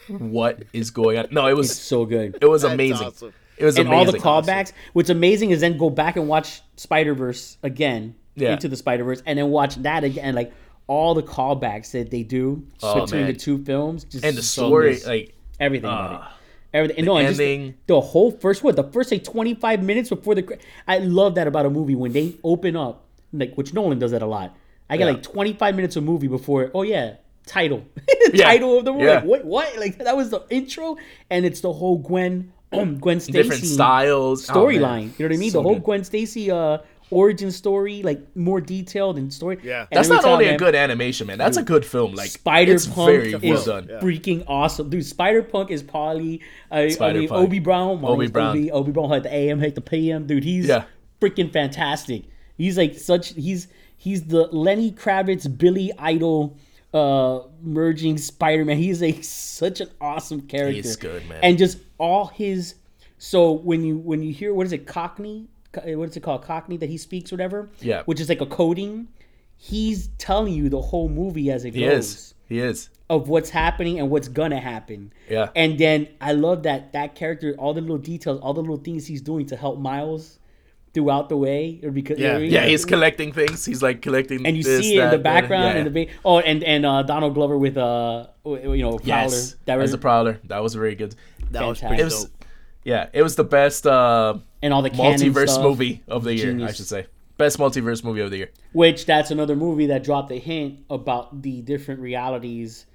Speaker 7: what is going on?" No, it was
Speaker 5: It's so good.
Speaker 7: it was amazing.
Speaker 6: awesome.
Speaker 7: It was
Speaker 5: and all the
Speaker 7: amazing.
Speaker 5: callbacks. What's amazing is then go back and watch Spider Verse again
Speaker 7: Yeah.
Speaker 5: into the Spider Verse, and then watch that again. Like all the callbacks that they do
Speaker 7: Oh,
Speaker 5: between
Speaker 7: man.
Speaker 5: the two films, just
Speaker 7: and the
Speaker 5: so
Speaker 7: story,
Speaker 5: nice.
Speaker 7: like
Speaker 5: everything about it. Everything. and
Speaker 7: Ah.
Speaker 5: no,
Speaker 7: the
Speaker 5: and just
Speaker 7: ending.
Speaker 5: the whole first what the first like twenty five minutes before the. cre- I love that about a movie when they open up, like which Nolan does that a lot. I got
Speaker 7: Yeah.
Speaker 5: like twenty five minutes of movie before. Oh yeah, title,
Speaker 7: Yeah.
Speaker 5: title of the movie.
Speaker 7: Yeah.
Speaker 5: Like, what? What? Like that was the intro, and it's the whole Gwen. Gwen Stacy
Speaker 7: different styles, Oh, man.
Speaker 5: storyline. you know what I mean?
Speaker 7: So
Speaker 5: the whole
Speaker 7: good.
Speaker 5: Gwen Stacy uh, origin story, like more detailed and story.
Speaker 6: Yeah.
Speaker 5: And
Speaker 7: That's
Speaker 5: every
Speaker 7: not
Speaker 5: time,
Speaker 7: only a
Speaker 5: man,
Speaker 7: good animation, man. That's a good film. Like
Speaker 5: Spider
Speaker 7: it's
Speaker 5: Punk
Speaker 7: very well
Speaker 5: is
Speaker 7: done.
Speaker 5: freaking awesome, dude. Spider Punk is probably uh, I mean
Speaker 7: Spider-Punk.
Speaker 5: Obi Brown, my
Speaker 7: Obi
Speaker 5: name's
Speaker 7: Brown.
Speaker 5: Obi, Obi Brown had the AM, had the PM, dude. He's
Speaker 7: Yeah.
Speaker 5: freaking fantastic. He's like such. He's he's the Lenny Kravitz, Billy Idol. Uh, merging Spider-Man. He's a such an awesome character.
Speaker 7: good, man.
Speaker 5: And just all his. So when you when you hear what is it Cockney? Co- eh, What is it called? Cockney that he speaks, whatever.
Speaker 7: Yeah.
Speaker 5: Which is like a coding. He's telling you the whole movie as it
Speaker 7: He
Speaker 5: goes
Speaker 7: is. He is.
Speaker 5: of what's happening and what's gonna happen.
Speaker 7: Yeah.
Speaker 5: And then I love that that character, all the little details, all the little things he's doing to help Miles throughout the way, or because
Speaker 6: Yeah.
Speaker 5: or-
Speaker 7: Yeah, he's collecting things. He's like collecting.
Speaker 5: and you
Speaker 7: this,
Speaker 5: see it in the
Speaker 7: that, that.
Speaker 5: background
Speaker 7: Yeah,
Speaker 5: and the ba- oh and and uh, Donald Glover with uh you know Prowler
Speaker 7: yes,
Speaker 5: that
Speaker 7: as
Speaker 5: was
Speaker 7: a prowler. That was very good.
Speaker 6: That was
Speaker 5: Fantastic.
Speaker 6: pretty
Speaker 7: It
Speaker 6: dope.
Speaker 7: was, yeah, it was the best uh,
Speaker 5: and all the canon
Speaker 7: multiverse
Speaker 5: stuff,
Speaker 7: movie of the year. I
Speaker 5: Genius.
Speaker 7: should say best multiverse movie of the year.
Speaker 5: Which that's another movie that dropped a hint about the different realities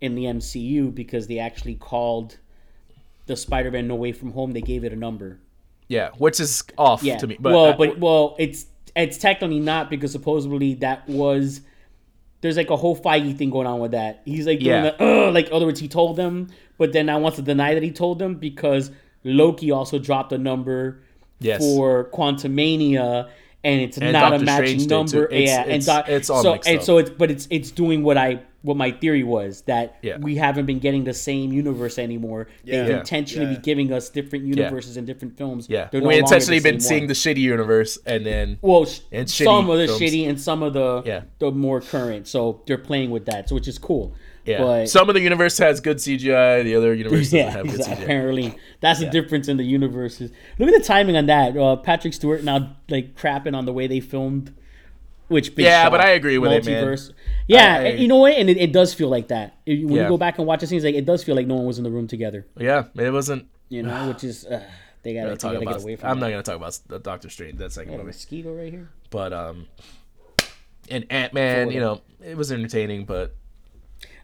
Speaker 5: in the MCU because they actually called the Spider-Man No Way From Home. They gave it a number.
Speaker 7: Yeah, which is off
Speaker 5: Yeah.
Speaker 7: to me.
Speaker 5: well,
Speaker 7: uh,
Speaker 5: but well, it's it's technically not because supposedly that was there's like a whole Feige thing going on with that. He's like doing
Speaker 7: Yeah.
Speaker 5: the Ugh, like in other words he told them, but then I want to deny that he told them because Loki also dropped a number
Speaker 7: Yes.
Speaker 5: for Quantumania and it's
Speaker 7: And
Speaker 5: not
Speaker 7: Doctor
Speaker 5: a matching
Speaker 7: Strange did
Speaker 5: number.
Speaker 7: too. It's-
Speaker 5: yeah, and
Speaker 7: it's-
Speaker 5: doc-
Speaker 7: it's all
Speaker 5: so
Speaker 7: mixed
Speaker 5: and
Speaker 7: up.
Speaker 5: so it's but it's it's doing what I what my theory was that
Speaker 7: Yeah.
Speaker 5: we haven't been getting the same universe anymore. They've
Speaker 7: Yeah.
Speaker 5: intentionally
Speaker 6: Yeah.
Speaker 5: be giving us different universes and different films.
Speaker 7: yeah,
Speaker 5: They're no
Speaker 7: we
Speaker 5: longer the
Speaker 7: intentionally been
Speaker 5: same
Speaker 7: seeing
Speaker 5: one.
Speaker 7: the shitty universe, and then
Speaker 5: well, sh-
Speaker 7: and shitty
Speaker 5: some of the
Speaker 7: films.
Speaker 5: shitty and some of the
Speaker 7: Yeah.
Speaker 5: the more current. So they're playing with that, so which is cool.
Speaker 7: yeah,
Speaker 5: But,
Speaker 7: some of the universe has good CGI, the other universe doesn't
Speaker 5: yeah,
Speaker 7: have good
Speaker 5: exactly.
Speaker 7: CGI.
Speaker 5: apparently that's the difference in the universes. Look at the timing on that. Uh, Patrick Stewart now like crapping on the way they filmed, which big
Speaker 7: Yeah,
Speaker 5: shock.
Speaker 7: but I agree with it, man.
Speaker 5: Multiverse. Yeah,
Speaker 7: I-
Speaker 5: and you know what? And it, it does feel like that It- when
Speaker 7: Yeah.
Speaker 5: you go back and watch the scenes. Like it does feel like no one was in the room together.
Speaker 7: Yeah, it wasn't.
Speaker 5: You know, which is uh, they gotta,
Speaker 7: I'm
Speaker 5: they
Speaker 7: not talking
Speaker 5: gotta get
Speaker 7: about.
Speaker 5: away from.
Speaker 7: I'm
Speaker 5: that.
Speaker 7: not gonna talk about the Doctor Strange. That's like
Speaker 5: Got a mosquito right here.
Speaker 7: but um, and Ant Man, you know, it was entertaining, but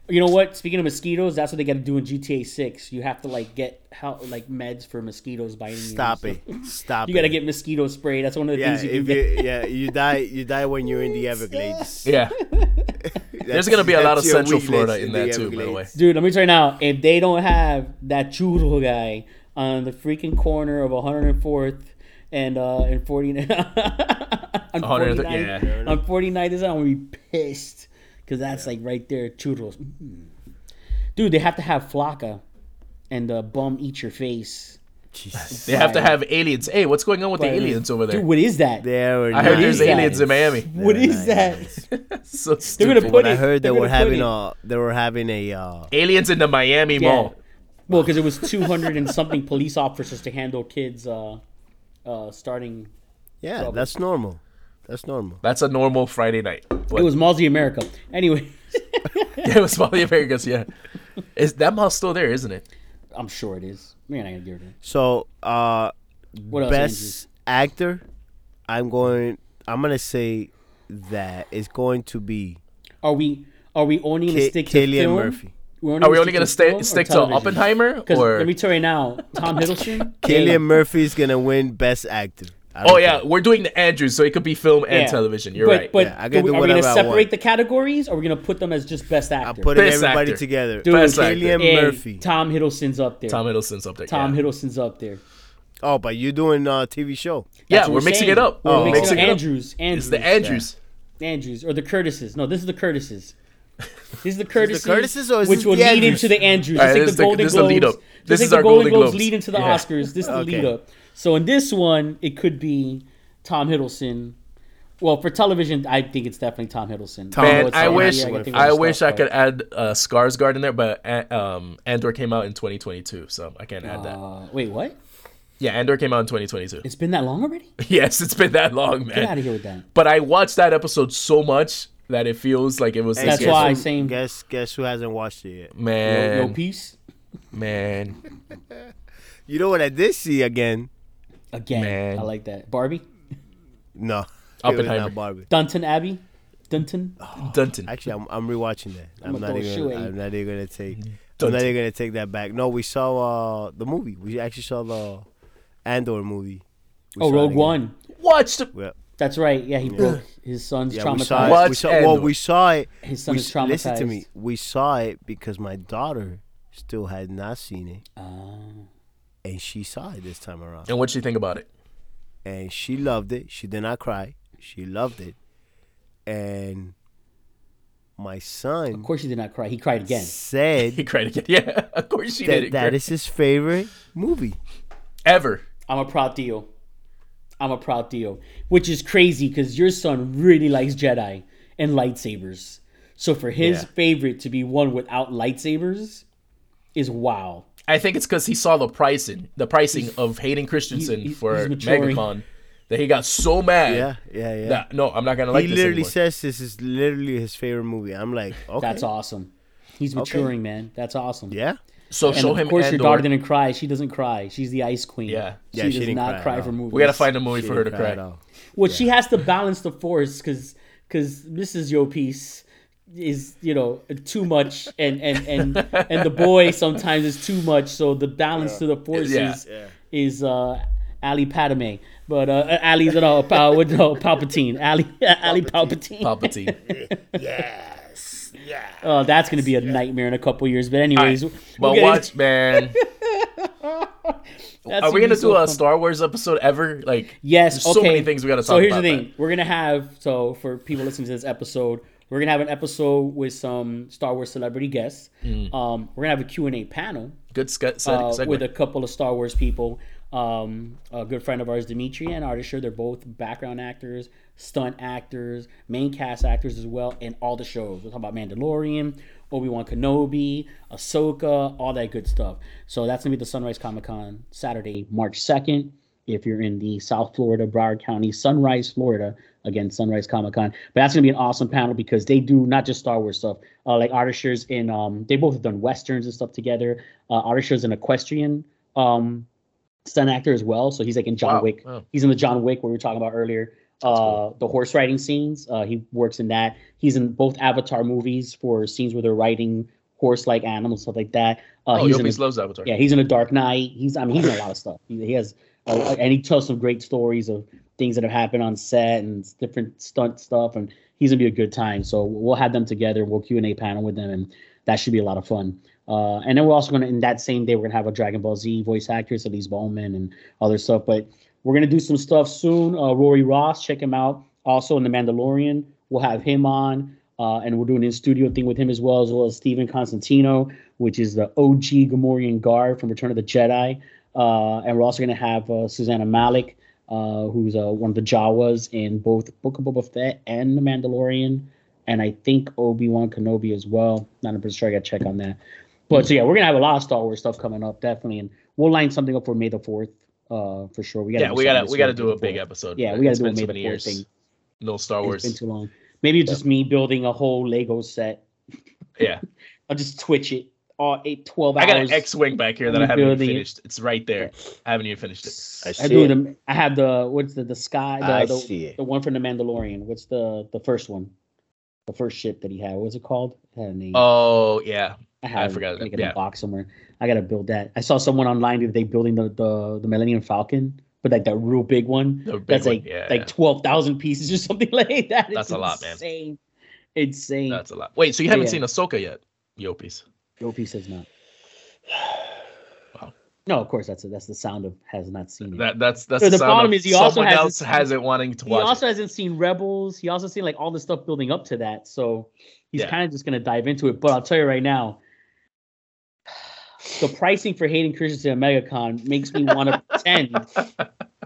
Speaker 5: You know what? Speaking of mosquitoes, that's what they got to do in GTA Six. You have to like get how like meds for mosquitoes biting you.
Speaker 6: Stop
Speaker 5: So
Speaker 6: it. Stop
Speaker 5: You gotta
Speaker 6: it.
Speaker 5: get mosquito spray. That's one of the
Speaker 6: Yeah,
Speaker 5: things you can
Speaker 6: if
Speaker 5: get.
Speaker 6: you, yeah, you die, you die when you're in the Everglades.
Speaker 7: yeah, there's gonna be a
Speaker 6: That's-
Speaker 7: lot of
Speaker 6: that's your
Speaker 7: Central
Speaker 6: weakness
Speaker 7: Florida in
Speaker 6: the
Speaker 7: that too. By the way,
Speaker 6: Everglades.
Speaker 5: Dude, let me tell you now. If they don't have that churro guy on the freaking corner of 104th and uh and 49, on
Speaker 7: 100th,
Speaker 5: 49
Speaker 7: yeah.
Speaker 5: on 49th, is I'm gonna be pissed because that's like right there, churros. Mm. Dude, they have to have flaca and uh, bum eat your face.
Speaker 6: Jesus.
Speaker 7: they have to have aliens. Hey, what's going on with the aliens over there?
Speaker 5: Dude, what is that?
Speaker 6: There were
Speaker 7: I heard
Speaker 6: nine.
Speaker 7: there's
Speaker 5: is that?
Speaker 7: aliens in Miami.
Speaker 5: What is that?
Speaker 7: So
Speaker 5: They're
Speaker 7: stupid.
Speaker 5: gonna put
Speaker 6: I
Speaker 5: it.
Speaker 6: heard they
Speaker 5: they're
Speaker 6: were
Speaker 5: gonna put
Speaker 6: having
Speaker 5: it-
Speaker 6: a they were having a uh,
Speaker 7: aliens in the Miami
Speaker 5: Yeah.
Speaker 7: Mall.
Speaker 5: Well, because it was 200 and something police officers to handle kids uh, uh, starting.
Speaker 6: yeah. That's normal. That's normal.
Speaker 7: That's a normal Friday night. What?
Speaker 5: It was Malls of America. Anyway,
Speaker 7: it was Molly Vegas. Yeah, is that mall's still there? Isn't it?
Speaker 5: I'm sure it is. We're not going to give it
Speaker 6: So uh,
Speaker 5: What else,
Speaker 6: best actor, I'm going. I'm gonna say that it's going to be
Speaker 5: a- Are we are we only going to
Speaker 6: Ki-
Speaker 5: stick to
Speaker 6: Cillian
Speaker 5: film?
Speaker 6: Murphy.
Speaker 5: We're
Speaker 7: Are we
Speaker 5: gonna
Speaker 7: only gonna stay, stick to Oppenheimer
Speaker 5: Because
Speaker 7: or?
Speaker 5: let me tell you now, Tom Hiddleston.
Speaker 6: Cillian Murphy is gonna win best actor. I don't
Speaker 7: Oh yeah,
Speaker 6: care.
Speaker 7: we're doing the Andrews, so it could be film and television. You're
Speaker 5: but,
Speaker 7: right.
Speaker 5: But
Speaker 6: Yeah, I
Speaker 5: do
Speaker 6: can
Speaker 5: we-
Speaker 6: do
Speaker 5: are we going to
Speaker 6: whatever I want.
Speaker 5: separate the categories? Or are we going to put them as just best
Speaker 6: I'm
Speaker 5: actor?
Speaker 6: putting
Speaker 7: Best
Speaker 6: everybody
Speaker 7: actor.
Speaker 6: together.
Speaker 5: Dude,
Speaker 7: Best actor.
Speaker 6: Cillian
Speaker 5: Hey,
Speaker 6: Murphy.
Speaker 5: Tom Hiddleston's up there.
Speaker 7: Tom
Speaker 5: Tom,
Speaker 7: Hiddleston's up there. yeah.
Speaker 5: Hiddleston's up there.
Speaker 6: Oh, but you're doing a TV show.
Speaker 7: yeah,
Speaker 5: That's what
Speaker 7: we're mixing it
Speaker 5: saying.
Speaker 7: up.
Speaker 5: We're
Speaker 7: We're
Speaker 5: mixing
Speaker 7: mixing
Speaker 5: up.
Speaker 7: it up.
Speaker 5: Andrews, Andrews,
Speaker 7: It's the Andrews.
Speaker 5: Andrews, or the Curtises. No, this is the Curtises. This is the Curtises,
Speaker 6: Curtises or is
Speaker 5: which
Speaker 6: this
Speaker 5: will
Speaker 6: the
Speaker 5: lead
Speaker 6: Andrews?
Speaker 5: into the Andrews.
Speaker 7: All
Speaker 5: Just
Speaker 7: right,
Speaker 5: like the
Speaker 7: this is the-
Speaker 5: Golden
Speaker 7: this is the
Speaker 5: Globes.
Speaker 7: lead up.
Speaker 5: Just
Speaker 7: This
Speaker 5: like
Speaker 7: is
Speaker 5: the
Speaker 7: our
Speaker 5: Golden
Speaker 7: Golden
Speaker 5: Globes
Speaker 7: Globes.
Speaker 5: lead into the
Speaker 7: Yeah.
Speaker 5: Oscars. This is the lead
Speaker 6: Okay.
Speaker 5: up. So in this one, it could be Tom Hiddleston. Well, for television, I think it's definitely Tom Hiddleston.
Speaker 6: Tom
Speaker 7: Man,
Speaker 5: it's
Speaker 7: I
Speaker 5: not-
Speaker 7: wish
Speaker 5: yeah, can think of
Speaker 7: I
Speaker 5: other
Speaker 7: wish
Speaker 5: stuff,
Speaker 7: I could
Speaker 5: but-
Speaker 7: add uh, Skarsgård in there, but uh, um, Andor came out in 2022, so I can't add that.
Speaker 5: Uh, wait, what?
Speaker 7: Yeah, Andor came out in 2022.
Speaker 5: It's been that long already?
Speaker 7: yes, it's been that long, man.
Speaker 5: Get out of here with that.
Speaker 7: But I watched that episode so much that it feels like it was.
Speaker 5: That's
Speaker 7: this
Speaker 5: why,
Speaker 7: year.
Speaker 5: same.
Speaker 6: Guess guess who hasn't watched it yet?
Speaker 5: No,
Speaker 7: man,
Speaker 5: no peace
Speaker 7: man,
Speaker 6: You know what I did see again?
Speaker 5: again.
Speaker 7: Man.
Speaker 5: I like that. Barbie,
Speaker 6: No, it was
Speaker 7: Oppenheimer.
Speaker 6: not Barbie.
Speaker 5: Dunton Abbey, Dunton.
Speaker 7: Dunton.
Speaker 6: Actually, I'm, I'm rewatching that. I'm,
Speaker 5: I'ma
Speaker 6: not
Speaker 5: throw a
Speaker 6: even.
Speaker 5: shoe at
Speaker 6: Gonna,
Speaker 5: you.
Speaker 6: I'm not even gonna take.
Speaker 5: Mm-hmm.
Speaker 6: I'm
Speaker 7: Don't
Speaker 6: not
Speaker 7: take-
Speaker 6: even gonna take that back. No, we saw uh, the movie. We actually saw the Andor movie. We
Speaker 5: Oh,
Speaker 6: saw it
Speaker 5: Rogue
Speaker 6: again.
Speaker 5: One.
Speaker 7: Watched. the-
Speaker 6: Yeah,
Speaker 5: That's right. Yeah, he broke his son's
Speaker 6: yeah we saw
Speaker 5: traumatized.
Speaker 6: it.
Speaker 7: What?
Speaker 6: We saw,
Speaker 7: Andor?
Speaker 6: well, we saw it.
Speaker 5: His son
Speaker 6: we,
Speaker 5: is
Speaker 6: s- Listen to
Speaker 5: traumatized.
Speaker 6: me. We saw it because my daughter still had not seen it,
Speaker 5: Ah.
Speaker 6: and she saw it this time around.
Speaker 7: And what'd you think about it?
Speaker 6: and she loved it. She did not cry. She loved it. And my
Speaker 5: Of
Speaker 6: son
Speaker 5: course, he did not cry. He cried again.
Speaker 7: He
Speaker 6: said
Speaker 7: cried again. Yeah, of course she did.
Speaker 6: that
Speaker 7: It,
Speaker 6: that
Speaker 7: girl.
Speaker 6: is his favorite movie.
Speaker 7: ever.
Speaker 5: I'm a proud Theo. I'm a proud Theo, which is crazy because your son really likes Jedi and lightsabers. So for his
Speaker 7: Yeah.
Speaker 5: favorite to be one without lightsabers is wow.
Speaker 7: I think it's because he saw the pricing, the pricing of Hayden Christensen
Speaker 5: he-
Speaker 7: for
Speaker 5: he's maturing.
Speaker 7: MegaCon, that he got so mad.
Speaker 6: Yeah, yeah, yeah.
Speaker 7: that, no, I'm not gonna like
Speaker 6: he
Speaker 7: this
Speaker 6: literally
Speaker 7: anymore.
Speaker 6: says this is literally his favorite movie. I'm like, okay,
Speaker 5: That's awesome. He's maturing, man. That's awesome.
Speaker 6: yeah,
Speaker 7: so
Speaker 5: And
Speaker 7: show
Speaker 5: of
Speaker 7: him.
Speaker 5: course,
Speaker 7: Andor.
Speaker 5: your daughter didn't cry. She doesn't cry. She's the ice queen.
Speaker 7: Yeah.
Speaker 5: she
Speaker 6: Yeah, she
Speaker 5: does
Speaker 6: didn't
Speaker 5: not
Speaker 6: cry at
Speaker 5: cry
Speaker 6: all.
Speaker 5: for movies.
Speaker 7: We gotta find a movie
Speaker 6: She
Speaker 7: for her to
Speaker 6: didn't
Speaker 7: cry.
Speaker 6: at all.
Speaker 5: Well, she has to balance the force because because Mrs. Yo Piece is you know too much and and and and the boy sometimes is too much. So the balance to the force
Speaker 7: Yeah.
Speaker 5: is is uh, Ali Padme, but uh, Ali's no, Pal, what- no Palpatine, Ali Ali Palpatine.
Speaker 7: Palpatine.
Speaker 5: Oh, that's gonna be a nightmare in a couple years. But anyways,
Speaker 7: But watch, man. Are we gonna do a Star Wars episode ever? Like,
Speaker 5: Yes.
Speaker 7: there's
Speaker 5: okay.
Speaker 7: so many things we gotta talk
Speaker 5: So here's
Speaker 7: about
Speaker 5: the thing:
Speaker 7: that.
Speaker 5: we're gonna have so for people listening to this episode, we're gonna have an episode with some Star Wars celebrity guests.
Speaker 7: Mm.
Speaker 5: Um, we're gonna have a Q and A panel
Speaker 7: Good sc- seg-
Speaker 5: uh,
Speaker 7: segue.
Speaker 5: with a couple of Star Wars people. Um, a good friend of ours, Dimitri, and Artisher. They're both background actors, stunt actors, main cast actors as well, in all the shows. We're talking about Mandalorian, Obi Wan Kenobi, Ahsoka, all that good stuff. So that's gonna be the Sunrise Comic Con Saturday, March second. If you're in the South Florida, Broward County, Sunrise, Florida, again Sunrise Comic Con. But that's gonna be an awesome panel because they do not just Star Wars stuff. Uh, like Artishers in, um, they both have done westerns and stuff together. Uh, Artisher's an equestrian um, stunt actor as well, so he's like in John
Speaker 7: Wow.
Speaker 5: Wick.
Speaker 7: Wow.
Speaker 5: He's in the John Wick we were talking about earlier. Uh, The horse riding scenes. Uh, he works in that. He's in both Avatar movies for scenes where they're riding horse-like animals, stuff like that. Uh,
Speaker 7: oh,
Speaker 5: he's in
Speaker 7: Yopis
Speaker 5: the-
Speaker 7: loves Avatar.
Speaker 5: yeah, he's in a Dark Knight. He's I mean he's in a lot of stuff. He, he has uh, and he tells some great stories of things that have happened on set and different stunt stuff. And he's gonna be a good time. So we'll have them together. We'll Q and A panel with them, and that should be a lot of fun. Uh, and then we're also gonna in that same day we're gonna have a Dragon Ball Z voice actress Elise Bowman and other stuff. But we're gonna do some stuff soon. Uh, Rory Ross, check him out. Also in the Mandalorian, we'll have him on. Uh, and we're doing an in-studio thing with him as well, as well as Steven Constantino, which is the OG Gamorrean guard from Return of the Jedi. Uh, and we're also going to have uh, Susanna Malik, uh, who's uh, one of the Jawas in both Book of Boba Fett and The Mandalorian, and I think Obi Wan Kenobi as well. Not 100 sure. I got to check on that. But so yeah, we're gonna have a lot of Star Wars stuff coming up, definitely, and we'll line something up for May the Fourth, uh, for sure. We gotta
Speaker 7: Yeah,
Speaker 5: do
Speaker 7: we
Speaker 5: something
Speaker 7: gotta
Speaker 5: this
Speaker 7: we gotta
Speaker 5: week,
Speaker 7: do
Speaker 5: May
Speaker 7: a
Speaker 5: the
Speaker 7: big
Speaker 5: 4th.
Speaker 7: episode.
Speaker 5: Yeah,
Speaker 7: man.
Speaker 5: we gotta
Speaker 7: It's
Speaker 5: do a
Speaker 7: been
Speaker 5: May
Speaker 7: so
Speaker 5: the
Speaker 7: many
Speaker 5: Fourth thing.
Speaker 7: years. No Star Wars.
Speaker 5: It's been too long. Maybe it's just me building a whole Lego set.
Speaker 7: yeah,
Speaker 5: I'll just twitch it. All eight, 12
Speaker 7: I
Speaker 5: hours.
Speaker 7: got an X-wing back here that I haven't even
Speaker 5: Building it.
Speaker 7: finished. It's right there. I haven't even finished it.
Speaker 8: I
Speaker 5: I
Speaker 8: see
Speaker 5: do
Speaker 8: it.
Speaker 5: the. I have the what's the the sky
Speaker 8: I
Speaker 5: the
Speaker 8: see
Speaker 5: the,
Speaker 8: it.
Speaker 5: the one from the Mandalorian. What's the the first one? The first ship that he had. What was it called? It had a name.
Speaker 7: Oh yeah, I
Speaker 5: it,
Speaker 7: forgot it.
Speaker 5: Like in
Speaker 7: Yeah.
Speaker 5: a box somewhere. I gotta build that. I saw someone online the other day building the the, the Millennium Falcon, but like that real big one.
Speaker 7: The big
Speaker 5: that's
Speaker 7: one,
Speaker 5: like
Speaker 7: yeah, yeah.
Speaker 5: like twelve thousand pieces or something like that. It's
Speaker 7: That's a lot, man.
Speaker 5: Insane. Insane.
Speaker 7: that's a lot. Wait, so you haven't
Speaker 5: yeah.
Speaker 7: seen Ahsoka yet, Yopis?
Speaker 5: Yo, piece says not. No, of course that's that's the sound of has not seen it.
Speaker 7: That that's that's
Speaker 5: So the
Speaker 7: sound
Speaker 5: problem
Speaker 7: of
Speaker 5: is he also
Speaker 7: someone
Speaker 5: hasn't
Speaker 7: else
Speaker 5: seen-
Speaker 7: has it wanting to
Speaker 5: he
Speaker 7: watch.
Speaker 5: also
Speaker 7: it.
Speaker 5: hasn't seen Rebels. He also seen like all the stuff building up to that. So he's
Speaker 7: Yeah.
Speaker 5: kind of just gonna dive into it. But I'll tell you right now, the pricing for Hayden Christensen at MegaCon makes me want to pretend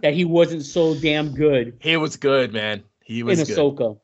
Speaker 5: that he wasn't so damn good
Speaker 7: He was good, man. He
Speaker 5: in
Speaker 7: was good.
Speaker 5: Ahsoka.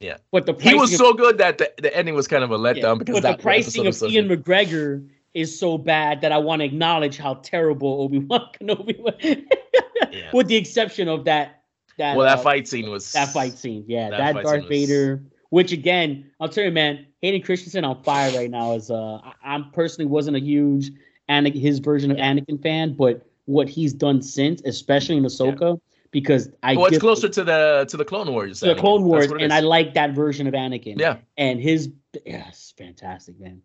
Speaker 7: Yeah.
Speaker 5: But the
Speaker 7: he was
Speaker 5: pricing of-
Speaker 7: so good that the, the ending was kind of a letdown
Speaker 5: yeah,
Speaker 7: because
Speaker 5: but
Speaker 7: that
Speaker 5: the pricing
Speaker 7: episode
Speaker 5: of
Speaker 7: was so
Speaker 5: Ian
Speaker 7: good.
Speaker 5: McGregor is so bad that I want to acknowledge how terrible Obi Wan Kenobi was,
Speaker 7: Yeah.
Speaker 5: with the exception of that that
Speaker 7: Well,
Speaker 5: uh,
Speaker 7: that fight scene was
Speaker 5: That fight scene, yeah,
Speaker 7: That
Speaker 5: that,
Speaker 7: fight
Speaker 5: Darth
Speaker 7: scene was-
Speaker 5: Vader. Which again, I'll tell you, man, Hayden Christensen on fire right now. Is uh, I, I'm personally wasn't a huge Anakin, his version of Anakin fan, but what he's done since, especially in Ahsoka, because I
Speaker 7: Well, it's
Speaker 5: did-
Speaker 7: closer to the to the Clone Wars.
Speaker 5: to the
Speaker 7: anime.
Speaker 5: Clone
Speaker 7: That's
Speaker 5: Wars,
Speaker 7: what it
Speaker 5: and
Speaker 7: is.
Speaker 5: I like that version of Anakin.
Speaker 7: yeah,
Speaker 5: and his yes, fantastic, man.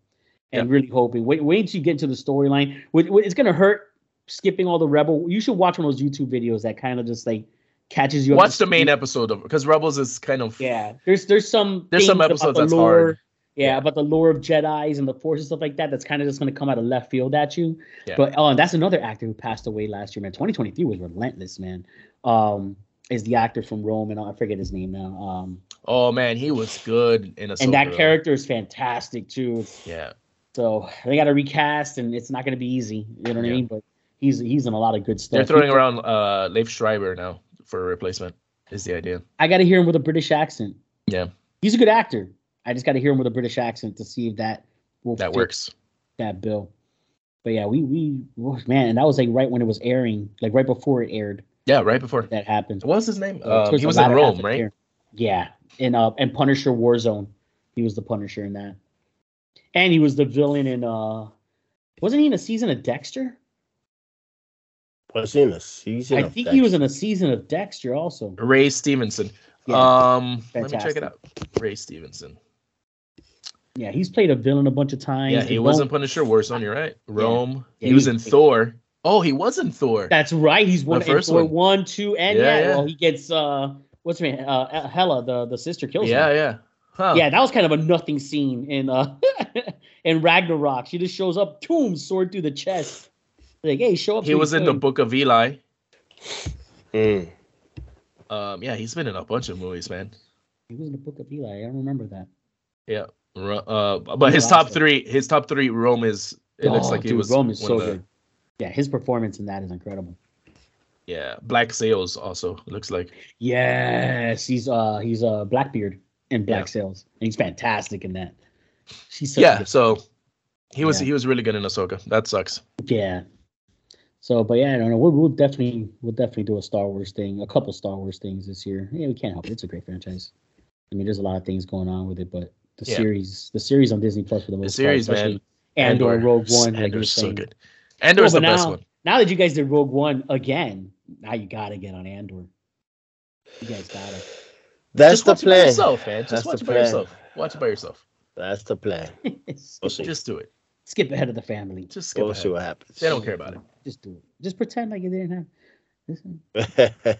Speaker 5: And really hoping. Wait, wait till you get to the storyline. Wait- wait, It's gonna hurt skipping all the Rebel. You should watch one of those YouTube videos that kind of just like catches you. up to
Speaker 7: watch the main
Speaker 5: speed.
Speaker 7: episode of because Rebels is kind of
Speaker 5: Yeah, there's there's some
Speaker 7: There's some
Speaker 5: things about
Speaker 7: episodes
Speaker 5: the
Speaker 7: that's
Speaker 5: lore-
Speaker 7: hard.
Speaker 5: Yeah,
Speaker 7: Yeah.
Speaker 5: about the lore of Jedi's and the Force and stuff like that. That's kind of just going to come out of left field at you.
Speaker 7: Yeah.
Speaker 5: But oh, and that's another actor who passed away last year, man. 2023 was relentless, man. Um, is the actor from Rome and I forget his name now. Um,
Speaker 7: Oh man, he was good in a.
Speaker 5: and that character is fantastic too. It's-
Speaker 7: Yeah,
Speaker 5: So they got to recast, and it's not going to be easy. You know what I
Speaker 7: Yeah.
Speaker 5: mean? But he's he's in a lot of good stuff.
Speaker 7: they're throwing
Speaker 5: He-
Speaker 7: around uh Leif Schreiber now for a replacement. Is the idea?
Speaker 5: I got to hear him with a British accent.
Speaker 7: Yeah.
Speaker 5: he's a good actor. I just got to hear him with a British accent to see if that will
Speaker 7: That
Speaker 5: fit
Speaker 7: works.
Speaker 5: that bill. But yeah, we we oh, man, and that was like right when it was airing, like right before it aired,
Speaker 7: Yeah, right before.
Speaker 5: that happened.
Speaker 7: What was his name?
Speaker 5: Uh,
Speaker 7: Um,
Speaker 5: towards
Speaker 7: he
Speaker 5: the
Speaker 7: was in
Speaker 5: latter half
Speaker 7: Rome,
Speaker 5: of
Speaker 7: right?
Speaker 5: here. Yeah, and uh, and Punisher Warzone, he was the Punisher in that, and he was the villain in uh, wasn't he in a season of Dexter?
Speaker 6: Was in a season.
Speaker 5: I
Speaker 6: of
Speaker 5: think
Speaker 6: that.
Speaker 5: he was in a season of Dexter also.
Speaker 7: Ray Stevenson.
Speaker 5: Yeah,
Speaker 7: um, let me check
Speaker 5: fantastic.
Speaker 7: it out. Ray Stevenson.
Speaker 5: yeah, he's played a villain a bunch of times.
Speaker 7: Yeah,
Speaker 5: and
Speaker 7: he was in
Speaker 5: don't-
Speaker 7: Punisher Warzone. You're right. Rome.
Speaker 5: Yeah,
Speaker 7: he was
Speaker 5: he-
Speaker 7: in Thor. Oh, he was in Thor.
Speaker 5: That's right. He's one
Speaker 7: The
Speaker 5: in
Speaker 7: first
Speaker 5: Thor
Speaker 7: one.
Speaker 5: one, two, and yeah,
Speaker 7: Yeah, yeah.
Speaker 5: Well, he gets uh, what's her name? Uh, Hella, the the sister kills him.
Speaker 7: yeah, yeah. Huh.
Speaker 5: yeah, that was kind of a nothing scene in uh in Ragnarok. She just shows up, boom, sword through the chest. Like, hey, show up.
Speaker 7: He
Speaker 5: to
Speaker 7: was in the
Speaker 5: thing.
Speaker 7: Book of Eli.
Speaker 6: Mm.
Speaker 7: Um, yeah, he's been in a bunch of movies, man.
Speaker 5: He was in the book of Eli. I don't remember that.
Speaker 7: Yeah. Ro- Uh, but his
Speaker 5: Eli
Speaker 7: top
Speaker 5: Roth.
Speaker 7: three, his top three, Rome is. It looks
Speaker 5: Oh,
Speaker 7: like he
Speaker 5: dude,
Speaker 7: was
Speaker 5: Rome is
Speaker 7: one
Speaker 5: so
Speaker 7: of the-
Speaker 5: good. Yeah, his performance in that is incredible.
Speaker 7: Yeah, Black Sails also it looks like.
Speaker 5: Yes, he's uh he's uh Blackbeard in Black
Speaker 7: Yeah.
Speaker 5: Sails, and he's fantastic in that. She's such a
Speaker 7: Yeah,
Speaker 5: good-
Speaker 7: so he was
Speaker 5: Yeah.
Speaker 7: he was really good in Ahsoka. That sucks.
Speaker 5: yeah. So, but yeah, I don't know. We'll, we'll definitely we'll definitely do a Star Wars thing, a couple Star Wars things this year. Yeah, we can't help it. It's a great franchise. I mean, there's a lot of things going on with it, but the
Speaker 7: Yeah.
Speaker 5: series, the series on Disney Plus for the most
Speaker 7: series,
Speaker 5: part,
Speaker 7: man.
Speaker 5: especially Andor, Rogue One, like you were
Speaker 7: Andor's so
Speaker 5: saying.
Speaker 7: good. Andor's
Speaker 5: No,
Speaker 7: the
Speaker 5: but
Speaker 7: best
Speaker 5: now-
Speaker 7: one.
Speaker 5: Now that you guys did Rogue One again, now you gotta get on Andor. You guys gotta.
Speaker 6: That's
Speaker 7: Just
Speaker 6: the
Speaker 7: watch it by
Speaker 6: plan.
Speaker 7: yourself, man. Just
Speaker 6: That's
Speaker 7: watch
Speaker 6: the
Speaker 7: it by
Speaker 6: plan.
Speaker 7: yourself. Watch it by yourself.
Speaker 6: That's the plan. We'll see.
Speaker 5: skip,
Speaker 7: Just do it.
Speaker 5: skip ahead of the family.
Speaker 7: Just skip
Speaker 6: We'll see
Speaker 7: ahead.
Speaker 6: what happens.
Speaker 7: They don't care about it.
Speaker 5: Just do it. Just pretend like it didn't happen. Listen.
Speaker 6: you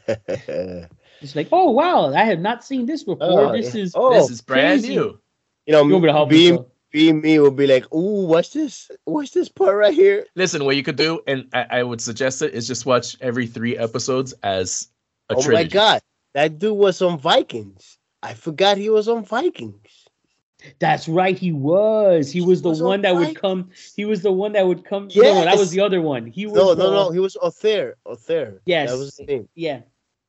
Speaker 5: It's like, oh wow, I have not seen this before.
Speaker 6: Oh,
Speaker 5: this
Speaker 6: yeah.
Speaker 5: is
Speaker 6: Oh,
Speaker 7: this is brand
Speaker 5: crazy.
Speaker 7: new.
Speaker 5: You want me to
Speaker 6: know,
Speaker 5: help
Speaker 6: be
Speaker 5: you,
Speaker 6: be me will be like, ooh, what's this? What's this part right here?
Speaker 7: Listen, what you could do, and I, I would suggest it, is just watch every three episodes as a
Speaker 6: oh
Speaker 7: trilogy.
Speaker 6: my god, that dude was on Vikings. I forgot he was on Vikings.
Speaker 5: That's right, he was. He was the
Speaker 6: was
Speaker 5: one that would
Speaker 6: alright.
Speaker 5: come. He was the one that would come. No, no, that was
Speaker 6: Yes.
Speaker 5: the other one. He was
Speaker 6: No,
Speaker 5: the-
Speaker 6: no, no. He was Othair. Othair.
Speaker 5: Yes.
Speaker 6: that was his name.
Speaker 5: Yeah,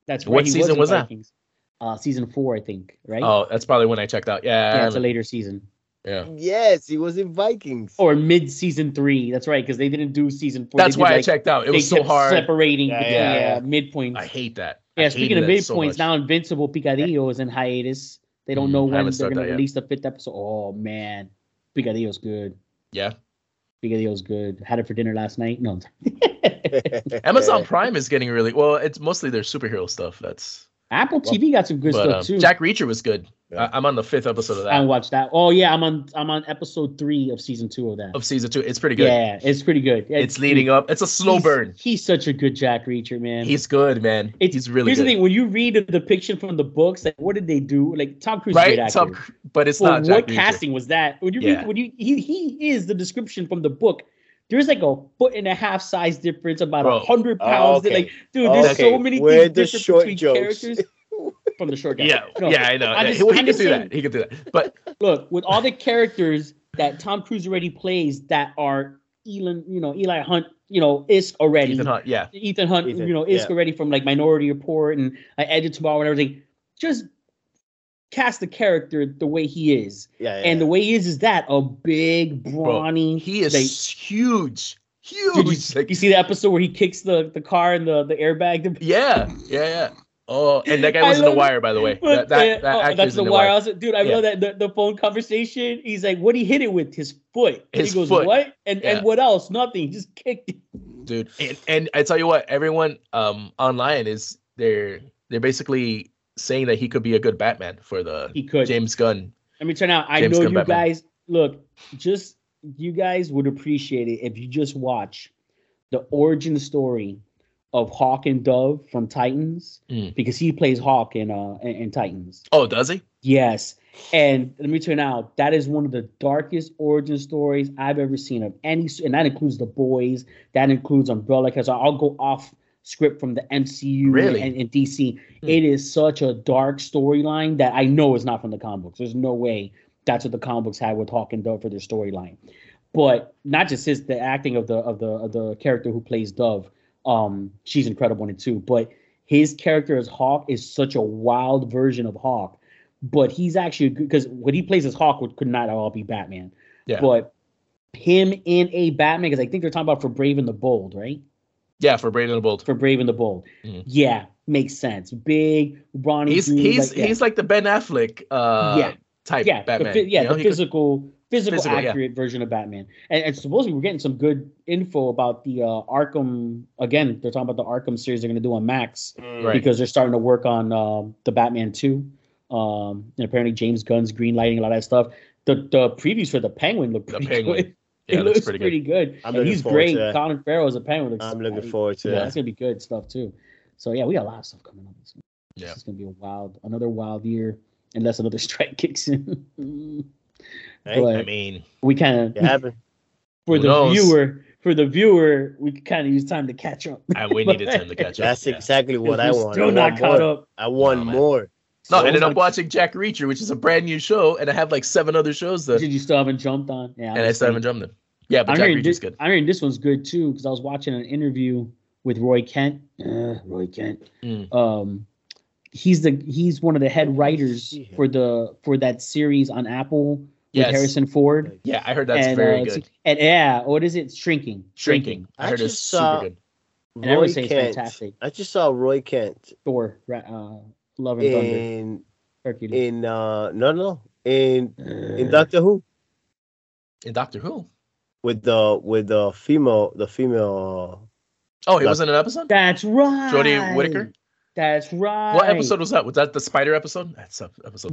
Speaker 5: that's right.
Speaker 7: What
Speaker 5: he
Speaker 7: season
Speaker 5: in
Speaker 7: was that?
Speaker 5: Vikings. Uh, season four, I think. Right.
Speaker 7: Oh, that's probably when I checked out. Yeah, I
Speaker 5: yeah, it's a
Speaker 7: haven't-
Speaker 5: later season
Speaker 7: yeah.
Speaker 6: Yes, he was in Vikings.
Speaker 5: or mid season three. That's right, because they didn't do season four.
Speaker 7: That's
Speaker 5: They did,
Speaker 7: why I
Speaker 5: like,
Speaker 7: checked out. It
Speaker 5: they
Speaker 7: was so
Speaker 5: kept
Speaker 7: hard.
Speaker 5: separating
Speaker 6: Yeah,
Speaker 5: between
Speaker 7: yeah,
Speaker 5: yeah,
Speaker 7: yeah.
Speaker 5: midpoints.
Speaker 7: I hate that.
Speaker 5: Yeah,
Speaker 7: I
Speaker 5: speaking of
Speaker 7: hated that so
Speaker 5: midpoints,
Speaker 7: much.
Speaker 5: now Invincible Picadillo is in hiatus. They don't
Speaker 7: Mm,
Speaker 5: know
Speaker 7: I
Speaker 5: when
Speaker 7: haven't
Speaker 5: they're
Speaker 7: started
Speaker 5: going
Speaker 7: that
Speaker 5: to
Speaker 7: yet.
Speaker 5: release the fifth episode. Oh man, Picadillo's good.
Speaker 7: Yeah.
Speaker 5: Picadillo's good. Had it for dinner last night. No,
Speaker 7: Amazon Prime is getting really well. It's mostly their superhero stuff. That's
Speaker 5: Apple TV got some good
Speaker 7: but
Speaker 5: stuff
Speaker 7: um,
Speaker 5: too.
Speaker 7: Jack Reacher was good.
Speaker 6: Yeah.
Speaker 7: I, I'm on the fifth episode of
Speaker 5: I
Speaker 7: that
Speaker 5: haven't watched that. Oh yeah, I'm on. I'm on episode three of season two of that.
Speaker 7: of season two. It's Oh, pretty good.
Speaker 5: yeah, it's pretty good.
Speaker 7: it's leading up. It's a slow burn.
Speaker 5: He's such a good Jack Reacher, man.
Speaker 7: He's good, man.
Speaker 5: It's-
Speaker 7: he's really
Speaker 5: Here's
Speaker 7: good.
Speaker 5: the thing: when you read the depiction from the books, like what did they do? Like Tom Cruise, is a great
Speaker 7: right?
Speaker 5: actor.
Speaker 7: Tom, Cru- but it's
Speaker 5: Well,
Speaker 7: not
Speaker 5: what
Speaker 7: Jack Reacher.
Speaker 5: casting was that? When you
Speaker 7: Yeah.
Speaker 5: read, when you he, he is the description from the book There's like a foot and a half size difference, about
Speaker 7: Bro.
Speaker 5: a hundred pounds.
Speaker 8: Oh, okay.
Speaker 5: Like, dude, there's
Speaker 8: Okay,
Speaker 5: so many
Speaker 8: where the
Speaker 5: things different
Speaker 8: short
Speaker 5: between
Speaker 8: jokes?
Speaker 5: characters. From the short guy.
Speaker 7: Yeah,
Speaker 5: No,
Speaker 7: yeah, I know.
Speaker 5: I'm
Speaker 7: Yeah,
Speaker 5: just-
Speaker 7: he- well, he
Speaker 5: I'm
Speaker 7: can
Speaker 5: just
Speaker 7: do
Speaker 5: saying-
Speaker 7: that. He can do that. But
Speaker 5: Look, with all the characters that Tom Cruise already plays that are Elon, you know, Eli Hunt, you know, Isk already.
Speaker 7: Ethan Hunt, yeah,
Speaker 5: Ethan Hunt,
Speaker 8: Ethan,
Speaker 5: you know, is
Speaker 8: yeah.
Speaker 5: already from like Minority Report and like Edge of Tomorrow and everything. Just cast the character the way he is,
Speaker 8: Yeah, yeah.
Speaker 5: and the way he is is that a big
Speaker 7: bro,
Speaker 5: brawny.
Speaker 7: he is
Speaker 5: like,
Speaker 7: huge,
Speaker 5: did you,
Speaker 7: huge. Like,
Speaker 5: you see the episode where he kicks the the car and the the airbag? The,
Speaker 7: yeah, yeah, yeah. Oh, and that guy
Speaker 5: I
Speaker 7: was in the
Speaker 5: love it.
Speaker 7: wire, by the way.
Speaker 5: But
Speaker 7: That that,
Speaker 5: the-
Speaker 7: that
Speaker 5: oh,
Speaker 7: actor's
Speaker 5: that's
Speaker 7: in
Speaker 5: the
Speaker 7: the
Speaker 5: wire.
Speaker 7: wire.
Speaker 5: I was like, dude, I
Speaker 7: Yeah.
Speaker 5: love that the, the phone conversation. He's like, "What he hit it with? His foot." And
Speaker 7: His
Speaker 5: he goes,
Speaker 7: foot.
Speaker 5: "What?" And
Speaker 7: Yeah.
Speaker 5: and what else? Nothing. He just kicked. It.
Speaker 7: dude. And, and I tell you what, everyone um online is they're they're basically saying that he could be a good Batman for the
Speaker 5: He could.
Speaker 7: James Gunn.
Speaker 5: Let me turn out. I
Speaker 7: James
Speaker 5: know
Speaker 7: Gunn
Speaker 5: you
Speaker 7: Batman.
Speaker 5: guys look. Just you guys would appreciate it if you just watch the origin story of Hawk and Dove from Titans
Speaker 7: Mm.
Speaker 5: because he plays Hawk in uh in, in Titans.
Speaker 7: Oh, does he?
Speaker 5: Yes, and let me turn out. That is one of the darkest origin stories I've ever seen of any, s- and that includes the boys. That includes Umbrella. Because I'll go off script from the MCU
Speaker 7: Really?
Speaker 5: and, and DC.
Speaker 7: Hmm.
Speaker 5: It is such a dark storyline that I know is not from the comic books. There's no way that's what the comic books had with Hawk and Dove for their storyline. But not just his the acting of the of the of the character who plays Dove. Um, she's incredible in it too. But his character as Hawk is such a wild version of Hawk. But he's actually because what he plays as Hawk would, could not all be Batman.
Speaker 7: Yeah.
Speaker 5: But him in a Batman because I think they're talking about for Brave and the Bold, right?
Speaker 7: Yeah, for Brave and the Bold.
Speaker 5: for Brave and the Bold.
Speaker 7: Mhm.
Speaker 5: Yeah, makes sense. Big brawny.
Speaker 7: He's
Speaker 5: dude,
Speaker 7: he's
Speaker 5: like, yeah.
Speaker 7: he's like the Ben Affleck uh
Speaker 5: Yeah.
Speaker 7: type
Speaker 5: yeah,
Speaker 7: Batman.
Speaker 5: the, phy- yeah,
Speaker 7: you know?
Speaker 5: the
Speaker 7: He could-
Speaker 5: physical, physical,
Speaker 7: Physical, yeah.
Speaker 5: accurate version of Batman. And, and supposedly we're getting some good info about the uh, Arkham. Again, they're talking about the Arkham series they're going to do on Max
Speaker 8: Mm.
Speaker 7: right.
Speaker 5: because they're starting to work on um, the Batman Two. Um, and apparently James Gunn's green lighting a lot of that stuff. The the previews for the Penguin look
Speaker 7: The
Speaker 5: pretty
Speaker 7: Penguin.
Speaker 5: good.
Speaker 7: yeah,
Speaker 5: it
Speaker 7: that's
Speaker 5: looks
Speaker 7: pretty, good.
Speaker 5: good.
Speaker 8: I'm
Speaker 5: and
Speaker 8: looking
Speaker 5: he's
Speaker 8: forward
Speaker 5: great.
Speaker 8: to that.
Speaker 5: Colin Farrell as a Penguin looks.
Speaker 8: I'm
Speaker 5: I-
Speaker 8: looking forward to
Speaker 5: yeah,
Speaker 8: that.
Speaker 5: that's gonna be good stuff too. So yeah, we got a lot of stuff coming up. This year.
Speaker 7: Yeah.
Speaker 5: it's gonna be a wild, another wild year, unless another strike kicks in.
Speaker 8: Hey,
Speaker 5: but
Speaker 7: I mean,
Speaker 5: we kind of
Speaker 8: It happened.
Speaker 5: for
Speaker 7: who
Speaker 5: the
Speaker 7: knows?
Speaker 5: viewer, for the viewer, we kind of use time to catch up.
Speaker 7: and we needed time to catch up.
Speaker 8: That's
Speaker 7: yeah.
Speaker 8: exactly what I
Speaker 5: We're
Speaker 8: want. I
Speaker 5: Still
Speaker 8: want
Speaker 5: not
Speaker 8: more.
Speaker 5: caught up.
Speaker 8: I want
Speaker 7: No, man.
Speaker 8: more.
Speaker 7: No,
Speaker 8: So
Speaker 7: I ended
Speaker 8: much-
Speaker 7: up watching Jack Reacher, which is a brand new show, and I have like seven other shows that,
Speaker 5: Did you still haven't jumped on? Yeah,
Speaker 7: and I still haven't jumped them. Yeah, but
Speaker 5: I'm
Speaker 7: Jack
Speaker 5: hearing,
Speaker 7: Reacher's
Speaker 5: this,
Speaker 7: good.
Speaker 5: I'm hearing this one's good too because I was watching an interview with Roy Kent. Uh, Roy Kent.
Speaker 7: Mm.
Speaker 5: Um, he's the he's one of the head writers
Speaker 8: see him.
Speaker 5: for the for that series on Apple with
Speaker 7: Yes.
Speaker 5: Harrison Ford.
Speaker 7: Yeah, I heard that's
Speaker 5: and,
Speaker 7: very
Speaker 5: uh,
Speaker 7: good.
Speaker 5: And yeah, what is it? Shrinking.
Speaker 7: Shrinking. I,
Speaker 8: I
Speaker 7: heard it's
Speaker 8: just
Speaker 7: super
Speaker 8: saw-
Speaker 7: good.
Speaker 5: And I would
Speaker 8: Roy
Speaker 5: say it's
Speaker 8: Kent.
Speaker 5: fantastic.
Speaker 8: I just saw Roy Kent
Speaker 5: Thor, Ra- uh, Love and Thunder,
Speaker 8: in
Speaker 5: Hercules.
Speaker 8: in uh no no in in
Speaker 5: Uh,
Speaker 8: Doctor Who
Speaker 7: In Doctor Who.
Speaker 8: with the with the female the female.
Speaker 7: Oh, he
Speaker 8: Doc-
Speaker 7: was in an episode?
Speaker 5: That's right.
Speaker 7: Jodie Whittaker?
Speaker 5: That's right.
Speaker 7: What episode was that? Was that the spider episode? That's episode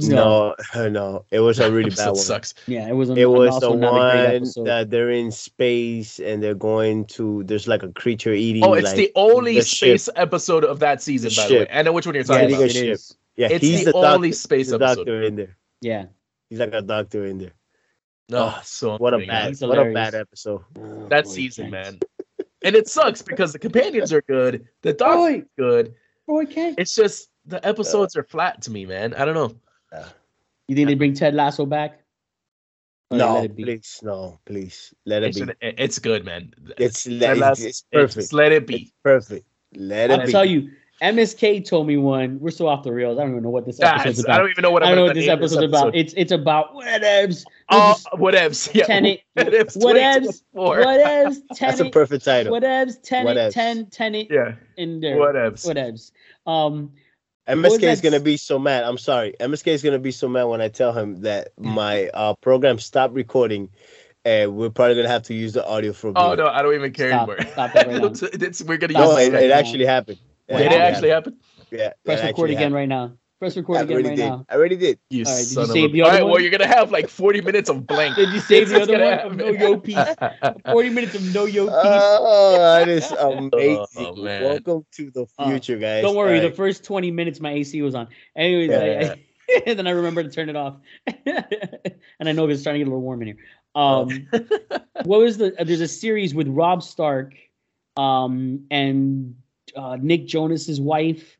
Speaker 8: Uh,
Speaker 7: sucks.
Speaker 8: no no it was a really bad
Speaker 7: episode
Speaker 8: one.
Speaker 7: sucks.
Speaker 5: Yeah, it was. an-
Speaker 8: It was
Speaker 5: also
Speaker 8: the
Speaker 5: not a great
Speaker 8: one
Speaker 5: episode.
Speaker 8: that they're in space and they're going to. There's like a creature eating.
Speaker 7: Oh, it's
Speaker 8: like,
Speaker 7: the only
Speaker 8: the ship.
Speaker 7: space episode of that season,
Speaker 8: The
Speaker 7: by the way.
Speaker 8: ship.
Speaker 7: I know which one you're
Speaker 5: Yes,
Speaker 7: talking
Speaker 8: Yeah,
Speaker 7: about.
Speaker 8: it
Speaker 5: it is.
Speaker 8: yeah.
Speaker 7: It's
Speaker 8: he's
Speaker 7: the, only
Speaker 8: doctor,
Speaker 7: space
Speaker 8: the
Speaker 7: episode.
Speaker 8: doctor in there.
Speaker 5: Yeah.
Speaker 8: He's like a doctor in there.
Speaker 7: Oh, so
Speaker 8: What a
Speaker 7: annoying.
Speaker 8: bad
Speaker 5: He's
Speaker 8: what a
Speaker 5: hilarious.
Speaker 8: bad episode.
Speaker 7: that season, man. And it sucks because the companions are good, the doctor's good.
Speaker 5: Roy Kent.
Speaker 7: It's just the episodes
Speaker 8: Uh,
Speaker 7: are flat to me, man. I don't know.
Speaker 5: You think they bring Ted Lasso back? Or they
Speaker 8: No,
Speaker 5: let it be?
Speaker 8: please, no, please. Let
Speaker 7: It
Speaker 8: it be.
Speaker 7: should, it- it's good, man.
Speaker 8: It's,
Speaker 7: Let
Speaker 8: let,
Speaker 7: us-
Speaker 8: it's, it's
Speaker 7: it's-
Speaker 8: perfect.
Speaker 7: let it
Speaker 8: It's
Speaker 7: be.
Speaker 8: perfect. Let it
Speaker 5: I'll
Speaker 8: be.
Speaker 5: tell you, MSK told me one. We're so off the rails. I don't even know what this
Speaker 7: Ah,
Speaker 5: episode's
Speaker 7: it's-
Speaker 5: about.
Speaker 7: I don't even know what
Speaker 5: I
Speaker 7: I'm
Speaker 5: don't know
Speaker 7: gonna
Speaker 5: what this
Speaker 7: name
Speaker 5: episode's about.
Speaker 7: episode.
Speaker 5: It's it's about whatevs.
Speaker 7: Oh,
Speaker 5: This is
Speaker 7: whatevs. Yeah,
Speaker 5: Tenet.
Speaker 7: whatevs.
Speaker 5: Whatevs.
Speaker 7: 2024.
Speaker 5: Whatevs.
Speaker 8: That's a
Speaker 5: Tenet.
Speaker 8: perfect title.
Speaker 5: Whatevs. Tenet.
Speaker 8: Whatevs.
Speaker 5: Ten. Tenet.
Speaker 7: Yeah,
Speaker 5: In there.
Speaker 7: whatevs.
Speaker 5: Whatevs. Um.
Speaker 8: MSK is
Speaker 5: that's-
Speaker 8: gonna be so mad. I'm sorry. MSK is gonna be so mad when I tell him that my uh, program stopped recording, and we're probably gonna have to use the audio for. a
Speaker 7: Oh
Speaker 8: bit.
Speaker 7: no, I don't even care
Speaker 5: Stop.
Speaker 7: anymore.
Speaker 5: Stop that right now.
Speaker 7: It's- we're gonna
Speaker 8: no,
Speaker 5: Stop
Speaker 7: use
Speaker 8: it,
Speaker 7: it.
Speaker 8: it actually happened.
Speaker 5: What
Speaker 7: Did it
Speaker 5: happened?
Speaker 7: actually happen?
Speaker 8: Yeah. it
Speaker 5: Press
Speaker 8: actually
Speaker 5: record again
Speaker 8: happened.
Speaker 5: right now. Press
Speaker 8: I
Speaker 5: record again
Speaker 8: already
Speaker 5: right
Speaker 8: did.
Speaker 5: now.
Speaker 8: I already did.
Speaker 7: You
Speaker 5: All right, did you
Speaker 7: son of
Speaker 5: save
Speaker 7: a-
Speaker 5: the
Speaker 7: All
Speaker 5: other
Speaker 7: right,
Speaker 5: one?
Speaker 7: well, you're gonna have like 40 minutes of blank.
Speaker 5: Did you save the
Speaker 7: It's
Speaker 5: other
Speaker 7: gonna
Speaker 5: one? Of no
Speaker 7: happen.
Speaker 5: yo piece. Forty minutes of no yo piece.
Speaker 8: Oh, that is amazing.
Speaker 7: Oh, man.
Speaker 8: Welcome to the
Speaker 5: Uh,
Speaker 8: future, guys.
Speaker 5: Don't worry, the
Speaker 8: Alright.
Speaker 5: first 20 minutes my AC was on. Anyways, I, I- then I remember to turn it off. and I know it's starting to get a little warm in here. Um, what was the? uh, There's a series with Rob Stark, um, and uh, Nick Jonas's wife.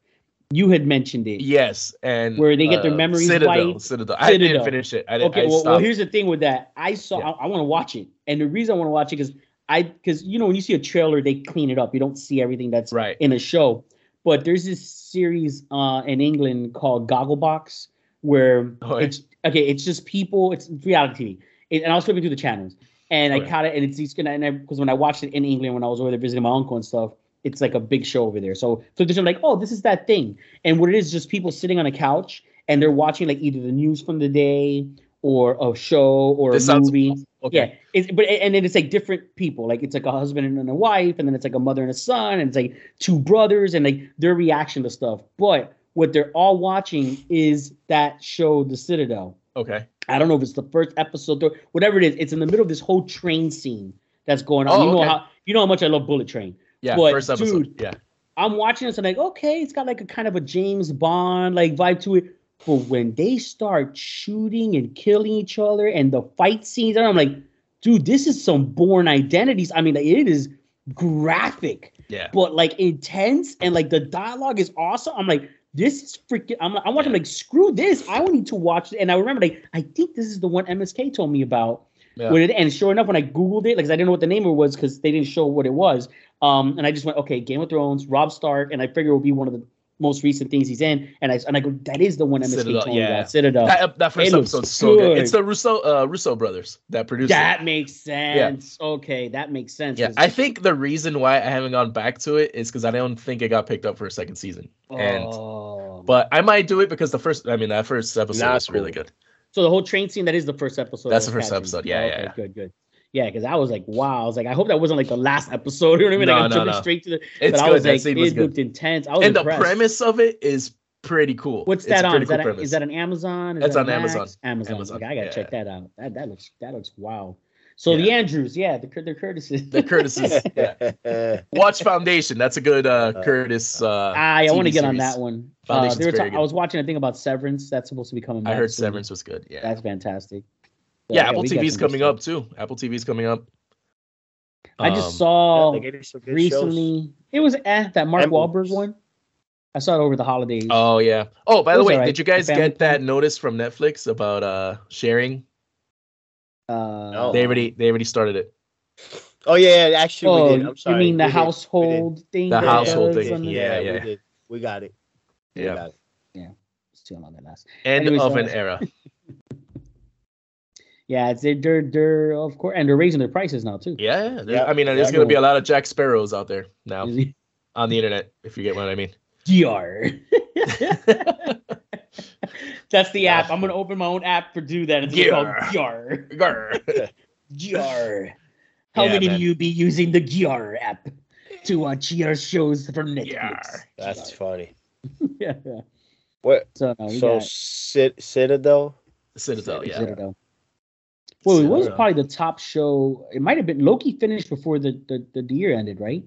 Speaker 5: You had mentioned it.
Speaker 7: Yes, and uh,
Speaker 5: Where they get their memories
Speaker 7: Citadel,
Speaker 5: wiped.
Speaker 7: Citadel. I didn't
Speaker 5: Citadel.
Speaker 7: finish it. I didn't.
Speaker 5: Okay,
Speaker 7: I
Speaker 5: well, well,
Speaker 7: stopped.
Speaker 5: here's the thing with that. I saw.
Speaker 7: Yeah.
Speaker 5: I, I want to watch it, and the reason I want to watch it because I because you know when you see a trailer, they clean it up. You don't see everything that's
Speaker 7: right.
Speaker 5: in a show. But there's this series uh, in England called Gogglebox, where
Speaker 7: Oh, yeah.
Speaker 5: it's okay. It's just people. It's reality TV, It- and I was flipping through the channels, and I
Speaker 7: Okay.
Speaker 5: caught it. And it's these gonna and because when I watched it in England when I was over there visiting my uncle and stuff, it's like a big show over there. So so they're like, oh, this is that thing, and what it is, just people sitting on a couch and they're watching like either the news from the day or a show or
Speaker 7: This
Speaker 5: a
Speaker 7: sounds
Speaker 5: movie.
Speaker 7: Okay.
Speaker 5: Yeah, it's, but and then it's like different people. Like it's like a husband and a wife, and then it's like a mother and a son, and it's like two brothers, and like their reaction to stuff. But what they're all watching is that show, The Citadel.
Speaker 7: Okay.
Speaker 5: I don't know if it's the first episode or whatever it is. It's in the middle of this whole train scene that's going on.
Speaker 7: Oh,
Speaker 5: you know
Speaker 7: okay.
Speaker 5: how you know how much I love Bullet Train.
Speaker 7: Yeah.
Speaker 5: But,
Speaker 7: first episode.
Speaker 5: dude,
Speaker 7: yeah.
Speaker 5: I'm watching this and like, okay, it's got like a kind of a James Bond like vibe to it. But when they start shooting and killing each other and the fight scenes, I'm like, dude, this is some born identities. I mean, like, it is graphic,
Speaker 7: Yeah.
Speaker 5: but like intense and like the dialogue is awesome. I'm like, this is freaking. I'm, I'm watching like, screw this. I need to watch it. And I remember like, I think this is the one MSK told me about.
Speaker 7: Yeah.
Speaker 5: When it, and sure enough, when I googled it, like 'cause I didn't know what the name of it was because they didn't show what it was. Um, and I just went, okay, Game of Thrones, Rob Stark, and I figure it will be one of the most recent things he's in. And I and I go, that is the one MSK
Speaker 7: Citadel,
Speaker 5: told me
Speaker 7: yeah.
Speaker 5: about Citadel. That,
Speaker 7: That, that
Speaker 5: it
Speaker 7: first
Speaker 5: looks
Speaker 7: episode's so good.
Speaker 5: good.
Speaker 7: It's the Russo uh, Russo brothers that produced it.
Speaker 5: makes sense. Okay, that makes sense.
Speaker 7: Yeah,
Speaker 5: 'cause-
Speaker 7: I think the reason why I haven't gone back to it is because I don't think it got picked up for a second season. And
Speaker 5: Oh.
Speaker 7: but I might do it because the first, I mean, that first episode
Speaker 8: Nah,
Speaker 7: was really
Speaker 8: cool.
Speaker 7: good.
Speaker 5: so the whole train scene that is the first episode.
Speaker 7: That's
Speaker 5: I
Speaker 7: the
Speaker 5: was
Speaker 7: first
Speaker 5: catching.
Speaker 7: episode, yeah,
Speaker 5: okay,
Speaker 7: yeah, yeah.
Speaker 5: Good, good. Yeah, because I was like, wow. I was like, I hope that wasn't like the last episode. You know what I mean?
Speaker 7: No,
Speaker 5: like, I'm
Speaker 7: no,
Speaker 5: jumping
Speaker 7: no.
Speaker 5: straight to the.
Speaker 7: It's
Speaker 5: but I
Speaker 7: good.
Speaker 5: was
Speaker 7: That
Speaker 5: like,
Speaker 7: scene
Speaker 5: it
Speaker 7: was good.
Speaker 5: looked intense. I was
Speaker 7: And the
Speaker 5: impressed.
Speaker 7: premise of it is pretty cool.
Speaker 5: What's
Speaker 7: It's
Speaker 5: that
Speaker 7: a
Speaker 5: on?
Speaker 7: pretty
Speaker 5: Is that,
Speaker 7: cool
Speaker 5: a- is that an Amazon? Is
Speaker 7: That's
Speaker 5: that
Speaker 7: on
Speaker 5: a
Speaker 7: Amazon.
Speaker 5: Max? Amazon.
Speaker 7: Amazon,
Speaker 5: Okay, I gotta
Speaker 7: yeah.
Speaker 5: check that out. That that looks that looks wow. So the
Speaker 7: Yeah.
Speaker 5: Andrews, yeah, the Cur- the Curtises.
Speaker 7: the Curtis's yeah. Watch Foundation. That's a good uh, Curtis. Uh,
Speaker 5: Ah, yeah, I
Speaker 7: TV
Speaker 5: want to get on
Speaker 7: series.
Speaker 5: that one. Uh,
Speaker 7: Foundation's
Speaker 5: they were
Speaker 7: very
Speaker 5: ta- I
Speaker 7: good.
Speaker 5: was watching a thing about Severance. That's supposed to be coming.
Speaker 7: I
Speaker 5: back
Speaker 7: heard
Speaker 5: soon.
Speaker 7: Severance was good. Yeah,
Speaker 5: That's fantastic. So,
Speaker 7: yeah. Apple
Speaker 5: we got
Speaker 7: TV's
Speaker 5: some good
Speaker 7: coming
Speaker 5: stuff.
Speaker 7: up too. Apple TV's coming up.
Speaker 5: I just
Speaker 7: Um,
Speaker 5: saw
Speaker 8: They gave you some good shows.
Speaker 5: recently. It was eh, that Mark
Speaker 8: And
Speaker 5: Wahlberg
Speaker 8: movies.
Speaker 5: one. I saw it over the holidays.
Speaker 7: Oh yeah. Oh,
Speaker 5: It
Speaker 7: by the
Speaker 5: was
Speaker 7: way,
Speaker 5: alright.
Speaker 7: did you guys
Speaker 5: The family
Speaker 7: get that
Speaker 5: thing.
Speaker 7: notice from Netflix about uh sharing?
Speaker 5: Uh,
Speaker 8: no.
Speaker 7: They already they already started it.
Speaker 8: Oh yeah, yeah, actually
Speaker 5: oh,
Speaker 8: we did. I'm sorry.
Speaker 5: you mean the
Speaker 8: we did.
Speaker 5: household thing?
Speaker 7: The
Speaker 5: that it
Speaker 7: household
Speaker 5: does
Speaker 7: thing,
Speaker 5: on the-
Speaker 8: Yeah,
Speaker 7: yeah.
Speaker 8: we did. We got it. We
Speaker 7: Yeah.
Speaker 8: got it.
Speaker 5: It's too long that last.
Speaker 7: End
Speaker 5: Anyways,
Speaker 7: of
Speaker 5: uh,
Speaker 7: an era.
Speaker 5: Yeah, it's they're, they're they're of course, and they're raising their prices now too.
Speaker 7: Yeah. there-
Speaker 8: Yeah,
Speaker 7: I mean, there's
Speaker 5: yeah.
Speaker 7: gonna be a lot of Jack Sparrows out there now on the internet, if you get what I mean.
Speaker 5: DR. That's the app. I'm gonna open my own app for do that. It's gonna be called
Speaker 7: Grr.
Speaker 5: GR. GR. How
Speaker 7: Yeah,
Speaker 5: many
Speaker 7: man.
Speaker 5: of you be using the GR app to watch your shows from Netflix?
Speaker 7: GR.
Speaker 8: That's
Speaker 5: GR.
Speaker 8: funny.
Speaker 5: yeah. yeah.
Speaker 8: What?
Speaker 5: So no, we
Speaker 8: So
Speaker 5: got
Speaker 8: Cit- Citadel.
Speaker 7: Citadel. Yeah.
Speaker 5: Citadel. Well, it was
Speaker 7: Citadel.
Speaker 5: probably the top show. It might have been Loki finished before the the, the, the year ended, right?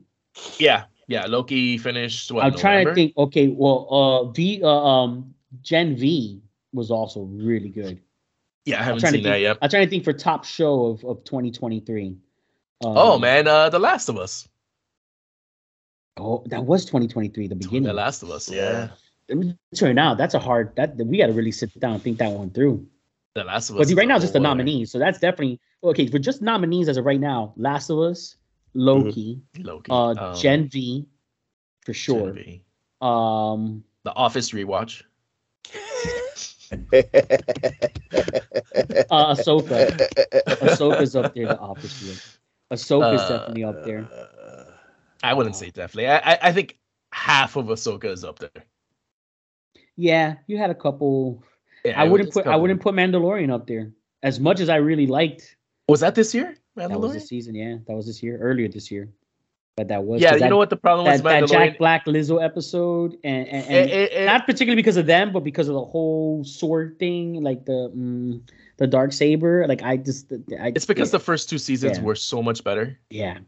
Speaker 7: Yeah. Yeah. Loki finished. What,
Speaker 5: I'm trying to
Speaker 7: November?
Speaker 5: think. Okay, well, uh, V, uh, um, Gen V was also really good.
Speaker 7: Yeah, I
Speaker 5: I'm
Speaker 7: haven't
Speaker 5: trying to
Speaker 7: seen that
Speaker 5: think-
Speaker 7: yet.
Speaker 5: I'm trying to think for top show of, of 2023. Um,
Speaker 7: Oh man, uh, The Last of Us.
Speaker 5: oh, that was 2023, the beginning.
Speaker 7: The Last of Us. Yeah.
Speaker 8: Yeah.
Speaker 5: Let me tell you now, that's a hard. That we got to really sit down and think that one through.
Speaker 7: The Last of Us.
Speaker 5: But see,
Speaker 7: is
Speaker 5: right now,
Speaker 7: whole
Speaker 5: it's just the
Speaker 7: other-
Speaker 5: nominees, so that's definitely okay. For just nominees as of right now, Last of Us, Loki,
Speaker 7: Loki.
Speaker 5: uh,
Speaker 7: um,
Speaker 5: Gen V, for
Speaker 7: Gen
Speaker 5: sure.
Speaker 7: V.
Speaker 5: Um,
Speaker 7: The Office rewatch.
Speaker 5: uh, Ahsoka. Ahsoka's up there. The office room. Ahsoka's
Speaker 7: Uh,
Speaker 5: definitely up there.
Speaker 7: I wouldn't say definitely. I, I I think half of Ahsoka is up there.
Speaker 5: Yeah, you had a couple.
Speaker 7: Yeah,
Speaker 5: I
Speaker 7: it
Speaker 5: wouldn't
Speaker 7: was
Speaker 5: put. I
Speaker 7: covered.
Speaker 5: wouldn't put Mandalorian up there as much as I really liked.
Speaker 7: Was that this year?
Speaker 5: That was
Speaker 7: Mandalorian.
Speaker 5: this season. Yeah, that was this year. Earlier this year, but that was.
Speaker 7: yeah,
Speaker 5: 'cause
Speaker 7: you
Speaker 5: that,
Speaker 7: know what the problem was
Speaker 5: That, that
Speaker 7: Mandalorian.
Speaker 5: Jack Black Lizzo episode, and, and, and
Speaker 7: It- it- it-
Speaker 5: not particularly because of them, but because of the whole sword thing, like the mm, the dark saber. Like I just, I,
Speaker 7: it's because the first two seasons
Speaker 5: Yeah.
Speaker 7: were so much better
Speaker 5: yeah.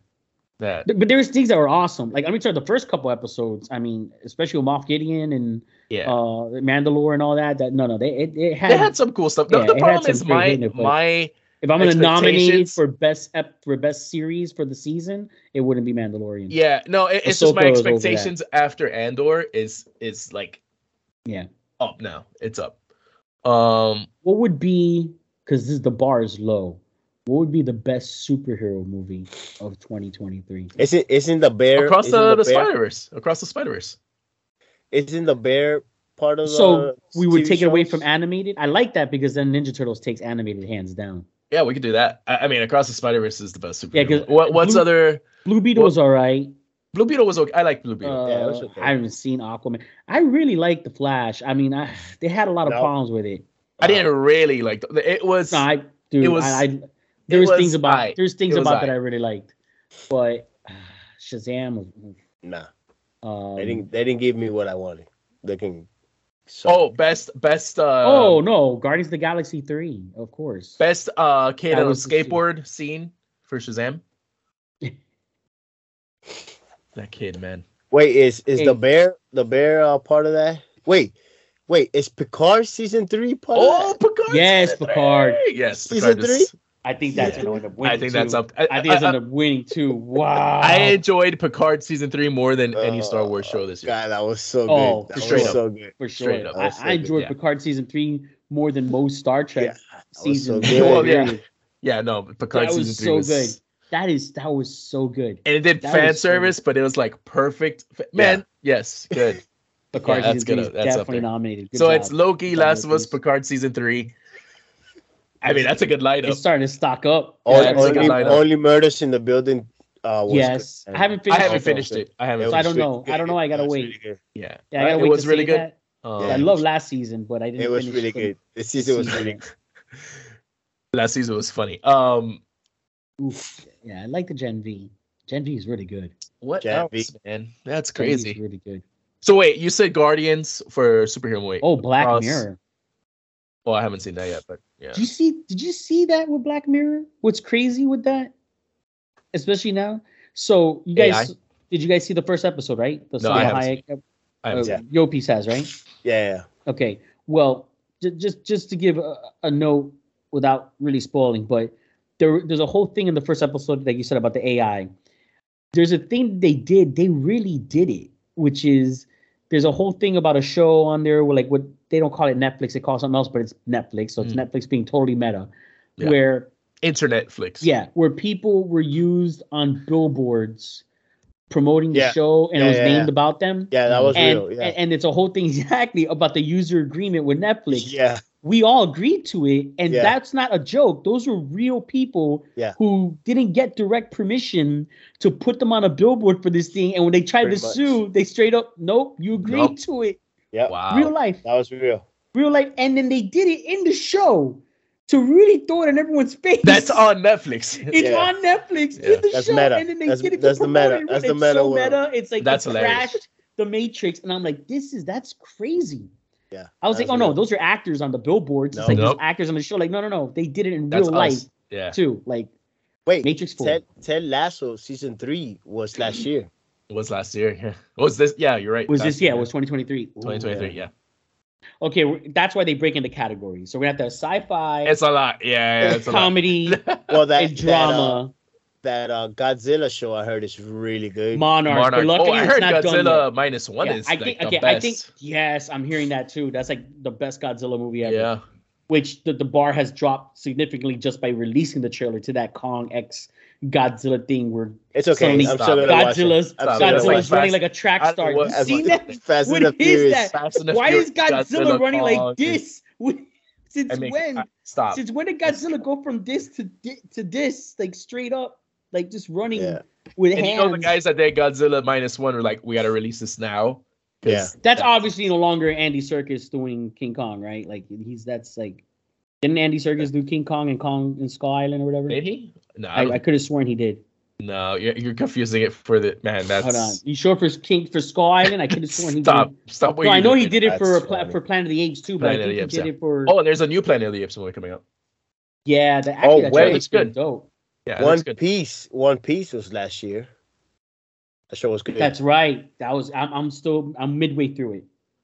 Speaker 7: that
Speaker 5: Th- But there's things that were awesome. Like I mean, sorry, the first couple episodes. I mean, especially with Moff Gideon and
Speaker 7: yeah.
Speaker 5: uh Mandalore and all that. That no, no, they it, it had,
Speaker 7: they had some cool stuff. The,
Speaker 5: yeah,
Speaker 7: the
Speaker 5: it had
Speaker 7: problem
Speaker 5: some
Speaker 7: is
Speaker 5: great
Speaker 7: my
Speaker 5: hitting it, but-
Speaker 7: my
Speaker 5: If I'm gonna nominate
Speaker 7: Expectations?
Speaker 5: for best ep- for best series for the season, it wouldn't be Mandalorian.
Speaker 7: Yeah, no, it, it's
Speaker 5: Ahsoka
Speaker 7: just my
Speaker 5: was over that.
Speaker 7: expectations after Andor is is like
Speaker 5: Yeah.
Speaker 7: up now. It's up. Um,
Speaker 5: What would be because this the bar is low. What would be the best superhero movie of 2023?
Speaker 8: Isn't isn't the bear
Speaker 7: across
Speaker 8: isn't
Speaker 7: the, the,
Speaker 8: bear-
Speaker 7: Spider Verse, across the Spider Verse.
Speaker 8: Isn't the bear part of
Speaker 7: uh,
Speaker 5: So
Speaker 8: the
Speaker 5: we would
Speaker 8: TV
Speaker 5: take it away from
Speaker 8: shows?
Speaker 5: animated. I like that because then Ninja Turtles takes animated hands down.
Speaker 7: Yeah, we could do that. I, I mean, across the Spider Verse is the best superhero.
Speaker 5: 'cause
Speaker 7: what what's
Speaker 5: Blue-
Speaker 7: other
Speaker 5: Blue Beetle
Speaker 7: Well,
Speaker 5: was all right.
Speaker 7: Blue Beetle was okay. I like Blue Beetle.
Speaker 5: Uh,
Speaker 8: yeah, it was okay.
Speaker 5: I haven't seen Aquaman. I really like the Flash. I mean, I, they had a lot
Speaker 8: No.
Speaker 5: of problems with it.
Speaker 7: I didn't really like it was
Speaker 5: No, I dude,
Speaker 7: It was-
Speaker 5: I, I there's
Speaker 7: was
Speaker 5: things about
Speaker 7: aight.
Speaker 5: there's things
Speaker 7: It was
Speaker 5: about that
Speaker 7: aight.
Speaker 5: I really liked, but uh, Shazam was.
Speaker 8: Nah,
Speaker 5: Um,
Speaker 8: they didn't. They didn't give me what I wanted. Looking.
Speaker 7: oh best best uh
Speaker 5: oh no, Guardians of the Galaxy three, of course.
Speaker 7: best uh kid
Speaker 5: That
Speaker 7: on a
Speaker 5: was the scene.
Speaker 7: skateboard scene for Shazam. that kid, man.
Speaker 8: Wait, is is the
Speaker 5: Hey.
Speaker 8: bear the bear uh, part of that? Wait, wait, is Picard season three part?
Speaker 7: Oh,
Speaker 8: of that?
Speaker 7: Picard.
Speaker 5: Yes, Picard.
Speaker 7: Yes,
Speaker 8: Season
Speaker 7: Picard is-
Speaker 5: I think that's gonna end up winning.
Speaker 7: I think that's
Speaker 5: too.
Speaker 7: up. I,
Speaker 5: I think it's
Speaker 7: I-
Speaker 5: gonna end up winning too. Wow.
Speaker 7: I enjoyed Picard season three more than any Star Wars show this year.
Speaker 8: Uh, God, that was so
Speaker 5: Oh,
Speaker 8: good.
Speaker 5: for
Speaker 8: That
Speaker 7: sure.
Speaker 8: was so good.
Speaker 5: for
Speaker 7: Straight
Speaker 5: sure.
Speaker 7: up.
Speaker 5: I,
Speaker 8: That's so
Speaker 5: I
Speaker 8: good,
Speaker 5: enjoyed
Speaker 7: yeah.
Speaker 5: Picard season three more than most Star Trek
Speaker 8: that was so
Speaker 5: seasons.
Speaker 8: good. Well,
Speaker 7: yeah. Yeah, no, Picard
Speaker 5: That
Speaker 7: season
Speaker 5: was
Speaker 7: three
Speaker 5: so
Speaker 7: was
Speaker 5: good. That is that was so good.
Speaker 7: and it did
Speaker 5: That
Speaker 7: fan
Speaker 5: was so
Speaker 7: service, but it was like perfect. fa- Man, yes, good.
Speaker 5: Picard
Speaker 7: Yeah, that's
Speaker 5: season three
Speaker 7: gonna-
Speaker 5: is
Speaker 7: that's up
Speaker 5: definitely
Speaker 7: there.
Speaker 5: nominated. Good
Speaker 7: so
Speaker 5: job.
Speaker 7: it's Loki,
Speaker 5: Good job
Speaker 7: Last of
Speaker 5: with
Speaker 7: Us,
Speaker 5: this.
Speaker 7: Picard season three. I mean, that's a good lineup.
Speaker 5: It's starting to stock up.
Speaker 8: Only,
Speaker 7: that's Oh, a good
Speaker 8: only,
Speaker 7: lineup.
Speaker 8: only murders in the building. Uh, was
Speaker 5: yes,
Speaker 8: good.
Speaker 5: I haven't
Speaker 7: I
Speaker 5: finished.
Speaker 7: haven't
Speaker 5: it, though.
Speaker 7: finished it. I haven't.
Speaker 8: It
Speaker 5: So I
Speaker 8: was
Speaker 5: don't
Speaker 8: really
Speaker 5: know. I don't know. I gotta
Speaker 8: It was
Speaker 5: wait.
Speaker 8: really good.
Speaker 7: yeah,
Speaker 5: Yeah, I gotta
Speaker 7: it
Speaker 5: wait
Speaker 7: was
Speaker 5: to save
Speaker 7: really good.
Speaker 5: that.
Speaker 7: Um,
Speaker 5: I love last season, but I didn't.
Speaker 8: It was
Speaker 5: finish
Speaker 8: really
Speaker 5: the
Speaker 8: good. The season was really good.
Speaker 7: last season was funny. Um,
Speaker 5: Oof. Yeah, I like the Gen V. Gen V is really good.
Speaker 7: what
Speaker 8: Jack
Speaker 7: else,
Speaker 8: B.
Speaker 7: man? That's
Speaker 5: Gen V is
Speaker 7: crazy.
Speaker 5: really good.
Speaker 7: So wait, you said Guardians for superhero movie?
Speaker 5: Oh, Black
Speaker 7: Across-
Speaker 5: Mirror.
Speaker 7: Oh, I haven't seen that yet, but yeah.
Speaker 5: Did you see? Did you see that with Black Mirror? What's crazy with that, especially now? So you guys,
Speaker 7: AI?
Speaker 5: did you guys see the first episode? Right, the
Speaker 7: No,
Speaker 5: Salma
Speaker 7: I haven't seen
Speaker 5: Hayek,
Speaker 7: I
Speaker 5: uh,
Speaker 7: haven't seen
Speaker 8: Yeah.
Speaker 5: Yopi says right.
Speaker 8: Oh, Yeah, yeah.
Speaker 5: Okay. Well, j- just just to give a, a note without really spoiling, but there there's a whole thing in the first episode that you said about the AI. There's a thing they did. They really did it, which is there's a whole thing about a show on there where like what they don't call it Netflix, they call it something else, but it's Netflix. So it's
Speaker 7: Mm.
Speaker 5: Netflix being totally meta,
Speaker 7: Yeah.
Speaker 5: where
Speaker 7: internet flicks.
Speaker 5: yeah, where people were used on billboards promoting the
Speaker 8: Yeah.
Speaker 5: show and it
Speaker 8: Yeah,
Speaker 5: was
Speaker 8: yeah,
Speaker 5: named
Speaker 8: yeah.
Speaker 5: about them.
Speaker 8: Yeah, that was
Speaker 5: And,
Speaker 8: real. Yeah.
Speaker 5: and and it's a whole thing exactly about the user agreement with Netflix.
Speaker 8: Yeah.
Speaker 5: We all agreed to it, and
Speaker 8: Yeah.
Speaker 5: that's not a joke. Those were real people
Speaker 8: Yeah.
Speaker 5: who didn't get direct permission to put them on a billboard for this thing. And when they tried
Speaker 8: Pretty
Speaker 5: to
Speaker 8: much.
Speaker 5: sue, they straight up, nope, you agreed
Speaker 7: Nope.
Speaker 5: to it.
Speaker 8: Yeah.
Speaker 7: Wow.
Speaker 5: Real life
Speaker 8: That was real.
Speaker 5: real life, and then they did it in the show to really throw it in everyone's face.
Speaker 7: That's on Netflix.
Speaker 5: It's
Speaker 8: Yeah.
Speaker 5: on Netflix
Speaker 7: Yeah.
Speaker 5: in the
Speaker 8: That's
Speaker 5: show,
Speaker 8: meta.
Speaker 5: and then they
Speaker 8: That's-
Speaker 5: did it.
Speaker 8: that's
Speaker 5: to
Speaker 8: the meta.
Speaker 5: promote it.
Speaker 8: That's the
Speaker 5: it's
Speaker 8: meta
Speaker 5: so
Speaker 8: world.
Speaker 5: meta. It's like
Speaker 7: That's
Speaker 5: it
Speaker 7: hilarious.
Speaker 5: crashed the Matrix, and I'm like, this is that's crazy.
Speaker 8: Yeah.
Speaker 5: I was
Speaker 8: that
Speaker 5: like, oh no,
Speaker 8: real.
Speaker 5: those are actors on the billboards. It's
Speaker 8: No.
Speaker 5: like
Speaker 7: Nope.
Speaker 5: those actors on the show. Like, no, no, no, they did it in
Speaker 7: That's
Speaker 5: real life
Speaker 7: us. Yeah.
Speaker 5: too. Like
Speaker 8: Wait,
Speaker 5: Matrix Four.
Speaker 8: Ted, Ted Lasso season three was last year.
Speaker 7: It was last year. Yeah. Was this? Yeah, you're right.
Speaker 5: was
Speaker 7: Last
Speaker 5: this? Yeah,
Speaker 7: year.
Speaker 5: it was 2023. Ooh.
Speaker 7: 2023. Yeah.
Speaker 5: Okay, we're- that's why they break into categories. So we have to have sci-fi,
Speaker 7: It's a lot. Yeah, yeah it's a lot.
Speaker 5: comedy,
Speaker 8: Well, that
Speaker 5: and Uh, drama,
Speaker 8: That, uh, that uh, Godzilla show I heard is really good.
Speaker 5: Monarch. But
Speaker 7: Monarch.
Speaker 5: luckily,
Speaker 7: oh, I
Speaker 5: it's
Speaker 7: heard
Speaker 5: not done yet.
Speaker 7: Godzilla minus one
Speaker 5: Yeah,
Speaker 7: is
Speaker 5: I
Speaker 7: like
Speaker 5: think
Speaker 7: the
Speaker 5: okay,
Speaker 7: best.
Speaker 5: I think yes, I'm hearing that too. That's like the best Godzilla movie ever.
Speaker 7: yeah.
Speaker 5: Which the, the bar has dropped significantly just by releasing the trailer to that Kong X Godzilla thing where
Speaker 8: It's okay.
Speaker 5: Sony
Speaker 8: I'm still gonna watch it.
Speaker 5: Godzilla's
Speaker 8: I'm
Speaker 7: still gonna
Speaker 5: Godzilla's
Speaker 7: watch it.
Speaker 5: running like a track
Speaker 7: I-
Speaker 5: star.
Speaker 7: what-
Speaker 5: you
Speaker 7: I-
Speaker 5: seen that?
Speaker 8: Fast
Speaker 5: What
Speaker 8: and the
Speaker 5: is
Speaker 8: Furious.
Speaker 5: that?
Speaker 7: Fast and the
Speaker 5: Why
Speaker 7: Furious,
Speaker 5: is Godzilla, running
Speaker 7: Kong,
Speaker 5: like
Speaker 7: is-
Speaker 5: this? Since
Speaker 7: I mean,
Speaker 5: when?
Speaker 7: I- Stop.
Speaker 5: Since when did Godzilla go from this to thi- to this? Like straight up, like just running
Speaker 8: Yeah.
Speaker 5: with
Speaker 7: And
Speaker 5: hands.
Speaker 7: you know the guys that did Godzilla minus one were like, we gotta release this now. 'cause
Speaker 8: Yeah.
Speaker 5: That's obviously no longer Andy Circus doing King Kong, right? Like he's that's like didn't Andy Circus do King Kong and Kong and Skull Island or whatever?
Speaker 7: Did he? No, I,
Speaker 5: I,
Speaker 7: don't
Speaker 5: I could have sworn he did.
Speaker 7: no, you're, you're confusing it for the man. That's
Speaker 5: Hold on, you sure for King for Skull Island? I could have sworn he
Speaker 7: stop.
Speaker 5: did.
Speaker 7: Stop. what
Speaker 5: No, I
Speaker 7: you're
Speaker 5: know he
Speaker 7: doing.
Speaker 5: did it for
Speaker 8: That's
Speaker 5: a pla-
Speaker 8: funny.
Speaker 5: for Planet of the Apes too, but
Speaker 7: Planet
Speaker 5: I
Speaker 7: of
Speaker 5: think
Speaker 7: the
Speaker 5: he
Speaker 7: Apes,
Speaker 5: did
Speaker 7: yeah.
Speaker 5: it for
Speaker 7: Oh, and there's a new Planet of the Apes movie coming out.
Speaker 5: yeah. The actually,
Speaker 8: Oh,
Speaker 5: that
Speaker 8: wait.
Speaker 5: trailer
Speaker 7: It's
Speaker 5: was pretty
Speaker 7: good.
Speaker 5: Dope.
Speaker 7: Yeah, it
Speaker 8: One
Speaker 7: looks good.
Speaker 8: Piece. One Piece was last year. The show was good.
Speaker 5: That's right. That was I'm, I'm still I'm midway through it.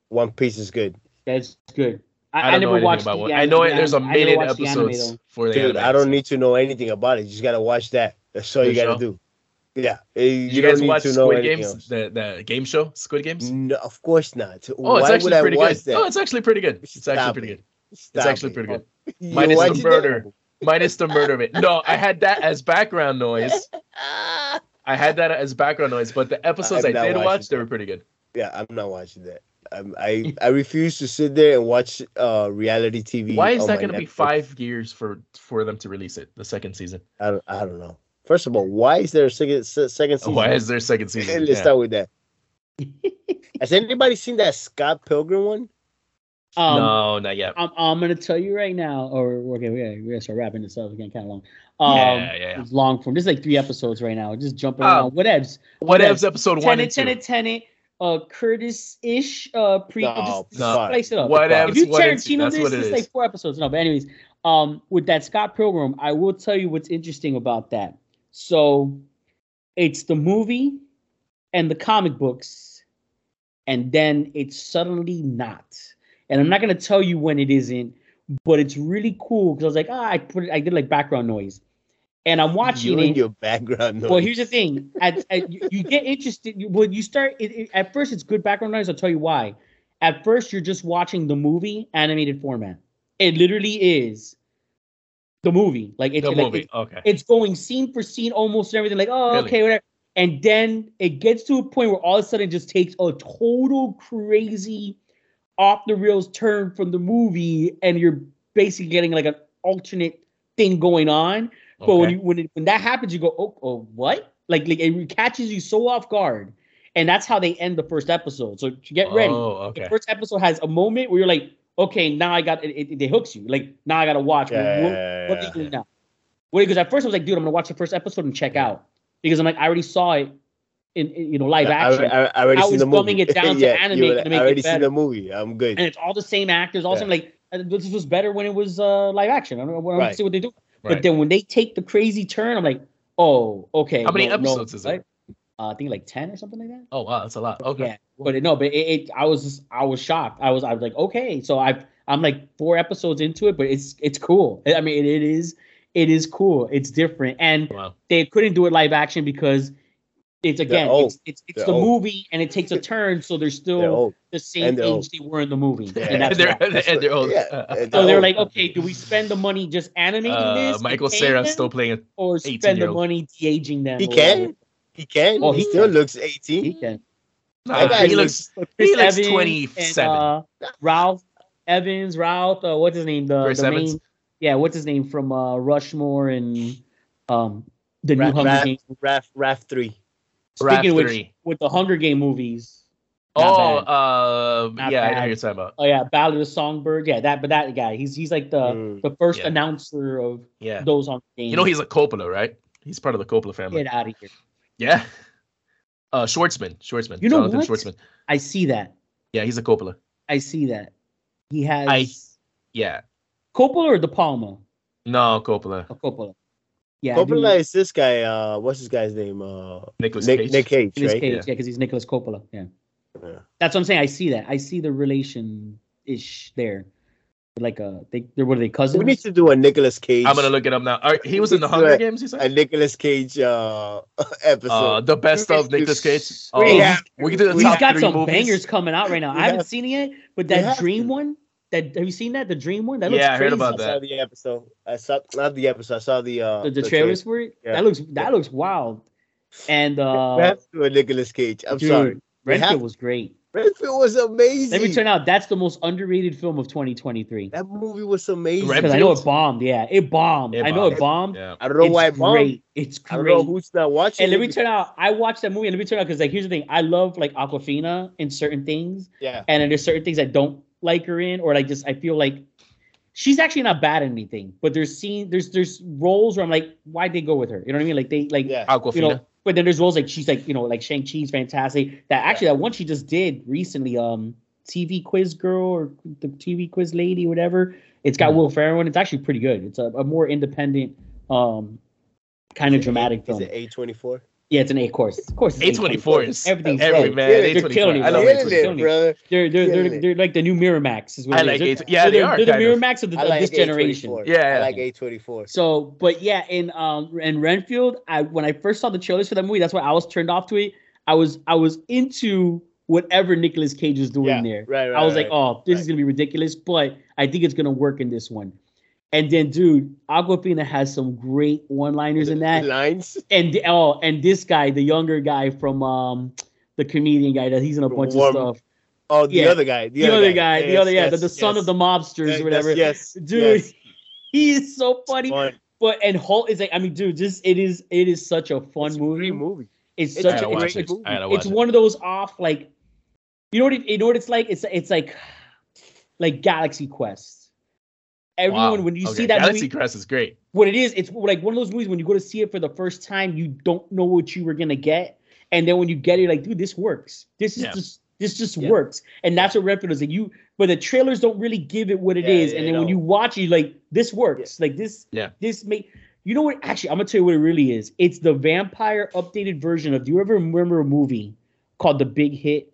Speaker 8: One Piece is good.
Speaker 5: That's good.
Speaker 7: I, don't know anything about one. I know it, there's a million episodes for the
Speaker 8: Dude,
Speaker 7: anime,
Speaker 8: I
Speaker 7: so-
Speaker 8: don't need to know anything about it. You just gotta watch that. That's all
Speaker 7: The
Speaker 8: you gotta
Speaker 7: show?
Speaker 8: do. Yeah. eh, You,
Speaker 7: Did you guys
Speaker 8: don't need
Speaker 7: watch
Speaker 8: to know
Speaker 7: Squid
Speaker 8: anything
Speaker 7: Games?
Speaker 8: else.
Speaker 7: The, the game show, Squid Games?
Speaker 8: No, of course not.
Speaker 7: Oh, it's
Speaker 8: Why would
Speaker 7: actually
Speaker 8: I
Speaker 7: pretty
Speaker 8: watch
Speaker 7: good.
Speaker 8: that?
Speaker 7: No, it's actually pretty good. It's actually
Speaker 8: Stop
Speaker 7: pretty
Speaker 8: it.
Speaker 7: good. It's
Speaker 8: Stop
Speaker 7: actually
Speaker 8: it.
Speaker 7: pretty good.
Speaker 8: You're
Speaker 7: Minus
Speaker 8: watching
Speaker 7: the
Speaker 8: that?
Speaker 7: murder. Minus the murder of it. No, I had that as background noise. I had that as background noise, but the episodes I
Speaker 8: I'm not
Speaker 7: did
Speaker 8: watching
Speaker 7: watch, they
Speaker 8: that.
Speaker 7: were pretty good.
Speaker 8: Yeah, I'm not watching that. I'm, I I refuse to sit there and watch uh reality TV.
Speaker 7: Why
Speaker 5: oh
Speaker 7: is
Speaker 8: on
Speaker 7: that
Speaker 8: my
Speaker 7: going to be
Speaker 8: Netflix.
Speaker 7: five years for for them to release it, the second season?
Speaker 8: I don't, I don't know. First of all, why is there a second se- second season?
Speaker 7: Why is there a second
Speaker 8: Let's
Speaker 7: season? Yeah.
Speaker 8: start with that. Has anybody seen that Scott Pilgrim one?
Speaker 5: Um,
Speaker 7: no, not yet.
Speaker 5: I'm, I'm gonna tell you right now, or okay, we gotta, we gotta start wrapping this up. It's getting kind of long. Um,
Speaker 7: Yeah, yeah, yeah.
Speaker 5: It's long form. This is like three episodes right now. Just jumping
Speaker 7: Oh.
Speaker 5: around. Whatevs.
Speaker 7: What
Speaker 5: okay.
Speaker 7: if episode one
Speaker 5: Tenant,
Speaker 7: and two?
Speaker 5: tenant, tenant. Uh, Curtis ish. Uh, pre.
Speaker 8: No,
Speaker 5: just, just
Speaker 7: no.
Speaker 5: spice it up.
Speaker 7: What
Speaker 8: If
Speaker 7: ifs,
Speaker 5: If you
Speaker 7: what ifs,
Speaker 5: Tarantino
Speaker 7: That's
Speaker 5: this,
Speaker 7: what it
Speaker 5: it's
Speaker 7: is.
Speaker 5: like four episodes. No, but anyways, um, with that Scott Pilgrim, I will tell you what's interesting about that. So, it's the movie and the comic books, and then it's suddenly not. And I'm not gonna tell you when it isn't, but it's really cool because I was like, ah, I put it, I did like background noise, and I'm watching
Speaker 8: you
Speaker 5: it.
Speaker 8: and your background noise.
Speaker 5: Well, here's the thing: at, at, you, you get interested you, when you start. It, it- at first, it's good background noise. I'll tell you why. At first, you're just watching the movie animated format. It literally is the movie. Like it's
Speaker 7: the
Speaker 5: like,
Speaker 7: movie.
Speaker 5: it-
Speaker 7: okay.
Speaker 5: it's going scene for scene, almost and everything. Like, oh,
Speaker 7: Really?
Speaker 5: okay, whatever. And then it gets to a point where all of a sudden it just takes a total crazy, off the rails turn from the movie, and you're basically getting like an alternate thing going on. But when
Speaker 7: Okay.
Speaker 5: you when it, when that happens, you go, oh, oh what? Like like it catches you so off guard, and that's how they end the first episode. So to get ready.
Speaker 7: Oh,
Speaker 5: The
Speaker 7: okay.
Speaker 5: first episode has a moment where you're like, okay, now I got it. It, it hooks you. Like now I gotta watch. What-
Speaker 8: Yeah,
Speaker 5: what,
Speaker 8: yeah,
Speaker 5: what
Speaker 8: yeah,
Speaker 5: they doing now? What? Because at first I was like, dude, I'm gonna watch the first episode and check out because I'm like, I already saw it in, in, you know live
Speaker 8: I,
Speaker 5: action,
Speaker 8: I, I, I already
Speaker 5: I
Speaker 8: seen
Speaker 5: was
Speaker 8: the movie.
Speaker 5: dumbing it down to
Speaker 8: yeah,
Speaker 5: animate
Speaker 8: you were
Speaker 5: to
Speaker 8: like,
Speaker 5: make
Speaker 8: I
Speaker 5: it
Speaker 8: already seen
Speaker 5: better.
Speaker 8: the movie. I'm good.
Speaker 5: and it's all the same actors. All the
Speaker 8: Yeah.
Speaker 5: same like uh, this was better when it was uh, live action. I don't, I don't
Speaker 8: Right.
Speaker 5: see what they do.
Speaker 7: Right.
Speaker 5: But then when they take the crazy turn, I'm like, oh, okay.
Speaker 7: How many
Speaker 5: no, no,
Speaker 7: episodes is it?
Speaker 5: right? Uh, I think like ten or something like that.
Speaker 7: oh wow, that's a lot. Okay.
Speaker 5: Yeah, but it, no, but it, it. I was just, I was shocked. I was I was like, okay, so I've I'm like four episodes into it, but it's it's cool. I mean, it, it is it is cool. It's different, and
Speaker 7: Wow.
Speaker 5: they couldn't do it live action because it's again
Speaker 8: old.
Speaker 5: it's it's, it's
Speaker 8: They're
Speaker 5: the
Speaker 8: old.
Speaker 5: movie and it takes a turn, so they're still
Speaker 8: They're
Speaker 6: oh,
Speaker 8: old.
Speaker 5: the
Speaker 8: And
Speaker 5: same
Speaker 8: they're
Speaker 5: age
Speaker 8: old.
Speaker 5: they were in the movie.
Speaker 8: Yeah.
Speaker 5: And that's
Speaker 7: and they're,
Speaker 5: why.
Speaker 7: and they're old.
Speaker 8: Yeah,
Speaker 7: Uh,
Speaker 8: and
Speaker 5: So
Speaker 6: oh,
Speaker 5: they're
Speaker 8: old.
Speaker 5: like, okay, do we spend the money just animating
Speaker 7: uh,
Speaker 5: this?
Speaker 7: Michael
Speaker 5: and
Speaker 7: Sarah
Speaker 5: them,
Speaker 7: still playing it.
Speaker 5: or spend the
Speaker 7: 18-year-old.
Speaker 5: money de aging them.
Speaker 8: He
Speaker 5: or
Speaker 8: can. He can.
Speaker 5: Oh,
Speaker 8: he
Speaker 5: he
Speaker 8: still
Speaker 5: can.
Speaker 8: looks
Speaker 5: whatever.
Speaker 8: 18.
Speaker 5: He can.
Speaker 7: Nah,
Speaker 8: guy
Speaker 7: he looks. He
Speaker 5: Chris
Speaker 7: looks
Speaker 5: Evans
Speaker 7: twenty
Speaker 5: and,
Speaker 7: seven.
Speaker 5: uh, Ralph Evans, Ralph, uh, what's his name? The,
Speaker 7: Chris
Speaker 5: the
Speaker 7: Evans?
Speaker 5: main, yeah, what's his name from uh, Rushmore and um, the
Speaker 8: Ra-
Speaker 5: new Hunger
Speaker 8: Ra-
Speaker 5: Games.
Speaker 8: Raph, Raph 3.
Speaker 7: Raph
Speaker 5: Speaking of which,
Speaker 7: three.
Speaker 5: with the Hunger Game movies. not
Speaker 7: Oh,
Speaker 5: bad.
Speaker 7: uh,
Speaker 5: Not
Speaker 7: yeah, I know
Speaker 5: bad.
Speaker 7: who you're talking about.
Speaker 5: oh yeah, Ballad of Songbird. Yeah, that but that guy, he's he's like the
Speaker 8: Mm.
Speaker 5: the first
Speaker 7: Yeah.
Speaker 5: announcer of
Speaker 7: Yeah,
Speaker 5: those Hunger Games.
Speaker 7: you know he's a Coppola, right? He's part of the Coppola family.
Speaker 5: get out of here.
Speaker 7: Yeah. Uh, Schwartzman, Schwartzman,
Speaker 5: You know
Speaker 7: Jonathan
Speaker 5: what?
Speaker 7: Schwartzman.
Speaker 5: I see that.
Speaker 7: Yeah, he's a Coppola.
Speaker 5: I see that. He has
Speaker 7: I- Yeah,
Speaker 5: Coppola or De Palma?
Speaker 7: no, Coppola,
Speaker 5: Oh, Coppola. Yeah. I do-
Speaker 8: Coppola is this guy. Uh, what's this guy's name? Uh,
Speaker 7: Nicholas
Speaker 8: Nick,
Speaker 7: Cage.
Speaker 8: Nick Cage,
Speaker 5: in his
Speaker 8: right?
Speaker 5: cage, yeah, because he's Nicholas Coppola. Yeah.
Speaker 8: Yeah.
Speaker 5: That's what I'm saying. I see that. I see the relation ish there. Like uh they they're what are they cousins?
Speaker 8: We need to do a Nicolas Cage.
Speaker 7: I'm gonna look it up now. All right, he was in the
Speaker 8: It's,
Speaker 7: Hunger
Speaker 8: uh,
Speaker 7: Games. You said.
Speaker 8: a Nicolas Cage uh, episode.
Speaker 7: Uh, the best of
Speaker 8: Dude,
Speaker 7: Nicolas Cage.
Speaker 8: we
Speaker 7: Oh,
Speaker 8: have-
Speaker 7: we can do the
Speaker 5: He's
Speaker 7: top
Speaker 5: got
Speaker 7: three
Speaker 5: some
Speaker 7: movies.
Speaker 5: bangers coming out right now.
Speaker 8: We
Speaker 5: I haven't
Speaker 8: have-
Speaker 5: seen it yet, but
Speaker 8: we
Speaker 5: that
Speaker 8: have
Speaker 5: dream
Speaker 8: to.
Speaker 5: one, that have you seen that? The dream one? That looks
Speaker 7: Yeah, I heard
Speaker 5: crazy.
Speaker 7: about
Speaker 8: I
Speaker 7: that.
Speaker 8: saw the episode. I saw not the episode. I saw the uh,
Speaker 5: The, the
Speaker 8: trailer.
Speaker 5: trailers for it.
Speaker 8: Yeah.
Speaker 5: That looks that looks wild. And
Speaker 8: we
Speaker 5: uh
Speaker 8: have to do a Nicolas Cage. I'm
Speaker 5: dude,
Speaker 8: sorry. We have
Speaker 5: Renfield
Speaker 8: to.
Speaker 5: was great.
Speaker 8: Redfield was amazing.
Speaker 5: Let me turn out that's the most underrated film of 2023.
Speaker 8: That movie was amazing.
Speaker 7: Red-
Speaker 5: Because I know
Speaker 7: Renfield?
Speaker 5: it bombed. Yeah, it bombed.
Speaker 7: It
Speaker 5: I know it bombed.
Speaker 7: Yeah.
Speaker 8: I don't know
Speaker 5: it's
Speaker 8: why it bombed.
Speaker 5: great. It's
Speaker 8: I
Speaker 5: great.
Speaker 8: don't know who's not watching.
Speaker 5: and let me
Speaker 8: it.
Speaker 5: turn out. I watched that movie. And let me turn out because like here's the thing. I love like Aquafina in certain things,
Speaker 8: Yeah.
Speaker 5: and then there's certain things I don't like her in, or like just I feel like she's actually not bad at anything. But there's scene there's there's roles where I'm like, why'd they go with her? You know what I mean? Like they like
Speaker 8: Yeah.
Speaker 7: Aquafina.
Speaker 5: you know. But then there's roles like she's like you know like Shang Chi's fantastic. That actually that one she just did recently. Um, TV quiz girl or the TV quiz lady, whatever. It's
Speaker 7: Mm.
Speaker 5: got Will Ferrell and it's actually pretty good. It's a, a more independent, um, kind of dramatic
Speaker 8: Is
Speaker 5: film.
Speaker 8: it A24?
Speaker 5: Yeah, it's an eight course. Of course, it's an
Speaker 7: A twenty four
Speaker 5: course.
Speaker 7: is
Speaker 5: Everything's
Speaker 7: every
Speaker 5: great.
Speaker 7: man.
Speaker 8: You're
Speaker 7: A twenty four.
Speaker 5: killing it,
Speaker 7: I love
Speaker 5: bro.
Speaker 7: A
Speaker 8: Get in
Speaker 7: twenty
Speaker 8: there,
Speaker 7: four.
Speaker 8: brother.
Speaker 5: They're they're,
Speaker 8: Killing
Speaker 5: they're,
Speaker 8: it.
Speaker 5: they're like the new Miramax. Is what
Speaker 7: I
Speaker 5: it
Speaker 7: like
Speaker 5: is.
Speaker 7: A- yeah, they
Speaker 5: they're,
Speaker 7: are,
Speaker 5: They're the
Speaker 7: kind of.
Speaker 5: Miramax of, the,
Speaker 8: I
Speaker 5: of
Speaker 8: like
Speaker 5: this generation.
Speaker 8: A24.
Speaker 7: Yeah,
Speaker 8: I like
Speaker 7: yeah.
Speaker 8: A24.
Speaker 5: So, but yeah, in um in Renfield, I when I first saw the trailers for that movie, that's why I was turned off to it. I was I was into whatever Nicolas Cage was doing
Speaker 6: Yeah,
Speaker 5: there.
Speaker 8: right,
Speaker 5: I was
Speaker 8: right,
Speaker 5: like, oh, this is gonna be ridiculous, but I think it's gonna work in this one. And then, dude, Aquafina has some great one-liners in that.
Speaker 8: Lines.
Speaker 5: And oh, and this guy, the younger guy from um the comedian guy that he's in a bunch
Speaker 8: Warm-
Speaker 5: of stuff.
Speaker 8: Oh, the
Speaker 5: Yeah.
Speaker 8: other guy. The,
Speaker 5: The, other guy, the
Speaker 8: Yes,
Speaker 5: other yeah, the,
Speaker 8: yes,
Speaker 5: the son
Speaker 8: yes.
Speaker 5: of the mobsters
Speaker 8: Yes,
Speaker 5: or whatever.
Speaker 8: Yes,
Speaker 5: Dude,
Speaker 8: yes.
Speaker 5: he's so funny.
Speaker 8: Fun.
Speaker 5: But and Hulk is like, I mean, dude, just it is it is such a fun
Speaker 8: It's a
Speaker 5: movie.
Speaker 8: great movie.
Speaker 5: It's
Speaker 8: It's
Speaker 7: I
Speaker 5: such
Speaker 7: gotta
Speaker 5: a,
Speaker 7: watch
Speaker 5: it's,
Speaker 7: it.
Speaker 5: it's,
Speaker 7: I gotta watch
Speaker 5: it's
Speaker 7: it.
Speaker 5: one of those off like you know what it, you know what it's like? It's it's like like Galaxy Quest. Everyone
Speaker 7: Wow.
Speaker 5: when you
Speaker 7: Okay,
Speaker 5: see that
Speaker 7: Galaxy
Speaker 5: movie,
Speaker 7: Crest is great.
Speaker 5: what it is, it's like one of those movies when you go to see it for the first time, you don't know what you were gonna get. And then when you get it, you're like, dude, this works. This is
Speaker 7: Yeah.
Speaker 5: just this just
Speaker 7: Yeah.
Speaker 5: works. And that's what Renfield is like. You but the trailers don't really give it what it
Speaker 8: Yeah,
Speaker 5: is.
Speaker 8: they
Speaker 5: and then when
Speaker 8: don't.
Speaker 5: you watch it, you're like, this works. Like this,
Speaker 7: Yeah.
Speaker 5: this make you know what? Actually, I'm gonna tell you what it really is. It's the vampire updated version of do you ever remember a movie called The Big Hit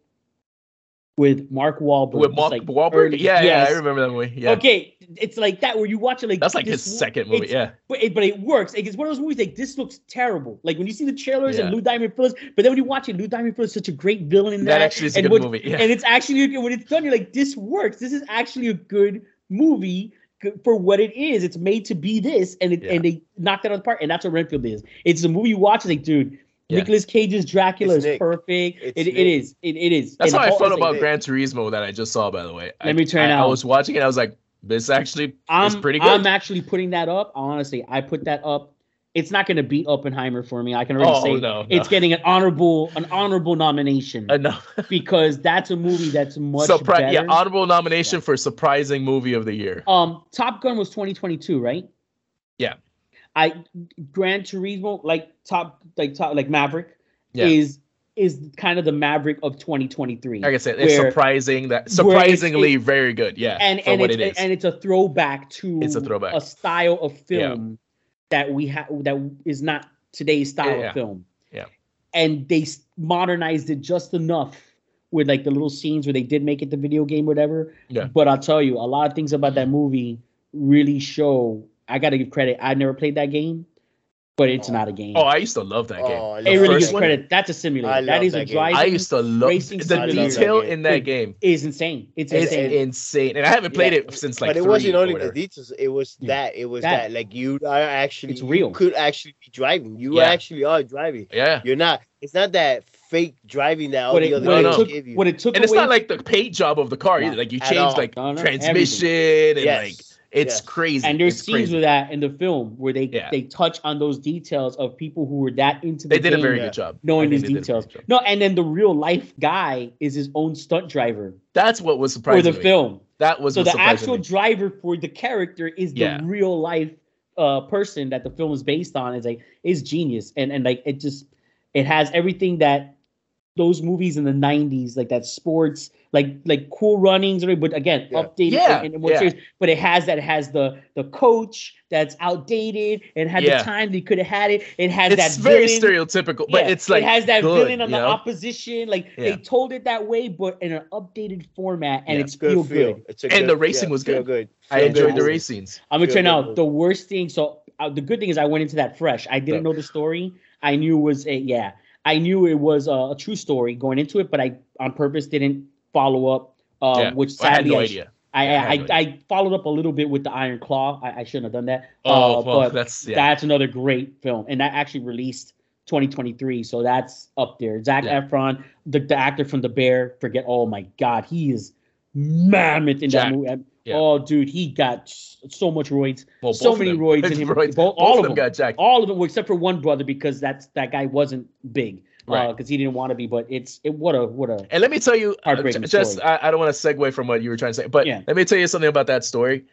Speaker 5: with Mark Wahlberg?
Speaker 7: With
Speaker 5: It's
Speaker 7: Mark
Speaker 5: like
Speaker 7: Wahlberg.
Speaker 5: early-
Speaker 7: Yeah, yeah,
Speaker 5: yes.
Speaker 7: I remember that movie. Yeah.
Speaker 5: Okay, it's like that where you watch it like
Speaker 7: That's like
Speaker 5: this
Speaker 7: his
Speaker 5: wo-
Speaker 7: second movie.
Speaker 5: it's-
Speaker 7: Yeah.
Speaker 5: but it, but it works. Like, it's one of those movies like this looks terrible. Like when you see the trailers and
Speaker 7: Yeah.
Speaker 5: Lou Diamond Phillips, but then when you watch it, Lou Diamond Phillips is such a great villain in that.
Speaker 7: That actually is a
Speaker 5: and
Speaker 7: good
Speaker 5: what-
Speaker 7: movie. Yeah.
Speaker 5: And it's actually when it's done, you're like, this works. This is actually a good movie good for what it is. It's made to be this, and it,
Speaker 7: Yeah.
Speaker 5: and they knocked it out of the park. And that's what Renfield is. It's a movie you watch. It's like, dude,
Speaker 7: Yeah.
Speaker 5: Nicolas Cage's Dracula
Speaker 8: It's
Speaker 5: is
Speaker 8: Nick.
Speaker 5: perfect.
Speaker 8: It's
Speaker 5: It, it
Speaker 8: Nick.
Speaker 5: is. It, it is.
Speaker 7: That's
Speaker 5: And
Speaker 7: how I
Speaker 5: all-
Speaker 7: felt
Speaker 5: it's
Speaker 7: about
Speaker 5: like,
Speaker 7: Gran Turismo that I just saw, by the way. I,
Speaker 5: Let me turn
Speaker 7: I, I
Speaker 5: out.
Speaker 7: was watching it. I was like, this actually is
Speaker 5: I'm,
Speaker 7: pretty good.
Speaker 5: I'm actually putting that up. Honestly, I put that up. It's not going to beat Oppenheimer for me. I can already
Speaker 7: oh,
Speaker 5: say
Speaker 7: no, no.
Speaker 5: it's getting an honorable an honorable nomination
Speaker 7: enough.
Speaker 5: because that's a movie that's much better.
Speaker 7: Surpri- yeah, honorable nomination
Speaker 5: Yeah.
Speaker 7: for surprising movie of the year.
Speaker 5: um, Top Gun was 2022, right?
Speaker 7: Yeah.
Speaker 5: I Gran Turismo like top like top like Maverick
Speaker 7: Yeah.
Speaker 5: is is kind of the Maverick of 2023.
Speaker 7: Like I said, it's
Speaker 5: where-
Speaker 7: surprising that
Speaker 5: it's-
Speaker 7: surprisingly very good. Yeah,
Speaker 5: and
Speaker 7: for
Speaker 5: and
Speaker 7: what
Speaker 5: it's,
Speaker 7: it is.
Speaker 5: and it's a throwback to
Speaker 7: It's a throwback.
Speaker 5: a style of
Speaker 7: Yeah.
Speaker 5: film that we have that is not today's style
Speaker 7: Yeah.
Speaker 5: of film.
Speaker 7: Yeah.
Speaker 5: And they s- modernized it just enough with like the little scenes where they did make it the video game, whatever.
Speaker 7: Yeah.
Speaker 5: But I'll tell you, a lot of things about that movie really show. I got to give credit. I never played that game, but it's not a game.
Speaker 7: oh, I used to love that game.
Speaker 8: Oh, I love
Speaker 5: it
Speaker 8: the
Speaker 5: really
Speaker 7: first
Speaker 5: gives
Speaker 8: one.
Speaker 5: credit. That's a simulator.
Speaker 8: I
Speaker 5: that
Speaker 8: love
Speaker 5: is a
Speaker 8: that game.
Speaker 5: drive.
Speaker 7: I used to love
Speaker 5: Racing
Speaker 7: the
Speaker 5: simulator.
Speaker 7: detail in that
Speaker 5: Dude,
Speaker 7: game
Speaker 5: is insane. It's
Speaker 7: is
Speaker 5: insane.
Speaker 7: insane, and I haven't played
Speaker 8: Yeah.
Speaker 7: it since like
Speaker 8: but it
Speaker 7: three
Speaker 8: wasn't
Speaker 7: or
Speaker 8: only the
Speaker 7: whatever.
Speaker 8: details. It was
Speaker 5: Yeah.
Speaker 8: that. It was
Speaker 5: That.
Speaker 8: that. Like you are actually,
Speaker 5: It's real.
Speaker 8: You could actually be driving. You
Speaker 7: Yeah.
Speaker 8: actually are driving.
Speaker 7: yeah.
Speaker 8: You're not. It's not that fake driving that all
Speaker 5: what
Speaker 8: the
Speaker 5: it,
Speaker 8: other
Speaker 5: what,
Speaker 7: no,
Speaker 5: it
Speaker 7: no.
Speaker 8: games
Speaker 5: took,
Speaker 8: give you.
Speaker 5: what it took
Speaker 7: And it's
Speaker 5: away
Speaker 7: not like the paint job of the car
Speaker 5: No,
Speaker 7: either. Like you
Speaker 8: at
Speaker 7: change
Speaker 8: all.
Speaker 7: like
Speaker 5: No, no,
Speaker 7: transmission and
Speaker 8: Yes.
Speaker 7: like it's
Speaker 8: Yes.
Speaker 7: crazy.
Speaker 5: and there's
Speaker 7: It's
Speaker 5: scenes
Speaker 7: crazy.
Speaker 5: with that in the film where they
Speaker 7: Yeah.
Speaker 5: they touch on those details of people who were that into the
Speaker 7: they did a
Speaker 5: game
Speaker 7: very
Speaker 8: Yeah.
Speaker 7: good job.
Speaker 5: knowing
Speaker 7: I think
Speaker 5: these
Speaker 7: they did a very
Speaker 5: details.
Speaker 7: good job.
Speaker 5: No, and then the real life guy is his own stunt driver
Speaker 7: That's what was
Speaker 5: for
Speaker 7: surprising.
Speaker 5: the
Speaker 7: me.
Speaker 5: film.
Speaker 7: That was
Speaker 5: So
Speaker 7: what
Speaker 5: the
Speaker 7: surprised
Speaker 5: actual
Speaker 7: me.
Speaker 5: driver for the character is
Speaker 7: Yeah.
Speaker 5: the real life uh, person that the film is based on. Is like is genius and and like it just it has everything that those movies in the 90s like that sports like like cool runnings or- but again
Speaker 8: Yeah.
Speaker 5: updated
Speaker 7: Yeah,
Speaker 5: and, and more
Speaker 7: yeah.
Speaker 5: serious but it has that it has the the coach that's outdated and had
Speaker 7: Yeah.
Speaker 5: the time they could have had it it has that
Speaker 7: It's very
Speaker 5: villain.
Speaker 7: stereotypical, but
Speaker 5: Yeah,
Speaker 7: it's like
Speaker 5: it has that
Speaker 7: good,
Speaker 5: villain on
Speaker 7: you
Speaker 5: the
Speaker 7: know?
Speaker 5: opposition like
Speaker 7: Yeah.
Speaker 5: they told it that way but in an updated format and
Speaker 7: Yeah.
Speaker 5: it's
Speaker 8: Good
Speaker 5: feel
Speaker 8: feel.
Speaker 5: good
Speaker 8: It's a
Speaker 7: And
Speaker 8: good-
Speaker 7: the racing
Speaker 8: yeah,
Speaker 7: was
Speaker 8: feel
Speaker 7: good.
Speaker 8: good.
Speaker 7: I
Speaker 8: Feel
Speaker 7: enjoyed the
Speaker 8: good.
Speaker 7: race scenes.
Speaker 5: I'm gonna
Speaker 8: Yeah,
Speaker 5: turn
Speaker 8: yeah,
Speaker 5: out
Speaker 8: yeah.
Speaker 5: the worst thing. So uh, the good thing is I went into that fresh. I didn't
Speaker 7: Yeah.
Speaker 5: know the story. I knew it was a yeah. I knew it was a, a true story going into it, but I on purpose didn't follow up. Um,
Speaker 7: Yeah.
Speaker 5: Which
Speaker 7: I had
Speaker 5: sadly
Speaker 7: no
Speaker 5: I,
Speaker 7: idea.
Speaker 5: I,
Speaker 7: Yeah, I
Speaker 5: I,
Speaker 7: had no
Speaker 5: I, followed up a little bit with the Iron Claw. I, I shouldn't have done that.
Speaker 7: Oh,
Speaker 5: Uh,
Speaker 7: well,
Speaker 5: but
Speaker 7: that's yeah.
Speaker 5: that's another great film, and that actually released 2023. So that's up there. Zach
Speaker 7: Yeah.
Speaker 5: Efron, the, the actor from The Bear. Forget. Oh my God, he is mammoth in
Speaker 7: Jacked.
Speaker 5: that movie.
Speaker 7: Yeah.
Speaker 5: Oh, dude, he got s- so much roids.
Speaker 7: Well,
Speaker 5: so
Speaker 7: both of
Speaker 5: many
Speaker 7: them.
Speaker 5: roids in him.
Speaker 7: Roids.
Speaker 5: Bo-
Speaker 7: Both
Speaker 5: all of
Speaker 7: them
Speaker 5: them.
Speaker 7: got jacked.
Speaker 5: All of them, well, except for one brother, because that's that guy wasn't big because
Speaker 7: Right.
Speaker 5: he didn't want to be. But it's it. What a what a.
Speaker 7: And let me tell you, uh,
Speaker 5: Heartbreaking
Speaker 7: j- just
Speaker 5: story.
Speaker 7: I, I don't want to segue from what you were trying to say, but
Speaker 5: Yeah.
Speaker 7: let me tell you something about that story.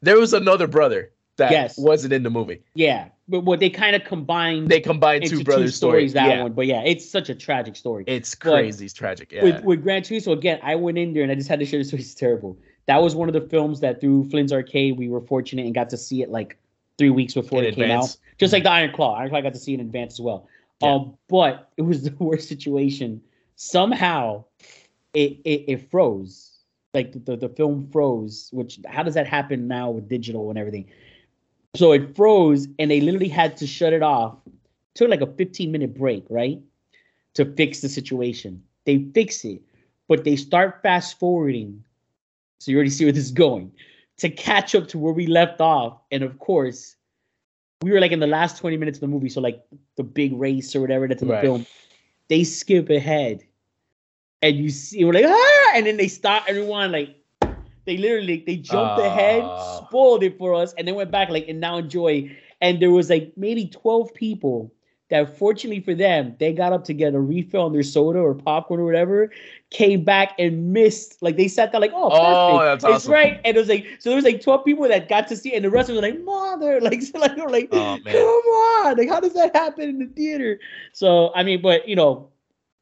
Speaker 7: There was another brother that
Speaker 5: Yes.
Speaker 7: wasn't in the movie.
Speaker 5: Yeah, but what they kind of combined
Speaker 7: They combined
Speaker 5: into
Speaker 7: two brothers'
Speaker 5: stories that
Speaker 7: yeah.
Speaker 5: one. But yeah, it's such a tragic story.
Speaker 7: It's
Speaker 5: But
Speaker 7: crazy. It's tragic. Yeah.
Speaker 5: with with Gran Turismo again, I went in there and I just had to share this story. It's terrible. That was one of the films that through Flynn's Arcade we were fortunate and got to see it like three weeks before
Speaker 7: In
Speaker 5: it came
Speaker 7: advance. Mm-hmm.
Speaker 5: out. Just like the Iron Claw, Iron Claw I got to see it in advance as well. Um, but it was the worst situation. Somehow, it it, it froze. Like the, the, the film froze. Which how does that happen now with digital and everything? So it froze, and they literally had to shut it off. Took like a 15 minute break, right, to fix the situation. They fix it, but they start fast forwarding. So you already see where this is going to catch up to where we left off, and of course we were like in the last 20 minutes of the movie, so like the big race or whatever that's in
Speaker 7: Right.
Speaker 5: the film, they skip ahead. And you see we're like, ah, and then they stop everyone like they literally they jumped ahead,
Speaker 7: Ah.
Speaker 5: spoiled it for us, and then went back like and now enjoy. And there was like maybe 12 people that fortunately for them, they got up to get a refill on their soda or popcorn or whatever, came back and missed. Like they sat there like, oh,
Speaker 7: Oh,
Speaker 5: perfect.
Speaker 7: that's
Speaker 5: it's
Speaker 7: awesome.
Speaker 5: right. And it was like, so there was like 12 people that got to see, it, and the rest was like, mother, like, so like, I'm like,
Speaker 7: Oh, man.
Speaker 5: come on, like, how does that happen in the theater? So I mean, but you know,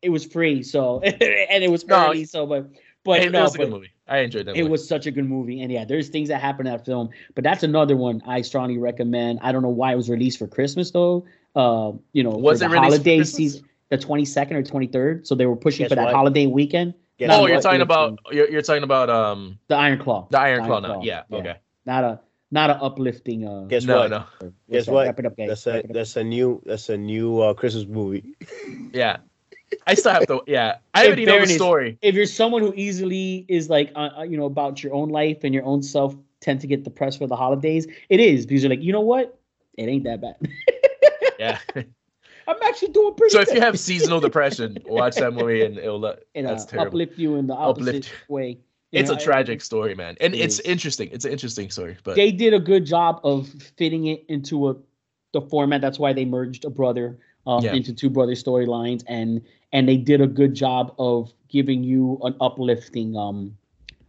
Speaker 5: it was free, so and it was
Speaker 7: No,
Speaker 5: early, so but but
Speaker 7: it,
Speaker 5: no,
Speaker 7: was a
Speaker 5: but-
Speaker 7: good movie. I enjoyed that.
Speaker 5: it
Speaker 7: movie.
Speaker 5: was such a good movie, and yeah, there's things that happen in that film, but that's another one I strongly recommend. I don't know why it was released for Christmas though. Uh, you know,
Speaker 7: Was
Speaker 5: for
Speaker 7: it
Speaker 5: the
Speaker 7: released for
Speaker 5: holiday
Speaker 7: Christmas?
Speaker 5: season, the 22nd or 23rd? So they were pushing
Speaker 8: Guess
Speaker 5: for that
Speaker 8: what?
Speaker 5: holiday weekend.
Speaker 8: Guess
Speaker 5: Not
Speaker 7: Oh,
Speaker 8: what?
Speaker 7: you're
Speaker 5: what
Speaker 7: talking
Speaker 5: it-
Speaker 7: about you're, you're talking about um
Speaker 5: The Iron Claw.
Speaker 7: the Iron Claw now. Yeah, Okay.
Speaker 5: Not a not a uplifting. Uh,
Speaker 8: Guess
Speaker 7: no,
Speaker 8: what?
Speaker 7: no.
Speaker 8: Guess
Speaker 5: that?
Speaker 8: what?
Speaker 5: Wrap it up, guys.
Speaker 8: That's
Speaker 5: Wrap
Speaker 8: a
Speaker 5: it up.
Speaker 8: that's a new that's a new uh, Christmas movie.
Speaker 7: Yeah. I still have to. Yeah. I already know the
Speaker 5: fairness-
Speaker 7: story.
Speaker 5: if you're someone who easily is like uh, uh, you know about your own life and your own self tend to get depressed for the holidays it is because you're like you know what it ain't that bad
Speaker 7: Yeah.
Speaker 5: i'm actually doing pretty
Speaker 7: So if
Speaker 5: good.
Speaker 7: you have seasonal depression, watch that movie and it'll let-
Speaker 5: and, uh,
Speaker 7: that's terrible.
Speaker 5: uplift you in the opposite
Speaker 7: Uplift
Speaker 5: way you
Speaker 7: It's
Speaker 5: know,
Speaker 7: a
Speaker 5: I-
Speaker 7: tragic story, man, and
Speaker 5: It
Speaker 7: it's
Speaker 5: is.
Speaker 7: interesting. It's an interesting story, but
Speaker 5: they did a good job of fitting it into a the format that's why they merged a brother uh,
Speaker 7: Yeah.
Speaker 5: into two brother storylines and and they did a good job of giving you an uplifting um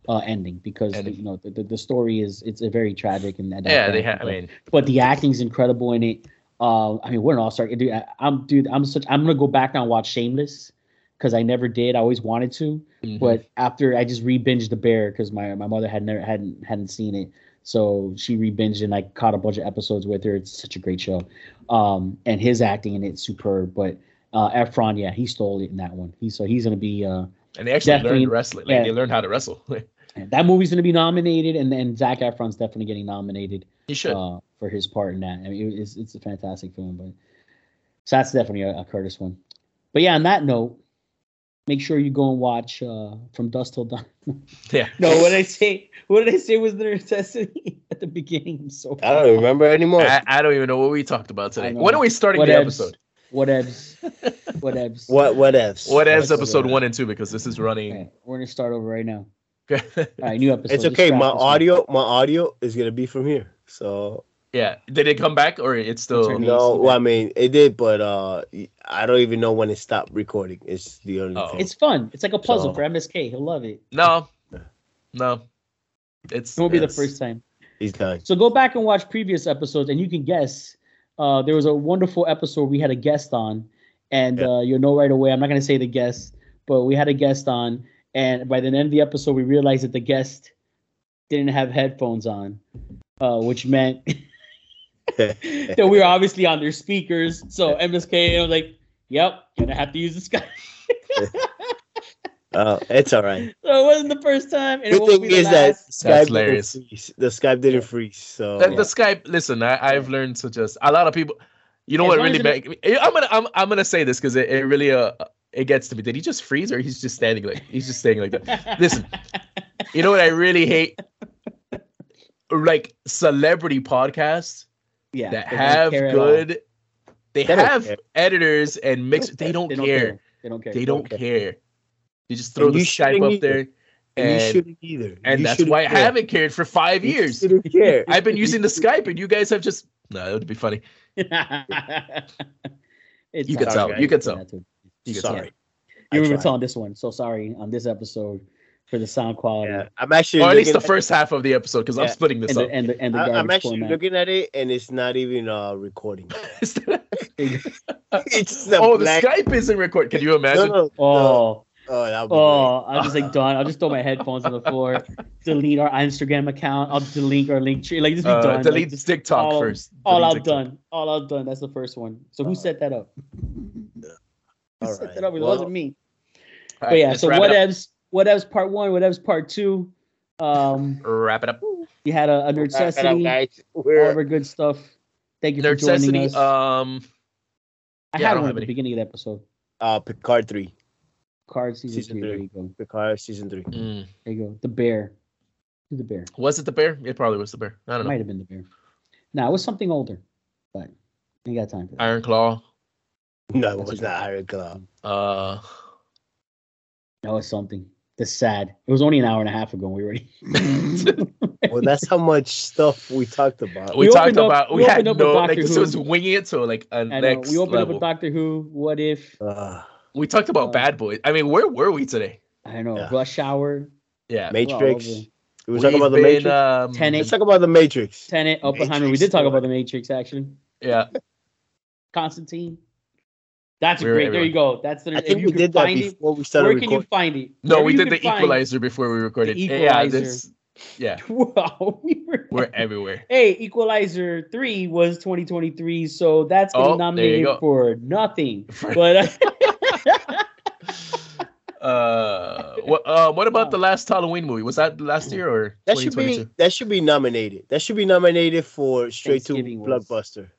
Speaker 5: uh, ending because
Speaker 7: Ending.
Speaker 5: you know the, the, the story is it's a very tragic and that
Speaker 7: yeah, they
Speaker 5: that-
Speaker 7: have. I mean,
Speaker 5: but the acting's incredible in it. Uh, I mean, what an all-star! Dude, I, I'm dude. I'm such. I'm gonna go back now and watch Shameless because I never did. I always wanted to,
Speaker 7: mhm.
Speaker 5: but after I just re-binged The Bear because my my mother had never hadn't hadn't seen it, so she re-binged and I caught a bunch of episodes with her. It's such a great show, um, and his acting in it's superb. But uh, Efron, yeah, he stole it in that one. He so he's gonna be. Uh,
Speaker 7: and they actually
Speaker 5: definitely-
Speaker 7: learned wrestling. Like
Speaker 5: yeah.
Speaker 7: they learned how to wrestle.
Speaker 5: that movie's gonna be nominated, and and Zach Efron's definitely getting nominated.
Speaker 7: you should.
Speaker 5: uh, for his part in that. I mean, it- it's it's a fantastic film, but so that's definitely a, a Curtis one. But yeah, on that note, make sure you go and watch uh, From Dust Till Dawn.
Speaker 7: yeah.
Speaker 5: no, what did I say? What did I say was the necessity at the beginning? So
Speaker 8: I don't remember anymore.
Speaker 7: I, I don't even know what we talked about today.
Speaker 5: know.
Speaker 7: When are we starting the
Speaker 5: Whatevs.
Speaker 7: episode?
Speaker 5: whatevs, whatevs.
Speaker 8: What what ifs?
Speaker 7: What
Speaker 5: Whatevs.
Speaker 7: is episode one and two? Because this is running.
Speaker 5: Okay, we're gonna start over right now.
Speaker 7: yeah.
Speaker 5: All right, new episode.
Speaker 8: It's
Speaker 5: Just
Speaker 8: okay.
Speaker 5: wrap
Speaker 8: My
Speaker 5: this one.
Speaker 8: audio my audio is gonna be from here. So
Speaker 7: Did it come back or it's still?
Speaker 5: Returning.
Speaker 8: no,
Speaker 5: see
Speaker 8: well,
Speaker 5: that.
Speaker 8: I mean it did, but uh, I don't even know when it stopped recording. It's the only
Speaker 7: Oh.
Speaker 8: thing.
Speaker 5: It's fun. It's like a puzzle
Speaker 8: So-
Speaker 5: for MSK. He'll love it.
Speaker 7: No. No. It's.
Speaker 5: It won't be the
Speaker 7: it's-
Speaker 5: first time.
Speaker 8: He's done.
Speaker 5: So go back and watch previous episodes, and you can guess. Uh, there was a wonderful episode we had a guest on, and uh, you'll know right away. I'm not going to say the guest, but we had a guest on, and by the end of the episode, we realized that the guest didn't have headphones on, uh, which meant that we were obviously on their speakers. So MSK was like, "Yep, gonna have to use the Skype."
Speaker 8: Oh, it's all right.
Speaker 5: so it wasn't the first time, and it
Speaker 8: Good
Speaker 5: won't
Speaker 8: thing
Speaker 5: be the
Speaker 8: is that
Speaker 5: last.
Speaker 8: Skype
Speaker 7: That's
Speaker 8: didn't
Speaker 7: hilarious.
Speaker 8: freeze. The Skype didn't freeze. So
Speaker 7: The, the Skype. Listen, I, I've learned to just a lot of people. You know
Speaker 5: As long
Speaker 7: what really?
Speaker 5: as it-
Speaker 7: Make, I'm gonna I'm, I'm gonna say this because it, it really uh it gets to me. Did he just freeze or he's just standing like he's just standing like that? Listen, you know what I really hate? Like celebrity podcasts
Speaker 5: yeah,
Speaker 7: that
Speaker 5: they don't
Speaker 7: have
Speaker 5: care at all.
Speaker 7: good. They,
Speaker 8: They don't
Speaker 7: have
Speaker 8: care.
Speaker 7: editors and mix.
Speaker 8: They
Speaker 7: They don't,
Speaker 5: They
Speaker 7: care.
Speaker 5: They don't care.
Speaker 7: They don't care. You just
Speaker 8: And
Speaker 7: throw the
Speaker 8: you
Speaker 7: Skype
Speaker 8: shouldn't
Speaker 7: up
Speaker 8: either.
Speaker 7: there,
Speaker 8: and you
Speaker 7: and
Speaker 8: shouldn't either.
Speaker 7: and
Speaker 8: You
Speaker 7: that's
Speaker 8: shouldn't
Speaker 7: why I
Speaker 8: care.
Speaker 7: haven't cared for five
Speaker 8: You
Speaker 7: years.
Speaker 8: shouldn't care.
Speaker 7: I've been using the Skype, and you guys have just no. That would be funny.
Speaker 5: It's
Speaker 7: You could
Speaker 5: all
Speaker 7: tell.
Speaker 5: right.
Speaker 7: You could tell.
Speaker 5: Yeah, dude.
Speaker 7: You could
Speaker 8: Sorry. I
Speaker 5: You were
Speaker 8: tried.
Speaker 5: telling this one. So sorry on this episode for the sound quality
Speaker 8: Yeah, I'm actually.
Speaker 7: or at least the
Speaker 8: looking
Speaker 7: first half of the episode because I'm
Speaker 8: Yeah.
Speaker 7: splitting this
Speaker 5: and, the, and the and the
Speaker 8: at- I,
Speaker 5: garbage
Speaker 8: am actually
Speaker 5: format.
Speaker 8: looking at it, and it's not even uh recording.
Speaker 7: up.
Speaker 8: it's just a
Speaker 7: oh, the
Speaker 8: black.
Speaker 7: Skype isn't recording. Can you
Speaker 8: no,
Speaker 7: imagine?
Speaker 8: no, no.
Speaker 5: oh,
Speaker 8: Oh, that would be great.
Speaker 5: oh! I'm just like done. I'll just throw my headphones on the floor. Delete our Instagram account. I'll delete our link tree. Like just be
Speaker 7: Uh,
Speaker 5: done. Like,
Speaker 7: delete
Speaker 5: just
Speaker 7: TikTok
Speaker 5: all-
Speaker 7: first.
Speaker 5: all
Speaker 7: Delete
Speaker 5: out
Speaker 7: TikTok.
Speaker 5: done. All out done. That's the first one. So who set that up?
Speaker 6: All
Speaker 5: Set
Speaker 6: right.
Speaker 5: that up. It
Speaker 6: Well,
Speaker 5: wasn't me.
Speaker 7: All
Speaker 5: But
Speaker 7: right,
Speaker 5: yeah,
Speaker 7: let's
Speaker 5: so
Speaker 7: wrap it up.
Speaker 5: whatevs, whatevs part one, whatevs part two. Um,
Speaker 7: Wrap it up.
Speaker 5: you had a, a
Speaker 6: Wrap it up,
Speaker 5: nerdcessity, all
Speaker 6: guys. We're-
Speaker 5: of our good stuff. Thank you for joining
Speaker 7: Nerdcessity.
Speaker 5: us.
Speaker 7: Um,
Speaker 5: I had
Speaker 7: yeah, I don't
Speaker 5: one
Speaker 7: have
Speaker 5: at the
Speaker 7: any.
Speaker 5: beginning of the episode.
Speaker 6: uh, Picard three,
Speaker 5: Card season,
Speaker 6: Season
Speaker 5: three. There
Speaker 6: three.
Speaker 5: you go.
Speaker 6: Picard season three.
Speaker 7: mm,
Speaker 5: There you go. The bear. Do the bear.
Speaker 7: was it the bear? It probably was the bear. I don't know.
Speaker 5: Might have been the bear. No, it was something older, but I got time for that.
Speaker 7: Iron Claw.
Speaker 6: No, it was not Iron Claw.
Speaker 7: Uh,
Speaker 5: No, it's something. The sad. It was only an hour and a half ago. We already.
Speaker 6: Well, that's how much stuff we talked about.
Speaker 7: we,
Speaker 5: We
Speaker 7: talked
Speaker 5: opened up-
Speaker 7: about we,
Speaker 5: we
Speaker 7: had
Speaker 5: opened up with
Speaker 7: no like
Speaker 5: Doctor
Speaker 7: this
Speaker 5: Who.
Speaker 7: was winging it to like a
Speaker 5: I know.
Speaker 7: next
Speaker 5: We opened up
Speaker 7: level.
Speaker 5: with Doctor Who. What if?
Speaker 6: Uh,
Speaker 7: we talked about
Speaker 5: uh,
Speaker 7: Bad Boys. I mean, where were we today?
Speaker 5: I know.
Speaker 6: Yeah.
Speaker 5: Rush hour.
Speaker 7: Yeah,
Speaker 6: Matrix.
Speaker 5: Well,
Speaker 6: We were talking
Speaker 7: We've
Speaker 6: about the
Speaker 7: been,
Speaker 6: Matrix.
Speaker 7: um,
Speaker 5: Tenet.
Speaker 6: Let's talk about the Matrix.
Speaker 5: Tenet. Oppenheimer. we
Speaker 6: Matrix
Speaker 5: did talk
Speaker 6: four.
Speaker 5: about the Matrix actually.
Speaker 7: Yeah,
Speaker 5: Constantine. That's a
Speaker 7: We were
Speaker 5: great. There you go. That's the.
Speaker 6: I
Speaker 5: if
Speaker 6: think
Speaker 5: you
Speaker 6: we
Speaker 5: can
Speaker 6: did that
Speaker 5: find it-
Speaker 6: before we started
Speaker 5: Where can you
Speaker 6: recording.
Speaker 5: find it?
Speaker 7: no,
Speaker 5: Where
Speaker 7: we
Speaker 5: you
Speaker 7: did
Speaker 5: can
Speaker 7: the
Speaker 5: find-
Speaker 7: Equalizer before we recorded.
Speaker 5: The
Speaker 7: Yeah,
Speaker 5: Equalizer.
Speaker 7: this, yeah,
Speaker 5: Wow, we were.
Speaker 7: we're everywhere.
Speaker 5: Hey, Equalizer 3 was 2023, so that's
Speaker 7: Oh,
Speaker 5: getting
Speaker 7: there you
Speaker 5: nominated
Speaker 7: go.
Speaker 5: for nothing.
Speaker 7: For-
Speaker 5: But
Speaker 7: Uh, what? Uh, what about the last Halloween movie? Was that last year or
Speaker 6: That should be
Speaker 7: 2022?
Speaker 6: that should be nominated. That should be nominated for straight to
Speaker 5: Thanksgiving was-
Speaker 6: blockbuster.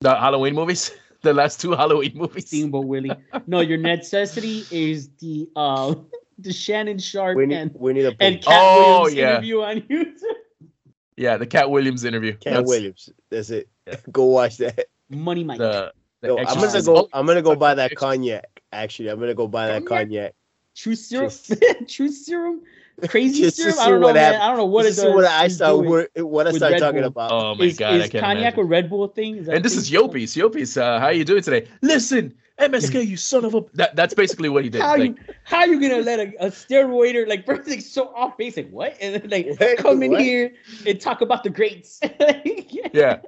Speaker 7: The Halloween movies, the last two Halloween movies.
Speaker 5: Steamboat Willie. No, your necessity is the uh, the Shannon Sharp
Speaker 6: We need
Speaker 5: and,
Speaker 6: we need a
Speaker 5: and
Speaker 6: Cat
Speaker 5: Cat
Speaker 7: Oh,
Speaker 5: Williams
Speaker 7: yeah.
Speaker 5: interview on YouTube.
Speaker 7: Yeah, the Cat Williams interview. That's
Speaker 6: Williams. That's it. Go watch that.
Speaker 5: Money Mike.
Speaker 7: The, the
Speaker 6: Yo, I'm gonna
Speaker 7: Exorcist.
Speaker 6: go. I'm gonna go
Speaker 7: Exorcist.
Speaker 6: buy that cognac. Actually, I'm gonna go buy that cognac.
Speaker 5: Cognac? True serum.
Speaker 6: Just-
Speaker 5: True serum. Crazy
Speaker 6: Just to
Speaker 5: serum. I
Speaker 6: see
Speaker 5: don't know,
Speaker 6: what
Speaker 5: man.
Speaker 6: hap-
Speaker 5: I don't know what
Speaker 6: What
Speaker 5: it
Speaker 6: is
Speaker 5: does.
Speaker 6: what I
Speaker 5: Just
Speaker 6: start?
Speaker 5: do it.
Speaker 6: wor- What I
Speaker 5: with
Speaker 6: start
Speaker 5: Red
Speaker 6: talking
Speaker 5: Bull.
Speaker 6: about?
Speaker 7: Oh my
Speaker 5: is,
Speaker 7: god, I
Speaker 5: is
Speaker 7: can't
Speaker 5: cognac
Speaker 7: imagine.
Speaker 5: a Red Bull thing? Is that
Speaker 7: And this
Speaker 5: thing
Speaker 7: is Yopis. Yopis, uh, how you doing today? Listen, MSK, you son of a. That, that's basically what he did.
Speaker 5: How
Speaker 7: Like,
Speaker 5: you how you gonna let a, a steroider like first thing so off base like what and then like
Speaker 6: Hey,
Speaker 5: come in
Speaker 6: what?
Speaker 5: here and talk about the greats?
Speaker 7: yeah,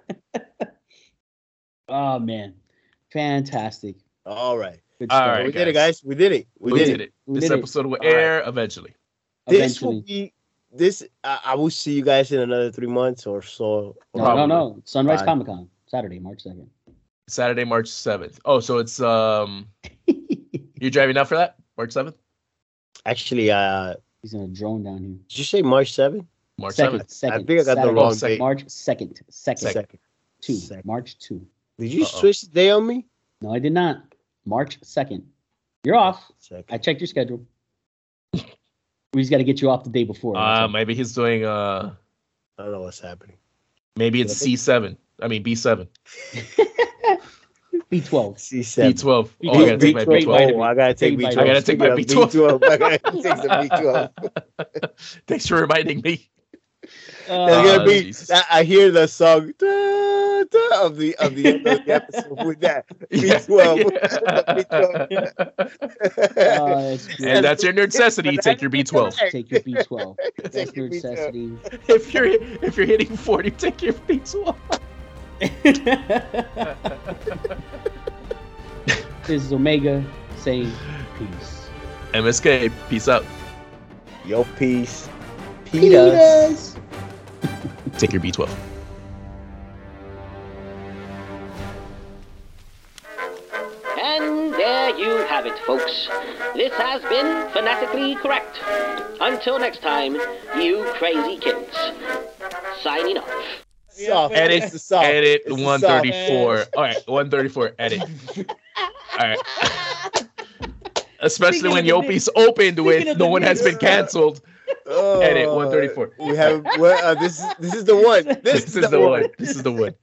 Speaker 5: Oh man, fantastic.
Speaker 6: All right.
Speaker 5: Good
Speaker 7: Oh. All
Speaker 5: stuff.
Speaker 7: right,
Speaker 6: we did it,
Speaker 7: guys.
Speaker 6: guys. We did it.
Speaker 7: we,
Speaker 6: We, did,
Speaker 7: did
Speaker 6: it.
Speaker 7: it.
Speaker 5: We
Speaker 7: This
Speaker 5: did it.
Speaker 7: episode will
Speaker 6: All right.
Speaker 7: air eventually.
Speaker 6: This
Speaker 5: Eventually,
Speaker 6: will be this. I, I will see you guys in another three months or so.
Speaker 5: no, no, no. Sunrise
Speaker 6: Bye.
Speaker 5: Comic Con Saturday, March second.
Speaker 7: Saturday, March 7th. Oh, so it's. um, You driving out for that? March 7th?
Speaker 6: Actually, uh,
Speaker 5: He's in a drone down here.
Speaker 6: did you say March 7th?
Speaker 7: March
Speaker 5: second,
Speaker 7: 7th.
Speaker 5: second.
Speaker 6: I think I got the
Speaker 5: Saturday,
Speaker 6: wrong
Speaker 7: Oh, second.
Speaker 6: date.
Speaker 5: March second, second,
Speaker 6: Second.
Speaker 5: two,
Speaker 6: Second.
Speaker 5: March two.
Speaker 6: Did you
Speaker 7: Uh-oh.
Speaker 6: switch the day on me?
Speaker 5: No, I did not. March second. You're off. I
Speaker 6: Second.
Speaker 5: checked your schedule. We just got to get you off the day before. that's
Speaker 7: Uh,
Speaker 5: all.
Speaker 7: maybe he's doing. uh
Speaker 6: I don't know what's happening.
Speaker 7: Maybe it's C7. I mean, B7.
Speaker 5: B12.
Speaker 6: C7.
Speaker 7: B12.
Speaker 5: B12.
Speaker 7: Oh, I gotta take my
Speaker 5: Great
Speaker 7: B12.
Speaker 6: Oh, I gotta take
Speaker 5: Great
Speaker 6: B12.
Speaker 5: vitamin. I gotta
Speaker 7: take my
Speaker 6: Speaking of
Speaker 7: B12.
Speaker 6: I gotta take the B12.
Speaker 7: Thanks for reminding me.
Speaker 5: Uh,
Speaker 6: That's gonna be.
Speaker 7: Jesus.
Speaker 6: I, I hear the song da, da, of the of the, end of the episode with that B12.
Speaker 5: uh, it's great.
Speaker 7: And that's your necessity. Take your B12.
Speaker 5: Take your B12. That's
Speaker 6: Take your
Speaker 5: your necessity.
Speaker 7: if you're if you're hitting 40, take your B12.
Speaker 5: this is Omega saying peace.
Speaker 7: MSK, peace out.
Speaker 6: Yo, peace.
Speaker 5: Peace.
Speaker 7: Take your B12.
Speaker 9: And there you have it, folks. This has been Fanatically Correct. Until next time, you crazy kids. Signing off.
Speaker 6: Soft.
Speaker 7: Edit,
Speaker 6: the soft.
Speaker 7: edit
Speaker 6: It's the soft.
Speaker 7: 134. All right, 134, edit. All right. Especially when
Speaker 5: Speaking of the
Speaker 7: Yopi's opened with
Speaker 5: of
Speaker 7: no
Speaker 5: the
Speaker 7: one has been
Speaker 6: news-
Speaker 7: canceled.
Speaker 6: Oh,
Speaker 7: Edit 134.
Speaker 6: We have well, uh, this. is- This is the one. This,
Speaker 7: This is the one. This is the one.